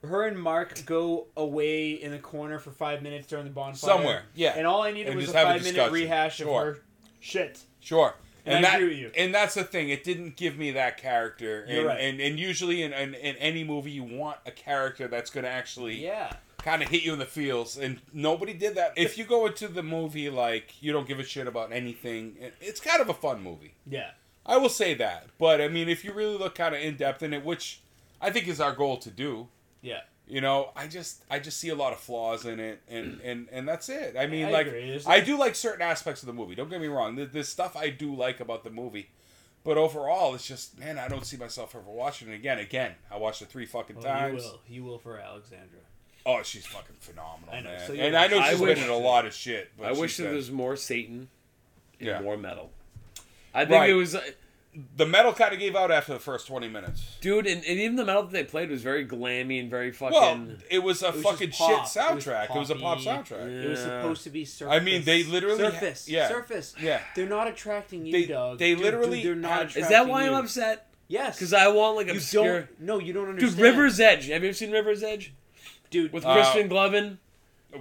Speaker 1: Her and Mark go away in the corner for five minutes during the bonfire
Speaker 2: Somewhere, yeah.
Speaker 1: And all I needed
Speaker 2: And
Speaker 1: was a
Speaker 2: just have a
Speaker 1: five minute
Speaker 2: discussion.
Speaker 1: rehash
Speaker 2: Sure.
Speaker 1: of her shit.
Speaker 2: Sure.
Speaker 1: And I
Speaker 2: that,
Speaker 1: agree with you.
Speaker 2: And that's the thing. It didn't give me that character. And,
Speaker 1: You're right.
Speaker 2: and, and usually in, in, in any movie, you want a character that's going to actually
Speaker 1: Yeah,
Speaker 2: kind of hit you in the feels. And nobody did that. If you go into the movie like you don't give a shit about anything, it- it's kind of a fun movie.
Speaker 1: yeah.
Speaker 2: I will say that. But I mean, if you really look kind of in depth in it, which I think is our goal to do.
Speaker 1: Yeah.
Speaker 2: You know, I just I just see a lot of flaws in it, and and and that's it. I mean,
Speaker 1: I
Speaker 2: like
Speaker 1: agree. There's-
Speaker 2: I do like certain aspects of the movie. Don't get me wrong. There- There's stuff I do like about the movie, but overall, it's just man, I don't see myself ever watching it again. Again, I watched it three fucking
Speaker 1: Well, Oh, you
Speaker 2: times.
Speaker 1: will. You will for Alexandra.
Speaker 2: Oh, she's fucking phenomenal,
Speaker 1: I know.
Speaker 2: man.
Speaker 1: So you're
Speaker 2: and I know
Speaker 3: right.
Speaker 2: she's
Speaker 3: I
Speaker 2: been
Speaker 3: wish-
Speaker 2: in a lot of shit. But
Speaker 3: I wish
Speaker 2: she's
Speaker 3: there
Speaker 2: been-
Speaker 3: was more Satan and
Speaker 2: Yeah.
Speaker 3: more metal. I think
Speaker 2: Right.
Speaker 3: it was, uh,
Speaker 2: the metal kind of gave out after the first twenty minutes.
Speaker 3: dude, and, and even the metal that they played was very glammy and very fucking.
Speaker 2: Well, it was a
Speaker 1: was
Speaker 2: fucking
Speaker 1: just
Speaker 2: shit
Speaker 1: pop. It was
Speaker 2: soundtrack. It was, a pop
Speaker 1: poppy.
Speaker 2: soundtrack.
Speaker 1: It was
Speaker 3: Yeah.
Speaker 1: supposed to be surface.
Speaker 2: I mean, they literally ha-
Speaker 1: surface.
Speaker 2: yeah.
Speaker 1: surface.
Speaker 2: Yeah.
Speaker 1: They're not attracting you,
Speaker 2: They-
Speaker 1: dog.
Speaker 2: they
Speaker 1: Dude, dude,
Speaker 2: literally
Speaker 1: they're not.
Speaker 2: had-
Speaker 1: attracting
Speaker 3: is that why
Speaker 1: you.
Speaker 3: I'm upset?
Speaker 1: Yes,
Speaker 3: Because I want like
Speaker 1: you
Speaker 3: obscure.
Speaker 1: don't. No, you don't
Speaker 3: Dude,
Speaker 1: understand.
Speaker 3: River's Edge. Have you ever seen River's Edge
Speaker 1: dude,
Speaker 3: with
Speaker 2: Uh,
Speaker 3: Kristen Glovin?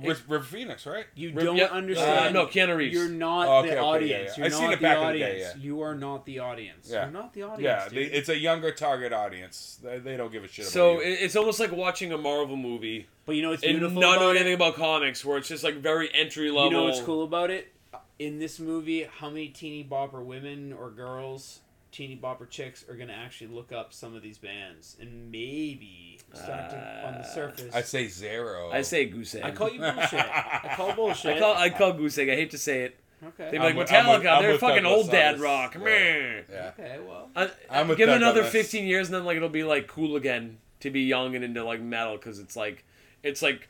Speaker 2: With River Phoenix, right?
Speaker 1: you
Speaker 3: Riv-
Speaker 1: don't
Speaker 3: yep.
Speaker 1: understand.
Speaker 3: Uh, no, Keanu Reeves.
Speaker 1: You're not
Speaker 2: Oh, okay,
Speaker 1: the
Speaker 2: okay, yeah,
Speaker 1: audience.
Speaker 2: yeah.
Speaker 1: You're
Speaker 2: I've
Speaker 1: not
Speaker 2: seen it
Speaker 1: the
Speaker 2: back in the
Speaker 1: audience.
Speaker 2: day,
Speaker 1: You are not the audience.
Speaker 2: Yeah.
Speaker 1: You're not the audience.
Speaker 2: Yeah, they,
Speaker 1: dude.
Speaker 2: it's a younger target audience. They, they don't give a shit.
Speaker 3: So
Speaker 2: about
Speaker 3: it,
Speaker 2: you.
Speaker 3: it's almost like watching a Marvel movie
Speaker 1: but you know what's
Speaker 3: and
Speaker 1: beautiful
Speaker 3: not
Speaker 1: about
Speaker 3: knowing
Speaker 1: it?
Speaker 3: anything about comics, where it's just like very entry level.
Speaker 1: You know what's cool about it? In this movie, how many teeny bopper women or girls, teeny bopper chicks, are going to actually look up some of these bands and maybe start to, on the
Speaker 3: Uh,
Speaker 1: surface?
Speaker 2: I say zero.
Speaker 3: I say goose egg.
Speaker 1: I call you bullshit. I call bullshit.
Speaker 3: I call, I call goose egg. I hate to say it.
Speaker 1: okay.
Speaker 3: They'd be
Speaker 2: I'm
Speaker 3: like
Speaker 2: with- I'm with-
Speaker 3: Metallica.
Speaker 2: I'm
Speaker 3: they're
Speaker 2: with
Speaker 3: fucking
Speaker 2: Douglas
Speaker 3: old dad
Speaker 2: Adams.
Speaker 3: rock.
Speaker 2: Yeah.
Speaker 3: Meh.
Speaker 2: Yeah.
Speaker 1: Um, okay, well.
Speaker 3: I,
Speaker 2: I'm with
Speaker 3: give
Speaker 2: Doug
Speaker 3: another
Speaker 2: on this.
Speaker 3: 15 years and then like it'll be like cool again to be young and into like metal because it's like It's like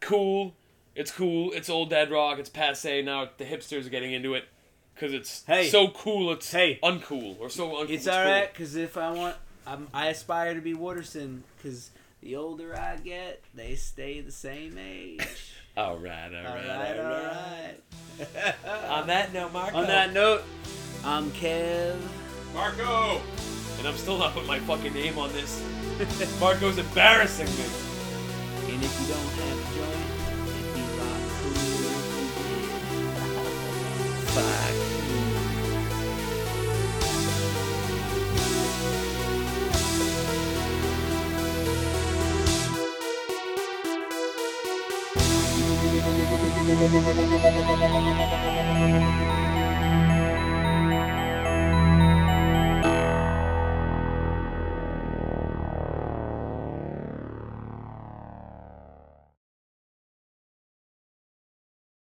Speaker 3: cool. It's cool. It's old dad rock. It's passe. Now the hipsters are getting into it because it's
Speaker 1: Hey.
Speaker 3: so cool. It's
Speaker 1: Hey.
Speaker 3: uncool or so uncool.
Speaker 1: It's
Speaker 3: cool.
Speaker 1: all right, cause if I want, I'm, I aspire to be Waterson, cause the older I get, they stay the same age.
Speaker 3: All right. All right.
Speaker 1: All right, all right.
Speaker 3: On that note, Marco.
Speaker 1: On that note, I'm Kev.
Speaker 2: Marco!
Speaker 3: and I'm still not putting my fucking name on this. Marco's embarrassing me.
Speaker 1: And if you don't have a joint, it'd be rock cool if you did. Fuck you.
Speaker 9: Thank you.